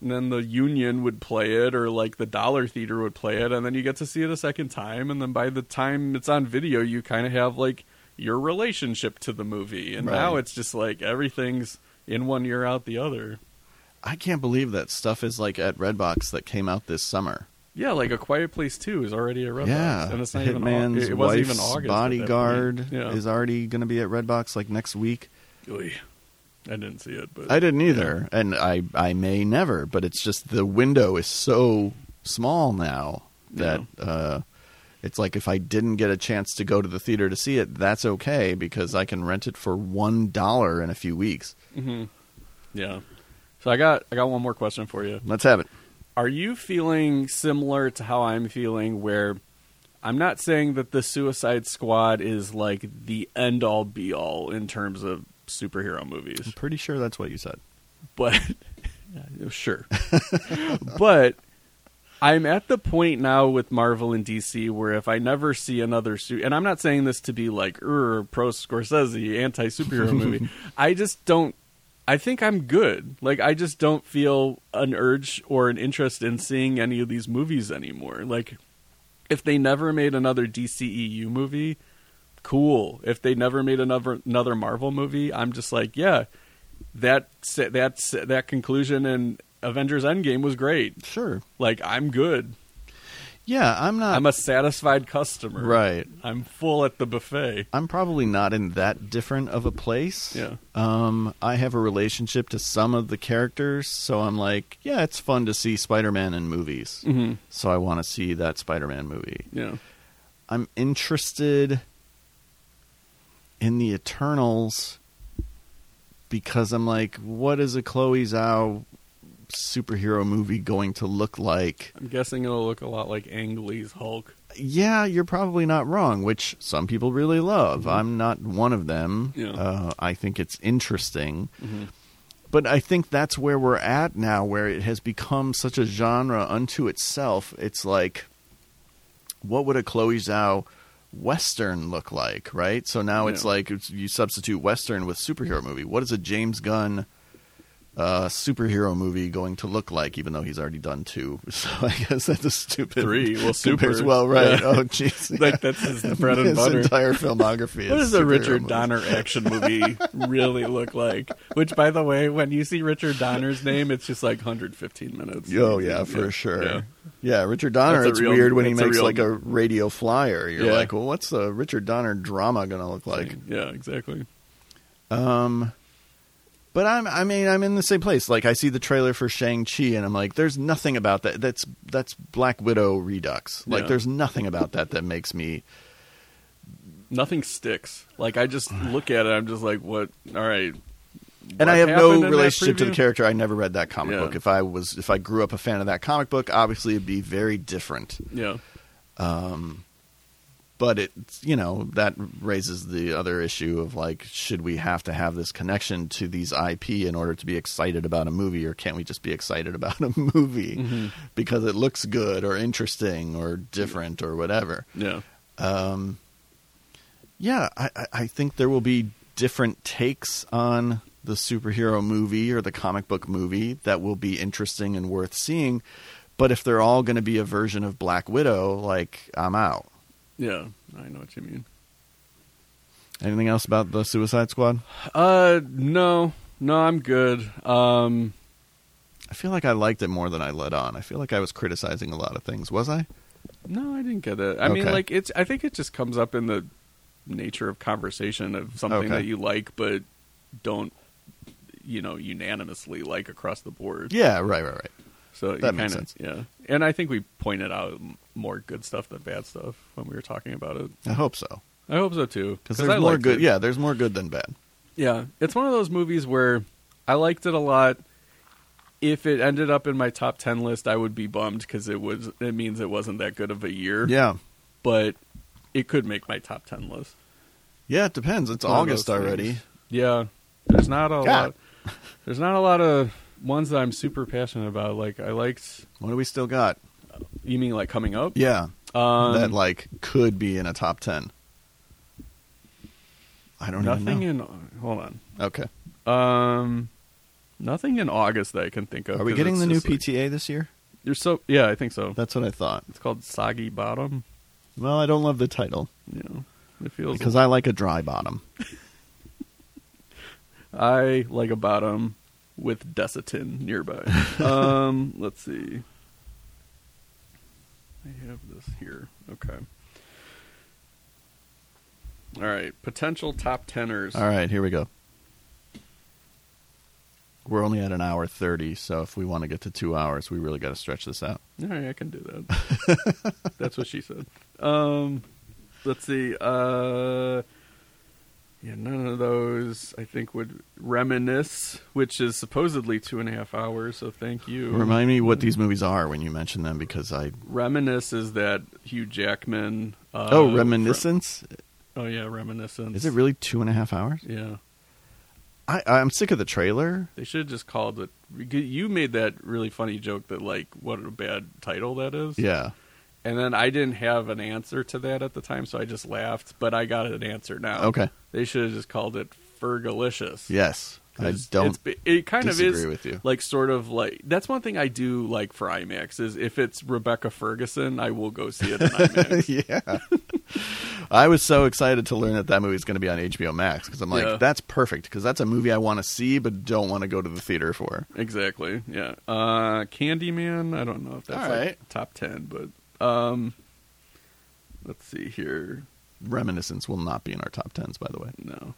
Speaker 2: and then the union would play it or like the dollar theater would play it and then you get to see it a second time and then by the time it's on video you kind of have like your relationship to the movie and
Speaker 1: Right.
Speaker 2: now it's just like everything's in one year out the other
Speaker 1: I can't believe that stuff is like at Redbox that came out this summer.
Speaker 2: yeah like a quiet place 2 is already at redbox
Speaker 1: yeah,
Speaker 2: and it's not even Au-
Speaker 1: Hitman's
Speaker 2: it- it wasn't
Speaker 1: wife's
Speaker 2: even august at that point.
Speaker 1: bodyguard
Speaker 2: yeah.
Speaker 1: is already going to be at Redbox like next week.
Speaker 2: Oy. i didn't see it but
Speaker 1: I didn't either, and I I may never, but it's just the window is so small now that uh, it's like if I didn't get a chance to go to the theater to see it, that's okay because I can rent it for one dollar in a few weeks.
Speaker 2: hmm Yeah. So I got I got one more question for you.
Speaker 1: Let's have it.
Speaker 2: Are you feeling similar to how I'm feeling where I'm not saying that the Suicide Squad is like the end all be all in terms of superhero movies,
Speaker 1: I'm pretty sure that's what you said.
Speaker 2: but sure. but I'm at the point now with Marvel and DC where if I never see another suit, and I'm not saying this to be like er, pro Scorsese anti superhero movie, I just don't. I think I'm good. Like I just don't feel an urge or an interest in seeing any of these movies anymore. Like if they never made another DCEU movie, cool. If they never made another another Marvel movie, I'm just like, yeah, that se- that se- that conclusion in Avengers Endgame was great.
Speaker 1: Sure.
Speaker 2: Like I'm good.
Speaker 1: Yeah, I'm not.
Speaker 2: I'm a satisfied customer.
Speaker 1: Ah. right.
Speaker 2: I'm full at the buffet.
Speaker 1: I'm probably not in that different of a place.
Speaker 2: Yeah.
Speaker 1: Um, I have a relationship to some of the characters, so I'm like, yeah, it's fun to see Spider-Man in movies.
Speaker 2: Mm-hmm.
Speaker 1: So I want to see that Spider-Man movie.
Speaker 2: Yeah.
Speaker 1: I'm interested in the Eternals because I'm like, what is a Chloe Zhao superhero movie going to look like?
Speaker 2: I'm guessing it'll look a lot like Ang Lee's Hulk.
Speaker 1: yeah, you're probably not wrong, which some people really love. I'm not one of them.
Speaker 2: Mm-hmm. Yeah. Mm-hmm.
Speaker 1: Uh, I think it's interesting. But I think that's where we're at now, where it has become such a genre unto itself. It's like, what would a Chloe Zhao Western look like, right? So now it's
Speaker 2: Yeah.
Speaker 1: like it's, you substitute Western with superhero movie. What is a James Gunn uh, superhero movie going to look like, even though he's already done two? So I guess that's a stupid
Speaker 2: Three. Well, super.
Speaker 1: compares well, right?
Speaker 2: Yeah.
Speaker 1: Oh, jeez,
Speaker 2: like that's his bread and
Speaker 1: his
Speaker 2: butter.
Speaker 1: entire filmography.
Speaker 2: What
Speaker 1: is
Speaker 2: does a
Speaker 1: superhero
Speaker 2: Richard
Speaker 1: movies.
Speaker 2: Donner action movie really look like? Which, by the way, when you see Richard Donner's name, it's just like 115 minutes.
Speaker 1: Oh yeah, for sure.
Speaker 2: Yeah.
Speaker 1: Yeah. Richard Donner.
Speaker 2: That's a
Speaker 1: It's
Speaker 2: real-
Speaker 1: weird when he
Speaker 2: that's a
Speaker 1: makes
Speaker 2: real-
Speaker 1: like a radio flyer. You're
Speaker 2: Yeah.
Speaker 1: like, well, what's the Richard Donner drama going to look like?
Speaker 2: yeah, exactly.
Speaker 1: Um, but I'm, I mean, I'm in the same place. Like, I see the trailer for Shang Chi, and I'm like, there's nothing about that. That's that's Black Widow Redux. Like,
Speaker 2: Yeah.
Speaker 1: there's nothing about that that makes me
Speaker 2: Nothing sticks. Like I just look at it, I'm just like, what? All right.
Speaker 1: and I
Speaker 2: What
Speaker 1: have no
Speaker 2: happened in that
Speaker 1: relationship to the
Speaker 2: preview?
Speaker 1: character. I never read that comic
Speaker 2: Yeah.
Speaker 1: book. If I was, if I grew up a fan of that comic book, obviously it'd be very different.
Speaker 2: Yeah.
Speaker 1: But it's you know that raises the other issue of like, should we have to have this connection to these IP in order to be excited about a movie, or can't we just be excited about a movie
Speaker 2: Mhm.
Speaker 1: because it looks good or interesting or different or whatever?
Speaker 2: Yeah.
Speaker 1: um, yeah, I, I- I think there will be different takes on the superhero movie or the comic book movie that will be interesting and worth seeing. But if they're all going to be a version of Black Widow, like I'm out.
Speaker 2: Yeah. I know what you mean.
Speaker 1: Anything else about the Suicide Squad?
Speaker 2: Uh, no, no, I'm good. Um,
Speaker 1: I feel like I liked it more than I let on. I feel like I was criticizing a lot of things. Was I?
Speaker 2: no, I didn't get it. I mean,
Speaker 1: Okay.
Speaker 2: like it's. I think it just comes up in the nature of conversation of something
Speaker 1: Okay.
Speaker 2: that you like, but don't, you know, unanimously like across the board.
Speaker 1: Yeah, right, right, right.
Speaker 2: So you
Speaker 1: That makes
Speaker 2: kinda-
Speaker 1: sense.
Speaker 2: Yeah, and I think we pointed out m- more good stuff than bad stuff when we were talking about it.
Speaker 1: I hope so
Speaker 2: I hope so too,
Speaker 1: because
Speaker 2: I
Speaker 1: there's more
Speaker 2: liked
Speaker 1: good.
Speaker 2: it.
Speaker 1: Yeah, there's more good than bad.
Speaker 2: Yeah, it's one of those movies where I liked it a lot. if it ended up in my top ten list, I would be bummed because it was it means it wasn't that good of a year.
Speaker 1: Yeah.
Speaker 2: but it could make my top ten list.
Speaker 1: Yeah, it depends. It's
Speaker 2: One of
Speaker 1: August
Speaker 2: those
Speaker 1: already.
Speaker 2: things. Yeah, there's not a
Speaker 1: God.
Speaker 2: lot. There's not a lot of ones that I'm super passionate about. Like I liked.
Speaker 1: What do we still got?
Speaker 2: You mean like coming up?
Speaker 1: Yeah.
Speaker 2: Um,
Speaker 1: that like could be in a top 10. I don't
Speaker 2: nothing
Speaker 1: even
Speaker 2: in. Hold on.
Speaker 1: know. okay.
Speaker 2: Um, nothing in August that I can think of.
Speaker 1: Are we
Speaker 2: 'cause
Speaker 1: getting
Speaker 2: it's
Speaker 1: the new
Speaker 2: just like-
Speaker 1: PTA this year?
Speaker 2: You're so yeah, I think so.
Speaker 1: That's what I thought.
Speaker 2: It's called Soggy Bottom.
Speaker 1: Well, I don't love the title
Speaker 2: You know, it feels
Speaker 1: because I like a dry bottom.
Speaker 2: I like a bottom with Desitin nearby. um, let's see. I have this here. Okay. All right, potential top teners.
Speaker 1: All right, here we go. We're only at an hour 30, so if we want to get to two hours, we really got to stretch this out.
Speaker 2: All right, I can do that. That's what she said. Um, let's see. Uh, yeah, none of those I think would reminisce, which is supposedly two and a half hours. So thank you.
Speaker 1: Remind me what these movies are when you mention them because I.
Speaker 2: reminisce is that Hugh Jackman. Uh,
Speaker 1: oh, Reminiscence?
Speaker 2: fr- oh yeah, reminiscence.
Speaker 1: Is it really two and a half hours?
Speaker 2: Yeah,
Speaker 1: I, I'm sick of the trailer.
Speaker 2: they should have just called it. You made that really funny joke that like what a bad title that is.
Speaker 1: Yeah.
Speaker 2: And then I didn't have an answer to that at the time, so I just laughed. But I got an answer now.
Speaker 1: Okay.
Speaker 2: They should have just called it Fergalicious.
Speaker 1: Yes. I
Speaker 2: 'Cause
Speaker 1: don't
Speaker 2: It's, it kind of
Speaker 1: disagree
Speaker 2: is
Speaker 1: with you.
Speaker 2: like sort of like that's one thing I do like for IMAX is if it's Rebecca Ferguson, I will go see it in IMAX.
Speaker 1: yeah. I was so excited to learn that that movie's going to be on HBO Max because I'm like,
Speaker 2: Yeah.
Speaker 1: that's perfect because that's a movie I want to see but don't want to go to the theater for.
Speaker 2: exactly. Yeah. Uh, Candyman. I don't know if that's
Speaker 1: All
Speaker 2: like
Speaker 1: right.
Speaker 2: top ten, but um, let's see here.
Speaker 1: Reminiscence will not be in our top tens, by the way.
Speaker 2: No,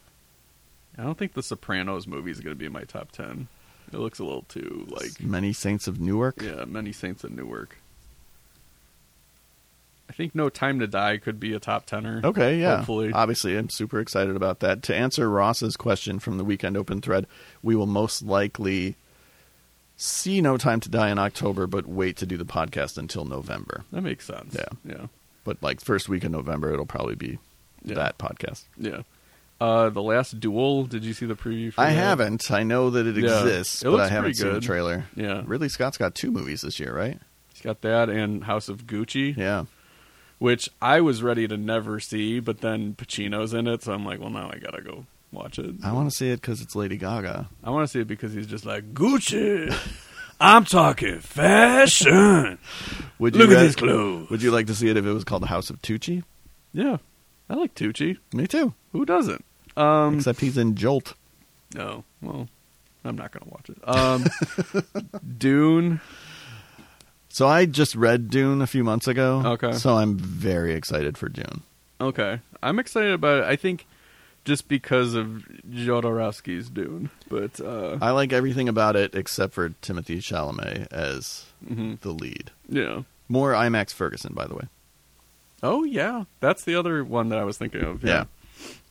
Speaker 2: I don't think the Sopranos movie is going to be in my top ten. It looks a little too like
Speaker 1: Many Saints of Newark.
Speaker 2: Yeah, many saints in Newark. I think No Time to Die could be a top tenner.
Speaker 1: Okay, yeah.
Speaker 2: Hopefully.
Speaker 1: Obviously, I'm super excited about that. To answer Ross's question from the weekend open thread, we will most likely see No Time to Die in October, but wait to do the podcast until November.
Speaker 2: that makes sense.
Speaker 1: Yeah.
Speaker 2: yeah,
Speaker 1: But like first week of November, it'll probably be
Speaker 2: Yeah.
Speaker 1: that podcast.
Speaker 2: yeah. Uh, the Last Duel. Did you see the preview? for
Speaker 1: I
Speaker 2: that?
Speaker 1: haven't. I know that it
Speaker 2: Yeah.
Speaker 1: exists,
Speaker 2: It
Speaker 1: but I
Speaker 2: looks
Speaker 1: haven't
Speaker 2: pretty
Speaker 1: seen the
Speaker 2: good.
Speaker 1: trailer.
Speaker 2: Yeah,
Speaker 1: Ridley Scott's got two movies this year, right?
Speaker 2: he's got that and House of Gucci,
Speaker 1: Yeah.
Speaker 2: which I was ready to never see, but then Pacino's in it, so I'm like, well, now I gotta go watch it.
Speaker 1: I want to see it because it's Lady Gaga.
Speaker 2: I want to see it because he's just like Gucci.
Speaker 3: Gucci. I'm talking fashion.
Speaker 1: Would
Speaker 3: Look at
Speaker 1: ra-
Speaker 3: his clothes.
Speaker 1: Would you like to see it if it was called House of Tucci?
Speaker 2: Yeah, I like Tucci.
Speaker 1: Me too.
Speaker 2: Who doesn't? Um,
Speaker 1: Except he's in Jolt.
Speaker 2: No. Well, I'm not gonna watch it. Um, Dune.
Speaker 1: So I just read Dune a few months ago.
Speaker 2: Okay.
Speaker 1: So I'm very excited for Dune.
Speaker 2: Okay, I'm excited about it. I think just because of Jodorowsky's Dune, but uh,
Speaker 1: I like everything about it except for Timothy Chalamet as the lead.
Speaker 2: mm-hmm, yeah.
Speaker 1: More IMAX Ferguson, by the way.
Speaker 2: Oh yeah, that's the other one that I was thinking of.
Speaker 1: Yeah.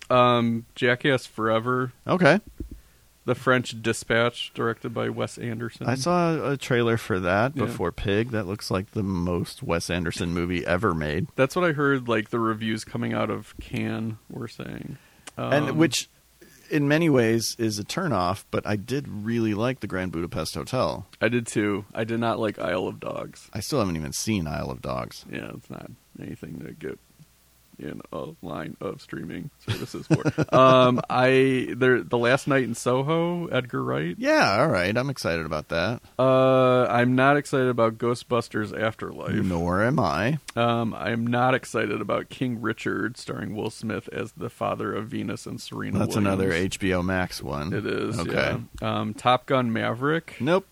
Speaker 2: Um, Jackass Forever,
Speaker 1: Okay.
Speaker 2: The French Dispatch, directed by Wes Anderson.
Speaker 1: I saw a trailer for that
Speaker 2: Yeah.
Speaker 1: before Pig. That looks like the most Wes Anderson movie ever made.
Speaker 2: That's what I heard. Like the reviews coming out of Cannes were saying, um,
Speaker 1: and which in many ways is a turnoff, but I did really like the Grand Budapest Hotel.
Speaker 2: I did too. I did not like Isle of Dogs.
Speaker 1: I still haven't even seen Isle of Dogs.
Speaker 2: yeah, it's not anything to get in a line of streaming services for. um, I there the last night in Soho, Edgar Wright.
Speaker 1: Yeah, all right. I'm excited about that.
Speaker 2: Uh, I'm not excited about Ghostbusters Afterlife.
Speaker 1: Nor am I.
Speaker 2: Um, I'm not excited about King Richard, starring Will Smith as the father of Venus and Serena.
Speaker 1: That's
Speaker 2: Williams.
Speaker 1: another HBO Max one.
Speaker 2: It is.
Speaker 1: Okay.
Speaker 2: Yeah. Um, Top Gun Maverick.
Speaker 1: Nope.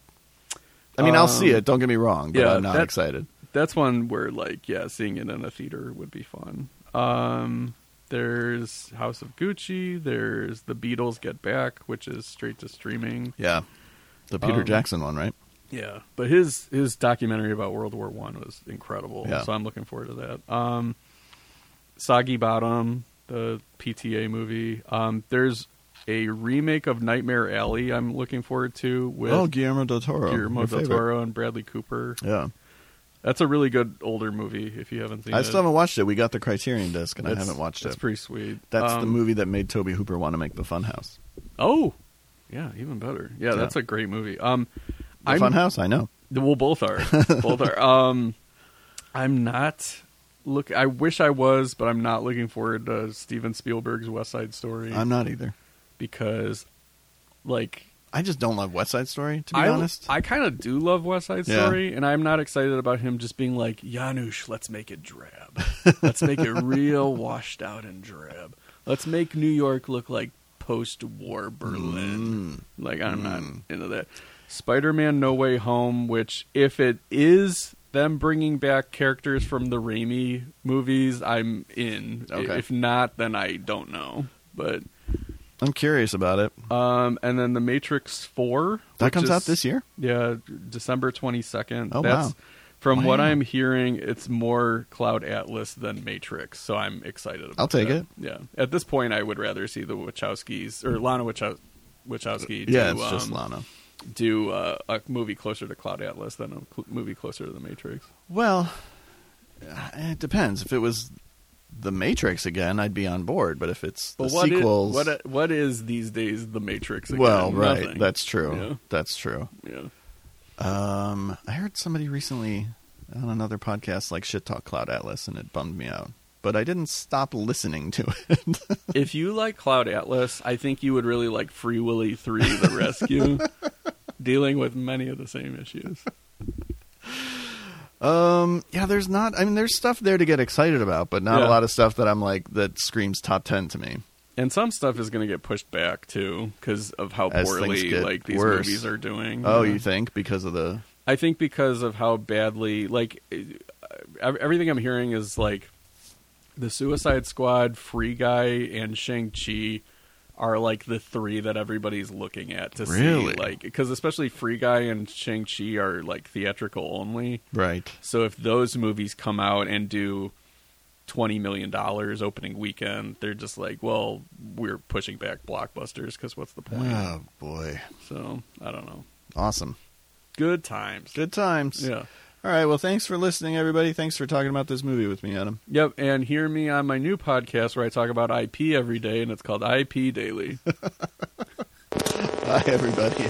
Speaker 1: I mean, I'll see
Speaker 2: Um,
Speaker 1: it. Don't get me wrong, but
Speaker 2: yeah,
Speaker 1: I'm not
Speaker 2: that-
Speaker 1: excited.
Speaker 2: that's one where like yeah seeing it in a theater would be fun um there's house of gucci there's the beatles get back which is straight to streaming
Speaker 1: Yeah. The Peter
Speaker 2: Um,
Speaker 1: Jackson one, right?
Speaker 2: yeah but his his documentary about world war one was incredible
Speaker 1: Yeah.
Speaker 2: so i'm looking forward to that um soggy bottom the pta movie um there's a remake of Nightmare Alley. I'm looking forward to with
Speaker 1: oh, Guillermo del Toro.
Speaker 2: Guillermo
Speaker 1: your
Speaker 2: del
Speaker 1: favorite.
Speaker 2: Toro and Bradley Cooper.
Speaker 1: Yeah.
Speaker 2: That's a really good older movie if you haven't seen
Speaker 1: I
Speaker 2: it.
Speaker 1: still haven't watched it. We got the Criterion disc, and I
Speaker 2: That's-
Speaker 1: haven't watched
Speaker 2: That's
Speaker 1: it.
Speaker 2: pretty sweet.
Speaker 1: That's the
Speaker 2: Um,
Speaker 1: movie that made Toby Hooper want to make the Funhouse.
Speaker 2: Oh, yeah, even better. Yeah,
Speaker 1: Yeah.
Speaker 2: that's a great movie. Um,
Speaker 1: The
Speaker 2: I'm-
Speaker 1: Funhouse, I know.
Speaker 2: Well, both are. both are. Um, I'm not. Look, I wish I was, but I'm not looking forward to Steven Spielberg's West Side Story
Speaker 1: I'm not either.
Speaker 2: because, like,
Speaker 1: I just don't love West Side Story, to be
Speaker 2: I,
Speaker 1: honest.
Speaker 2: I kind of do love West Side
Speaker 1: Yeah.
Speaker 2: Story, and I'm not excited about him just being like Janusz. Let's make it drab. let's make it real washed out and drab. Let's make New York look like post-war
Speaker 1: Mm.
Speaker 2: Berlin. Like I'm not into that. Spider-Man: No Way Home, which if it is them bringing back characters from the Raimi movies, I'm in.
Speaker 1: Okay.
Speaker 2: If not, then I don't know. But
Speaker 1: I'm curious about it.
Speaker 2: um, and then the Matrix Four
Speaker 1: That
Speaker 2: which
Speaker 1: comes out
Speaker 2: is-
Speaker 1: this year?
Speaker 2: yeah, December 22nd.
Speaker 1: Oh,
Speaker 2: That's,
Speaker 1: wow.
Speaker 2: From what
Speaker 1: Wow.
Speaker 2: I'm hearing, it's more Cloud Atlas than Matrix, so I'm excited about
Speaker 1: I'll take
Speaker 2: that.
Speaker 1: it.
Speaker 2: Yeah. At this point, I would rather see the Wachowskis, or Lana Wachow- Wachowski,
Speaker 1: Yeah,
Speaker 2: do,
Speaker 1: it's just
Speaker 2: um,
Speaker 1: Lana.
Speaker 2: do uh, a movie closer to Cloud Atlas than a cl- movie closer to the Matrix.
Speaker 1: Well, uh, it depends. If it was The Matrix again, I'd be on board. But if it's the
Speaker 2: But what is-
Speaker 1: sequels,
Speaker 2: what, what is these days the Matrix again?
Speaker 1: well, right,
Speaker 2: Nothing.
Speaker 1: that's true.
Speaker 2: Yeah.
Speaker 1: That's true.
Speaker 2: Yeah.
Speaker 1: Um, I heard somebody recently on another podcast like shit talk Cloud Atlas, and it bummed me out. But I didn't stop listening to it.
Speaker 2: if you like Cloud Atlas, I think you would really like Free Willy 3 The Rescue, dealing with many of the same issues.
Speaker 1: um, yeah, there's not. I mean, there's stuff there to get excited about, but not
Speaker 2: Yeah.
Speaker 1: a lot of stuff that I'm like that screams top ten to me.
Speaker 2: And some stuff is going to get pushed back too because of how
Speaker 1: As things
Speaker 2: poorly
Speaker 1: get
Speaker 2: like these
Speaker 1: worse.
Speaker 2: movies are doing.
Speaker 1: Oh,
Speaker 2: Yeah.
Speaker 1: you think because of the
Speaker 2: I think because of how badly like uh, everything I'm hearing is like the Suicide Squad, Free Guy, and Shang Chi are like the three that everybody's looking at to
Speaker 1: Really?
Speaker 2: see like because especially Free Guy and Shang Chi are like theatrical only.
Speaker 1: right?
Speaker 2: So if those movies come out and do twenty million dollars opening weekend, they're just like, well, we're pushing back blockbusters because what's the point?
Speaker 1: Oh boy,
Speaker 2: So I don't know.
Speaker 1: awesome,
Speaker 2: Good times.
Speaker 1: good times.
Speaker 2: Yeah.
Speaker 1: All right. Well, thanks for listening, everybody. Thanks for talking about this movie with me, Adam.
Speaker 2: Yep. And hear me on my new podcast where I talk about IP every day, and it's called IP Daily.
Speaker 1: Bye, everybody.